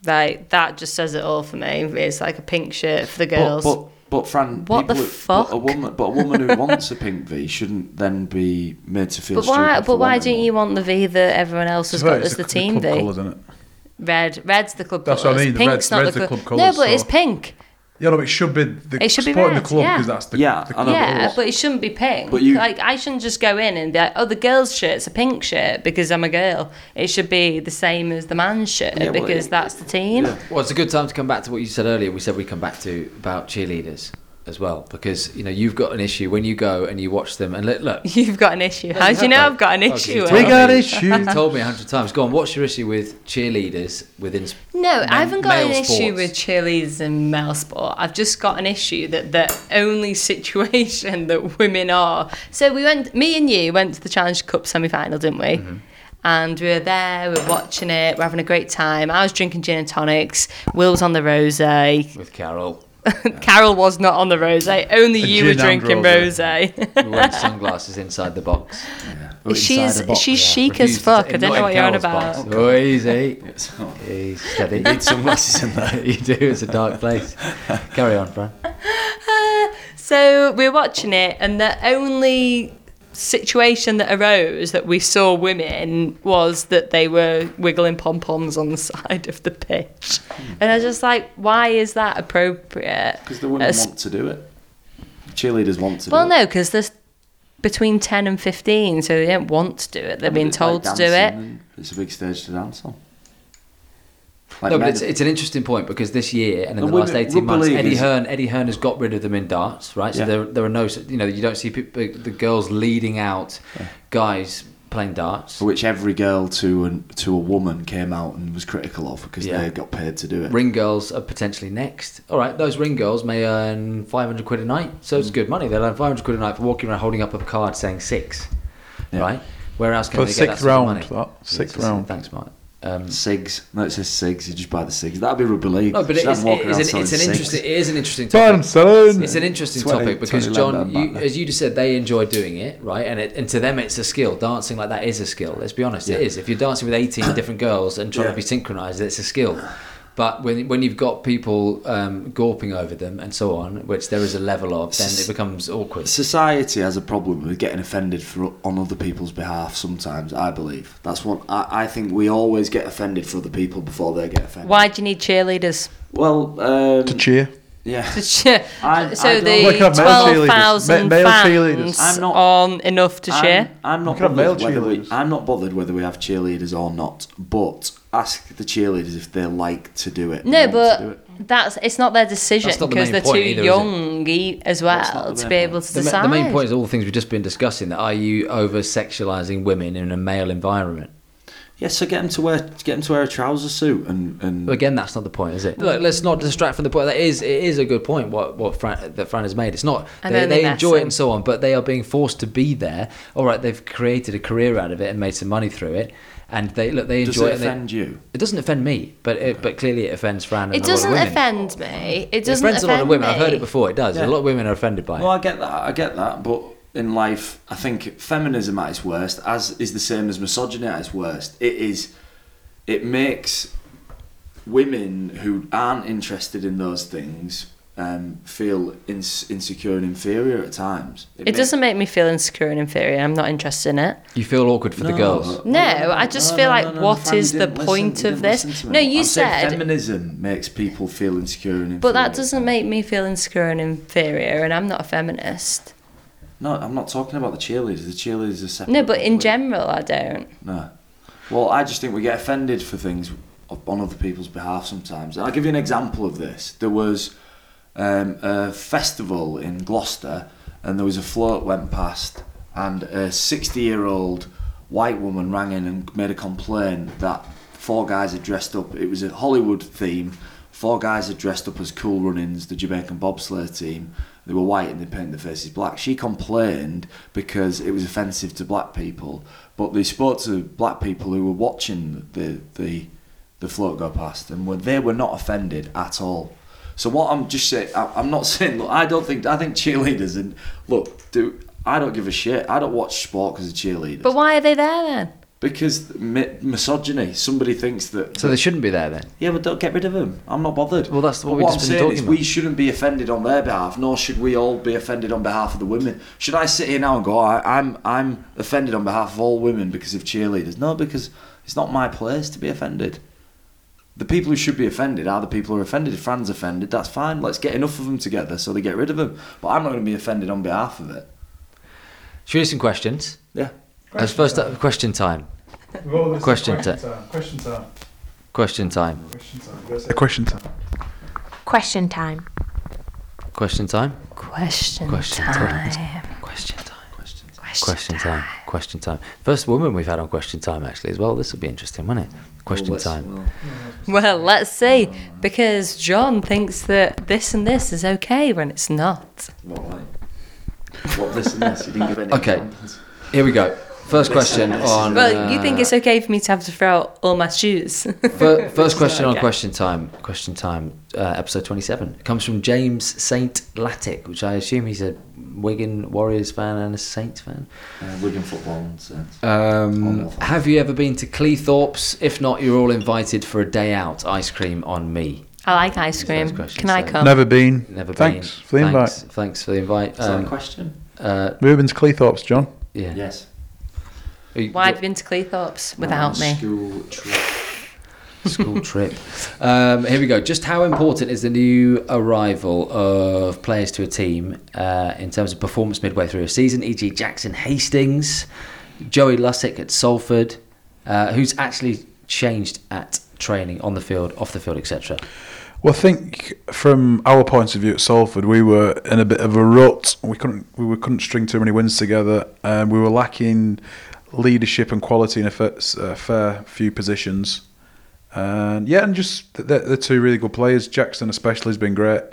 D: Like that just says it all for me. It's like a pink shirt for the
B: But,
D: girls.
B: but, but Fran,
D: What the
B: people who-
D: fuck?
B: But a woman, but a woman who wants a pink V shouldn't then be made to feel.
D: But why?
B: stupid for
D: But why
B: wanting
D: don't you want the V that everyone else has
C: So
D: got
C: it's
D: as the
C: cl-
D: team
C: club
D: V?
C: colours, isn't it?
D: Red, red's the club
C: That's what I
D: colours.
C: mean, the
D: Pink's
C: red's-
D: not
C: red's
D: the
C: the
D: club.
C: club
D: No,
C: colours,
D: but it's
C: so-
D: pink.
C: Yeah, no, but it should be the
D: It should be
C: supporting
D: red,
C: the club
D: yeah.
C: because that's the
B: Yeah,
C: the,
B: I know, but
D: yeah,
B: what-
D: but it shouldn't be pink.
B: But you-
D: like I shouldn't just go in and be like, "Oh, the girl's shirt's a pink shirt because I'm a girl." It should be the same as the man's shirt
B: Yeah, well,
D: because
B: it-
D: that's the team.
B: yeah.
A: Well, it's a good time to come back to what you said earlier. We said we come back to about cheerleaders as well because you know you've got an issue when you go and you watch them and look. look
D: You've got an issue. How do
A: have
D: you know
A: got-
D: I've got an
A: Oh, 'cause
D: issue?
A: you
D: with
A: told
D: it?
A: me-
J: got issues.
A: You told me a hundred times. Go on. What's your issue with cheerleaders within? s-
D: No,
A: men-
D: I haven't got
A: male
D: an issue
A: sports?
D: with cheerleaders and male sport. I've just got an issue that the only situation that women are. So we went, me and you went to the Challenge Cup semi final, didn't we?
B: Mm-hmm.
D: And we were there, we were watching it, we're having a great time. I was drinking gin and tonics. Will was on the rose.
A: with Carol.
D: Carol was not on the rose. Only
C: A
D: you were
C: gin and
D: drinking rose.
C: rose.
A: We wearing sunglasses inside the box.
B: Or Oh, inside
D: She's
B: a box?
D: she's
B: Yeah.
D: chic
A: Refused
D: as
A: to-
D: fuck. I
A: not
D: don't know
A: in
D: what you're
A: Carol's
D: on
A: box.
D: about.
A: Oh, easy.
B: So-
A: He's steady.
J: need sunglasses in there.
A: you do. It's a dark place. Carry on, Fran.
D: So we were watching it, and the only situation that arose that we saw women was that they were wiggling pom poms on the side of the pitch,
B: Hmm.
D: and I was just like, why is that appropriate?
B: Because the women
D: As-
B: want to do it. Cheerleaders want to.
D: Well,
B: do it.
D: no, because there's between ten and fifteen, so they don't want to do it. They're being
B: It's like
D: told to do it.
B: dancing and It's a big stage to dance on. Like
A: no, but
B: men-
A: it's, it's an interesting point because this year and in
B: The
A: the, last
B: women-
A: eighteen months,
B: rugby league
A: Eddie
B: is-
A: Hearn, Eddie Hearn has got rid of them in darts, right? So
B: Yeah.
A: there, there are no, you know, you don't see peop the girls leading out guys playing darts.
B: for which every girl to an, to a woman came out and was critical of because
A: Yeah.
B: they got paid to do it.
A: Ring girls are potentially next. All right, those ring girls may earn 500 quid a night, so
C: Mm.
A: it's good money. They'll earn 500 quid a night for walking around holding up a card saying six,
B: Yeah.
A: right? Where else can
C: For
A: they get that
C: sixth
A: sort
C: round,
A: of money?
C: that. Sixth
A: Yes,
C: round.
A: Thanks, Mark. Um,
B: Sigs. No, it says Sigs. You just buy the Sigs. That'd be rugby league.
A: no, but it
B: Just have
A: is,
B: them walking
A: it is
B: around
A: an,
B: selling
A: it's an
B: Sigs.
A: interesting. It is an interesting
C: Bottom
A: topic.
C: selling.
A: It's an interesting
B: 20
A: topic because
B: 20
A: John,
B: lambda
A: you,
B: back.
A: as you just said, they enjoy doing it, right? And it, and to them, it's a skill. Dancing like that is a skill. Let's be honest, it
B: Yeah.
A: is. If you're dancing with 18 different girls and trying to
B: Yeah.
A: be synchronized, it's a skill. But when when you've got people um, gawping over them and so on, which there is a level of, then it becomes awkward.
B: Society has a problem with getting offended for on other people's behalf. Sometimes I believe that's what I, I think. We always get offended for other people before they get offended.
D: Why do you need cheerleaders?
B: Well, um,
C: to cheer.
B: Yeah.
D: to
B: I-
D: cheer. So
B: I don't-
D: the
C: We could have male
D: twelve
C: cheerleaders. Ma-
D: thousand
C: male
D: fans
C: cheerleaders.
B: I'm not-
D: on enough to
B: I'm,
D: cheer.
B: I'm not
C: We could have
B: bothered
C: male
B: whether we,
C: cheerleaders.
B: I'm not bothered whether we have cheerleaders or not, but ask the cheerleaders if they like to do it. and
D: No,
B: want to do it.
D: but that's it's not their decision
A: That's not the
D: because
A: main
D: they're
A: point
D: too
A: either, is it?
D: young e- as
B: not
D: well
B: the main
D: to be
B: point.
D: able to
A: The, ma-
D: decide.
A: the main point is all the things we've just been discussing. That are you over sexualizing women in a male environment?
B: yeah, so get them to wear get them to wear a trouser suit and and
A: But again, that's not the point, is it? Look, let's not distract from the point. That is, it is a good point. What what Fran, that Fran has made. It's not
D: And
A: they,
D: then they
A: they
D: mess
A: enjoy it and
D: and-
A: so on, but they are being forced to be there. All right, they've created a career out of it and made some money through it, and they look they
B: does
A: enjoy
B: it
A: and they-
B: offend you?
A: It doesn't offend me, but it, but clearly it offends Fran. And
D: It
A: a lot of
D: doesn't
A: women.
D: offend me. It
A: It
D: doesn't
A: offends
D: offend
A: a lot of women.
D: Me.
A: I've heard it before. It does.
B: Yeah.
A: A lot of women are offended by it.
B: Well, I get that. I get that. But in life, I think feminism at its worst, as is the same as misogyny at its worst. It is. It makes women who aren't interested in those things um, feel ins insecure and inferior at times.
D: It
B: ma-
D: doesn't make me feel insecure and inferior. I'm not interested in it.
A: you feel awkward for the
B: No.
A: girls.
D: No,
B: No,
D: I just
B: no,
D: feel
B: no,
D: like
B: no, no,
D: what
B: Fran, you
D: is the
B: didn't listen-
D: point
B: you
D: of
B: didn't
D: this?
B: listen to
D: No,
B: me.
D: you
B: I
D: said,
B: feminism makes people feel insecure and inferior.
D: but that doesn't make me feel insecure and inferior, and I'm not a feminist.
B: No, I'm not talking about the cheerleaders. The cheerleaders are separate.
D: No, but in
B: completely.
D: general, I don't.
B: No. Well, I just think we get offended for things on other people's behalf sometimes. I'll give you an example of this. There was um, a festival in Gloucester, and there was a float went past, and a 60 year old white woman rang in and made a complaint that four guys had dressed up. It was a Hollywood theme. Four guys had dressed up as Cool Runnings, the Jamaican bobsleigh team. They were white and they painted their faces black. She complained because it was offensive to black people, but they spoke to black people who were watching the the the float go past, and were, they were not offended at all. So what I'm just saying, I, I'm not saying. Look, I don't think I think cheerleaders and look, do I don't give a shit. I don't watch sport because of cheerleaders.
D: But why are they there then?
B: because mi- misogyny, somebody thinks that.
A: So they shouldn't be there then.
B: Yeah, but don't get rid of them. I'm not bothered.
A: Well, that's what
B: But
A: we've
B: I'm
A: just been
B: saying
A: talking
B: is
A: about.
B: We shouldn't be offended on their behalf, nor should we all be offended on behalf of the women. Should I sit here now and go, I, I'm I'm offended on behalf of all women because of cheerleaders? No, because it's not my place to be offended. The people who should be offended are the people who are offended. If Fran's offended, that's fine. Let's get enough of them together so they get rid of them. But I'm not going to be offended on behalf of it.
A: Should we do some questions?
B: Yeah.
A: As first up, question time. Question question time.
C: Question time.
A: Question time.
C: Question time. Question time.
E: Question time.
A: Question time.
D: Question,
A: Question time. Question time. Question time. Question time. Question time. First woman we've had on question time actually as well. This will be interesting, won't it? Question
B: Well, let's-
A: time.
B: well,
D: Well, let's see, because John thinks that this and this is okay when it's not.
B: What, like? What this and this? You didn't give any
A: Okay.
B: examples.
A: Here we go. First question
B: Listen, this is
A: on. uh,
D: Well, you think it's okay for me to have to throw out all my shoes?
A: Fir- First question on
D: Okay.
A: question time. Question time. Uh, episode twenty-seven it comes from James Saint Lattic, which I assume he's a Wigan Warriors fan and a Saints fan.
B: Uh, Wigan football nonsense.
A: Um,
B: Or Millwall.
A: have you ever been to Cleethorpes? If not, you're all invited for a day out. Ice cream on me.
D: I like ice
A: That's
D: cream.
A: the question,
D: Can I
A: so-
B: Oh.
D: come?
C: Never been.
A: Never
C: Thanks
A: been.
C: for the
A: Thanks-
C: invite.
A: Thanks for the invite.
B: Is that a
A: Um,
B: question?
A: uh,
C: Rubens Cleethorpes, John.
A: yeah.
B: Yes.
A: Are you-
D: Why have you been to Cleethorpes without me?
B: School trip.
A: School trip. Um, here we go. Just how important is the new arrival of players to a team uh, in terms of performance midway through a season? E.g., Jackson Hastings, Joey Lussick at Salford, uh, who's actually changed at training on the field, off the field, etc.
C: Well, I think from our point of view at Salford, we were in a bit of a rut. We couldn't we were, couldn't string too many wins together, and we were lacking leadership and quality in a fair, a fair few positions. And yeah, and just th- they're, they're two really good players. Jackson especially has been great.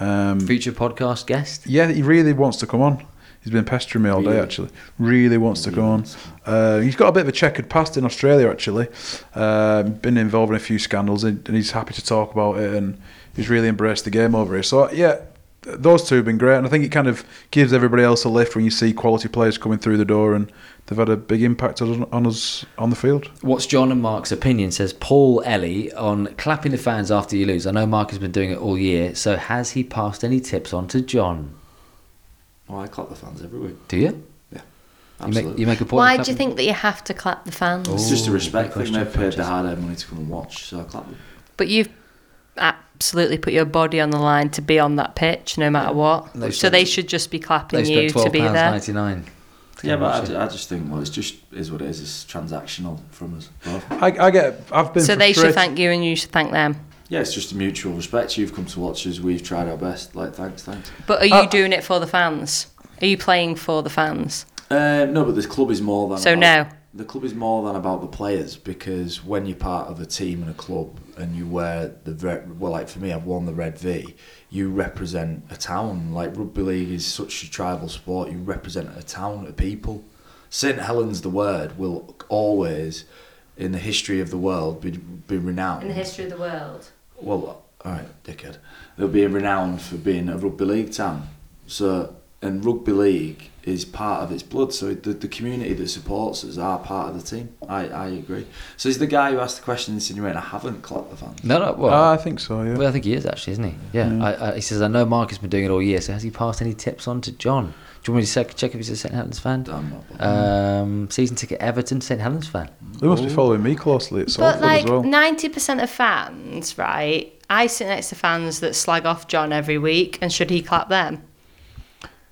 C: Um,
A: Future podcast guest.
C: yeah, he really wants to come on. He's been pestering me all day,
B: Really?
C: actually. Really wants to come on. Uh, he's got a bit of a checkered past in Australia, actually. Um, been involved in a few scandals, and, and he's happy to talk about it. And he's really embraced the game over here. So yeah, th- those two have been great, and I think it kind of gives everybody else a lift when you see quality players coming through the door, and they've had a big impact on, on us on the field.
A: What's John and Mark's opinion? Says Paul Ellie on clapping the fans after you lose. I know Mark has been doing it all year, so has he passed any tips on to John?
B: Oh, I caught the fans every week.
A: Do you? You
B: Absolutely.
A: make, you make a point. of
D: Why do
A: clapping?
D: you think that you have to clap the fans?
B: it's just a
A: Ooh,
B: respect
A: good
B: thing.
A: question,
B: They've paid
A: Francesca.
B: the hard-earned money to come and watch, so I clap them.
D: But you've absolutely put your body on the line to be on that pitch, no matter what.
A: They
D: so
A: spent-
D: they should just be clapping
A: They
D: you
A: spent
D: to
A: twelve
D: be
A: pounds
D: there.
A: ninety nine.
B: Yeah, but I ju- I, just think well, it's just is what it is. It's transactional from us. both.
C: I, I get. I've been.
D: So they should
C: frustrated-
D: thank you, and you should thank them.
B: Yeah, it's just a mutual respect. You've come to watch us. We've tried our best. Like thanks, thanks.
D: But are you
C: Uh,
D: doing it for the fans? Are you playing for the fans?
B: Uh, no, but this club is more than.
D: So
B: about-
D: no.
B: The club is more than about the players because when you're part of a team and a club and you wear the red, well, like for me, I've worn the red V. You represent a town. Like rugby league is such a tribal sport. You represent a town of people. St Helens, the word, will always, in the history of the world, be be renowned.
D: of the world.
B: Well, all right, dickhead. They'll be renowned for being a rugby league town. So, and rugby league is part of its blood. So the, the community that supports us are part of the team. I, I agree. So is the guy who asked the question insinuating I haven't clapped the fans?
A: No, no. Well,
C: Ah, I think so. Yeah.
A: well, I think he is actually, isn't he? Yeah. I, I, he says, I know Mark has been doing it all year. So has he passed any tips on to John? Do you want me to sec- check if he's a St Helens fan?
B: Damn not. bothered.
A: Um, season ticket Everton, St Helens fan.
C: They must be following me closely at
D: But
C: Salford
D: like
C: as well.
D: ninety percent of fans, right? I sit next to fans that slag off John every week, and should he clap them?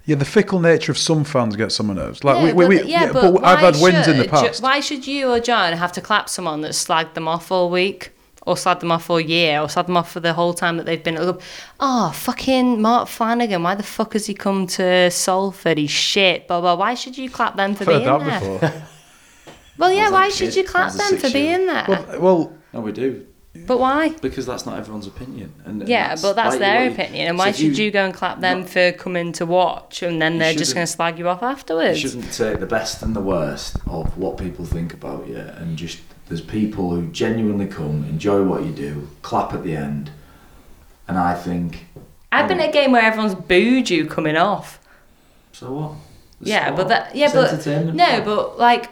C: Yeah, the fickle nature of some fans gets some nerves. Like
D: No,
C: we, we,
D: but
C: we,
D: th-
C: yeah, but, I've
D: why
C: had wins in the
D: should Jo-
C: past.
D: why should you or John have to clap someone that slagged them off all week? Or slagged them off all year, or slagged them off for the whole time that they've been at the club. Oh, fucking Mark Flanagan, why the fuck has he come to Salford? He's shit, blah blah. Why should you clap them for
C: I've heard
D: being there?
C: that before.
D: Well, yeah,
B: was
D: why
B: a
D: should
B: kid.
D: you
B: I
D: clap
B: was a
D: them for
B: six-year-old.
D: being there?
C: well, well,
B: No, we do
D: but why?
B: because that's not everyone's opinion. And, and
D: Yeah, but that's
B: like
D: their
B: what you-
D: opinion. And
B: so
D: why
B: if
D: should you, go and clap them for coming to watch and then
B: You
D: they're just
B: shouldn't.
D: going to slag you off
B: You
D: afterwards?
B: shouldn't take the best and the worst of what people think about you, and just there's people who genuinely come, enjoy what you do, clap at the end, and I think,
D: I've been at a game where everyone's booed you coming off.
B: so what? It's
D: yeah, but
B: sport.
D: that yeah,
B: It's
D: but
B: entertainment.
D: no, but like,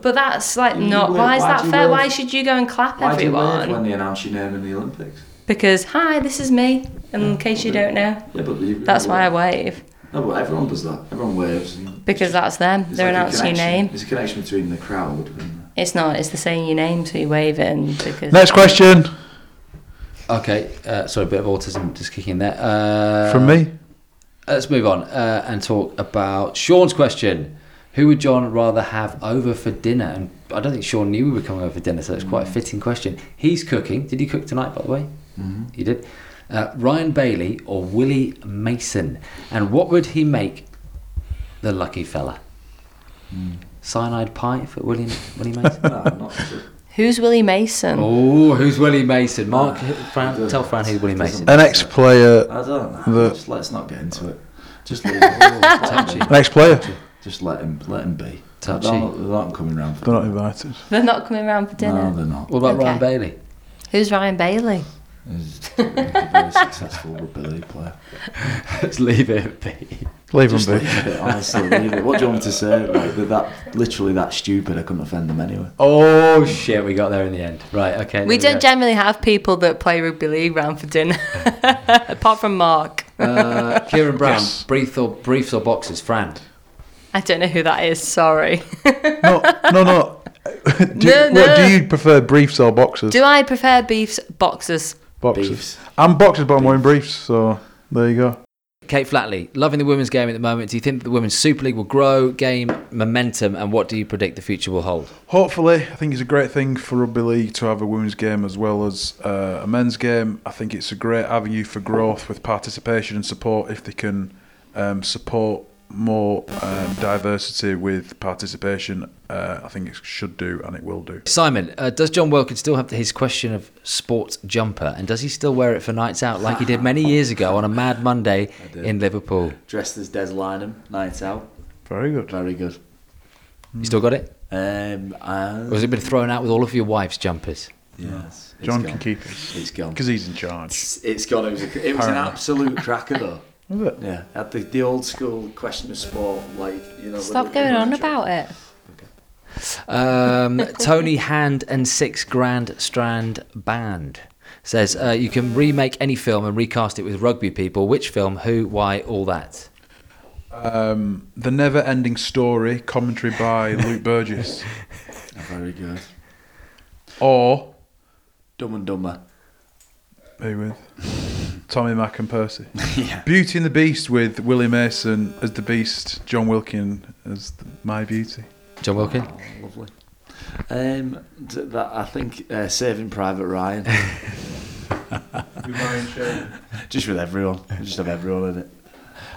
D: but that's like
B: You
D: not.
B: wave-
D: Why is
B: why
D: that
B: do you
D: fair?
B: wave?
D: Why should you go and clap
B: why do you wave when
D: everyone?
B: they announce your name in the Olympics?
D: Because hi, this is me. In case you don't know,
B: Yeah, but you,
D: that's why I
B: No,
D: wave
B: but everyone does that. Everyone waves. and-
D: because that's them.
B: It's
D: They're
B: like a
D: announcing your
B: connection.
D: name.
B: There's a connection between the crowd and
D: It's not. It's the saying your name, so you wave it. And because
C: next question
A: Okay, uh, sorry, a bit of autism just kicking in there. Uh,
C: from me.
A: Let's move on uh, and talk about Sean's question. Who would John rather have over for dinner? And I don't think Sean knew we were coming over for dinner, so it's quite a fitting question. He's cooking. Did he cook tonight, by the way? Mm-hmm. He did. Uh, Ryan Bailey or Willie Mason? And what would he make the lucky fella? Mm. Cyanide pie for Willie, Willie Mason?
B: no, not
D: Who's Willie Mason?
A: oh, who's Willie Mason? Mark, Fran,
B: doesn't-
A: tell Fran who's Willie Mason.
B: doesn't-
C: An ex-player.
B: I don't
C: The-
B: know. Just, let's not get into it. Just leave it.
A: Touchy.
C: An ex-player.
B: Just let him let him be.
A: Touchy.
B: They're not, they're not coming round. For
C: They're not invited.
D: They're not coming round for dinner.
B: No, they're not.
A: What about Ryan
D: Okay.
A: Bailey?
D: Who's Ryan Bailey?
B: He's a very successful rugby league player.
A: Let's leave it be.
C: Leave
B: Just
C: them be.
B: leave it, honestly, leave it. What do you want me to say? Like, they're that literally that stupid. I couldn't offend them anyway.
A: Oh shit, we got there in the end. Right, okay. there
D: We
A: go.
D: don't generally have people that play rugby league round for dinner, apart from Mark.
A: uh, Kieran Brown, brief or briefs or boxes, Fran.
D: I don't know who that is. Sorry.
C: No, no, no. do,
D: No,
C: you, What,
D: no.
C: do you prefer briefs or boxers?
D: Do I prefer beefs boxers?
C: boxers.
B: Beefs.
C: I'm boxers, but I'm wearing briefs. So there you go.
A: Kate Flatley, loving the women's game at the moment. Do you think the women's Super League will grow game momentum, and what do you predict the future will hold?
C: Hopefully, I think it's a great thing for rugby league to have a women's game as well as uh, a men's game. I think it's a great avenue for growth with participation and support if they can um, support more um, diversity with participation. Uh, I think it should do and it will do.
A: Simon, uh, does John Wilkins still have his question of sports jumper, and does he still wear it for nights out like he did many years ago on a Mad Monday in Liverpool?
B: Dressed as Des Lynam, night out.
C: Very good.
B: Very good.
A: You still got it,
B: Um, and-
A: or has it been thrown out with all of your wife's jumpers?
B: yes, it's
C: John
B: gone.
C: can keep it
B: It's gone.
C: because he's in charge.
B: It's- it's gone. It was, a, it was an
C: Apparently.
B: absolute cracker though.
C: Is it?
B: Yeah, at the, the old school question of sport, like you know.
D: Stop going on about it.
A: Um, Tony Hand and Six Grand Strand Band says uh, you can remake any film and recast it with rugby people. Which film? Who? Why? All that.
C: Um, the never ending story commentary by Luke Burgess
B: Very good.
C: or
B: Dumb and Dumber.
C: Who with? Tommy Mack and Percy.
B: yeah.
C: Beauty and the Beast with Willie Mason as the Beast, John Wilkin as the, My Beauty.
A: John Wilkin.
B: Oh, Lovely. Um, d- that I think uh, Saving Private Ryan. just with everyone. Just have everyone in it.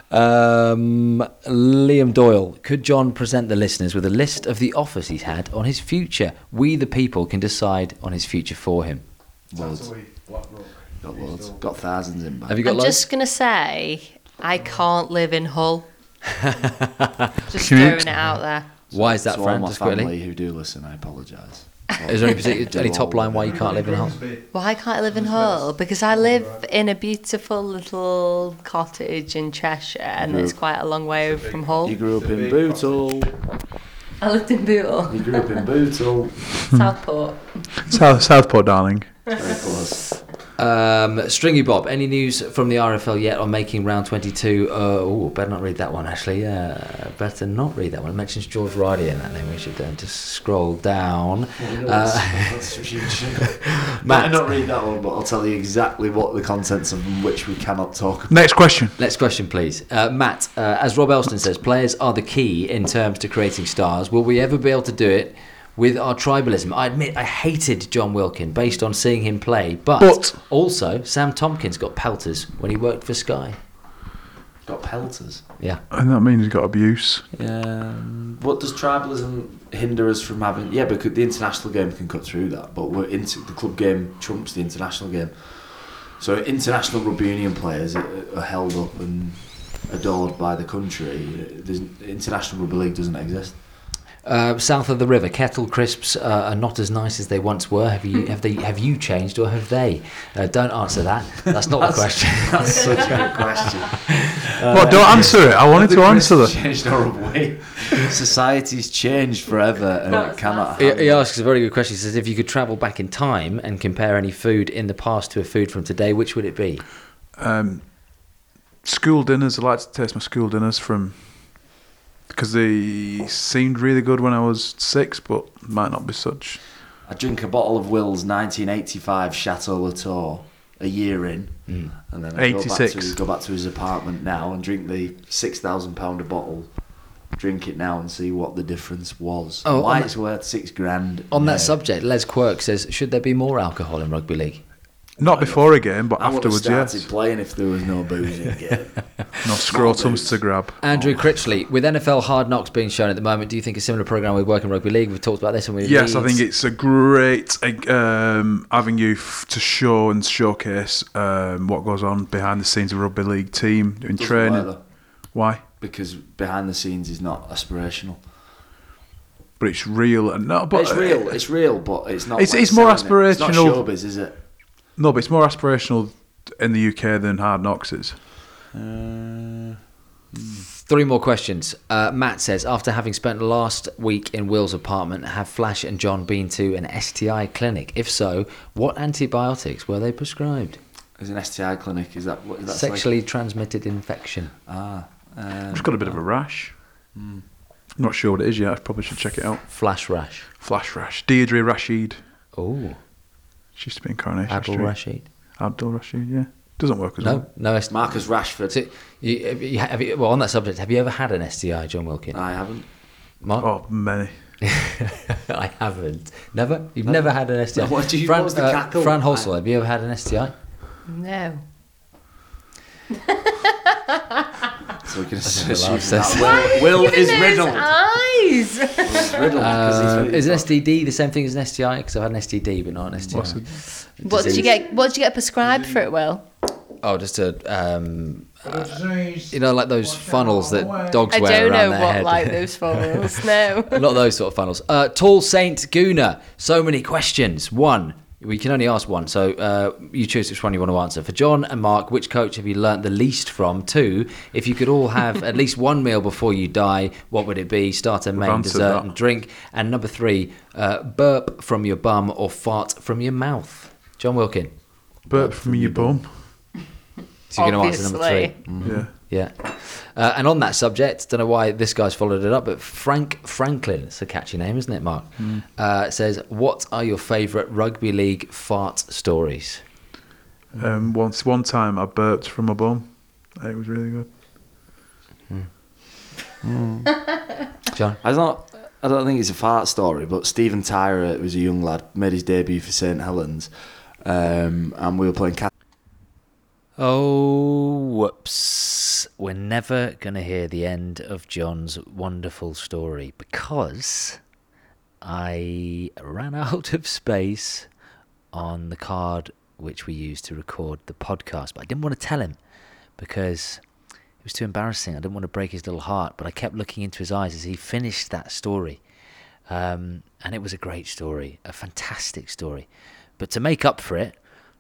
A: Um, Liam Doyle. Could John present the listeners with a list of the offers he's had on his future? We, the people, can decide on his future for him.
B: Loads. Got loads. Got thousands in back.
A: Have you got
D: I'm
A: loads?
D: just going to say I can't live in Hull. just
C: Cute.
D: throwing it out there.
A: Why is that,
B: to
A: Fran?
B: all my
A: Just quickly.
B: family who do listen, I apologise.
A: Is there any, particular, any
B: Do
A: top
B: all-
A: line why you can't live in Hull?
D: Why can't I live in Hull? Because I live in a beautiful little cottage in Cheshire and it's quite a long way over from Hull.
B: You grew up in Bootle.
D: I lived in Bootle,
B: You grew up in Bootle.
D: Southport.
C: South, Southport, darling.
B: Very close.
A: Um, Stringy Bob, any news from the RFL yet on making round 22? Uh, oh, better not read that one, actually. Yeah, better not read that one. It mentions George Riley in that name. We should uh, just scroll down. Uh,
B: That's huge. Might
A: Matt,
B: not read that one, but I'll tell you exactly what the contents of them, which we cannot talk about.
C: Next question.
A: next question, please. Uh, Matt, uh, as Rob Elston says, players are the key in terms to creating stars. Will we ever be able to do it with our tribalism? I admit I hated John Wilkin based on seeing him play, but,
C: But-
A: also Sam Tompkins got pelters when he worked for Sky.
B: Got pelters.
A: Yeah.
C: And that means he's got abuse.
B: Um, what does tribalism hinder us from having? Yeah, because the international game can cut through that, but we're into the club game trumps the international game. So international rugby union players are are held up and adored by the country. There's, international rugby league doesn't exist.
A: Uh, south of the river, kettle crisps uh, are not as nice as they once were. Have you have they have you changed or have they? Uh, don't answer that. That's not the question. Uh,
B: That's such a good question.
C: well, don't answer it. I wanted to answer that.
B: Changed our way. Society's changed forever, and it cannot.
A: He,
B: handle
A: he asks a very good question. He says, if you could travel back in time and compare any food in the past to a food from today, which would it be?
C: Um, school dinners. I like to taste my school dinners from because they seemed really good when I was six, but might not be such.
B: I drink a bottle of Will's 1985 Chateau Latour a year in,
C: Hmm.
B: and then I Go, back
C: 86.
B: to, go back to his apartment now and drink the six thousand pound a bottle. Drink it now and see what the difference was.
A: Oh,
B: Why
A: on
B: it's worth six grand
A: On
B: now.
A: that subject, Les Quirk says, should there be more alcohol in rugby league?
C: Not before a game, but
B: I would have
C: afterwards,
B: started
C: yes.
B: playing if there was no booze in it.
C: No scrotums to grab.
A: Andrew Critchley, with NFL hard knocks being shown at the moment, do you think a similar program would work in rugby league? We've talked about this and we
C: Yes, I think it's a great um, avenue f- to show and showcase um, what goes on behind the scenes of a rugby league team in training. Why?
B: because behind the scenes is not aspirational.
C: But it's real and no, but
B: But
C: uh,
B: it's real. It's real, but it's not.
C: It's-
B: like
C: it's more
B: selling it. It's not
C: aspirational.
B: showbiz, is it?
C: No, but it's more aspirational in the UK than Hard Knocks is.
A: Three more questions. Uh, Matt says, after having spent last week in Will's apartment, have Flash and John been to an STI clinic? If so, what antibiotics were they prescribed?
B: It's an STI clinic. Is that what? Is that
A: Sexually transmitted infection.
B: Like, ah. Um,
C: I've got a bit of a rash. I'm not sure what it is yet. I probably should check it out.
A: Flash rash.
C: Flash rash. Deirdre Rashid.
A: Oh,
C: She used to be in Coronation
A: Abdul
C: Street.
A: Rashid.
C: Abdul Rashid, yeah. Doesn't work as
A: No,
C: well.
A: no. STI.
B: Marcus Rashford.
A: you, have you- have you- well, on that subject, have you ever had an STI, John Wilkin?
B: I haven't.
A: Mark?
C: Oh, many.
A: I haven't. Never? You've never had an STI?
B: No, what do you- what was the
A: uh,
B: cackle?
A: Fran Holsall, have you ever had an STI?
D: No.
B: So we're going to
A: allow
B: search
A: us to-
B: that. Will, Will is riddled.
D: Eyes!
B: He's riddled because
A: Uh,
B: he's
A: is an STD the same thing as an STI? Because I've had an STD, but not an STI.
C: What's
D: What did you get? What did you get prescribed for it? Will
A: Oh, just a um, uh, you know, like those funnels that dogs
D: I
A: wear
D: don't
A: around
D: know
A: their
D: what
A: head.
D: like those funnels. No.
A: a lot of those sort of funnels. Uh, Tall Saint Guna. So many questions. One. We can only ask one, so uh, you choose which one you want to answer. For John and Mark, which coach have you learnt the least from? Two, if you could all have at least one meal before you die, what would it be? Starter, main,
C: answered
A: dessert,
C: that.
A: and drink. And number three, uh, burp from your bum or fart from your mouth. John Wilkin,
C: Burp from your bum.
A: so you're going to answer number three.
D: Obviously.
C: Yeah.
A: Yeah. Uh, and on that subject, don't know why this guy's followed it up, but Frank Franklin, it's a catchy name, isn't it, Mark? Uh, says, What are your favourite rugby league fart stories?
C: Um, once, one time, I burped from my bum. It was really good.
B: I don't, I don't think it's a fart story, but Stephen Tyra was a young lad, made his debut for St Helens, um, and we were playing Cat.
A: Oh, whoops. We're never going to hear the end of John's wonderful story because I ran out of space on the card which we used to record the podcast. But I didn't want to tell him because it was too embarrassing. I didn't want to break his little heart. But I kept looking into his eyes as he finished that story. Um, and it was a great story, a fantastic story. But to make up for it,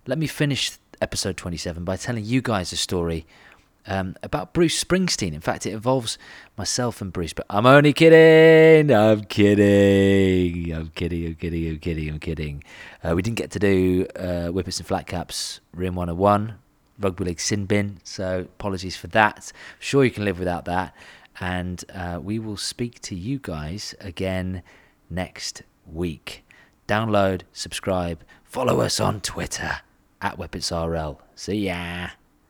A: let me finish episode 27 by telling you guys a story um, about Bruce Springsteen. In fact, it involves myself and Bruce, but I'm only kidding. I'm kidding. I'm kidding. I'm kidding. I'm kidding. I'm kidding. Uh, we didn't get to do uh, Whippets and Flatcaps, Room 101, Rugby League Sin Bin, so apologies for that. Sure, you can live without that. And uh, we will speak to you guys again next week. Download, subscribe, follow us on Twitter at WebitsRL. See ya.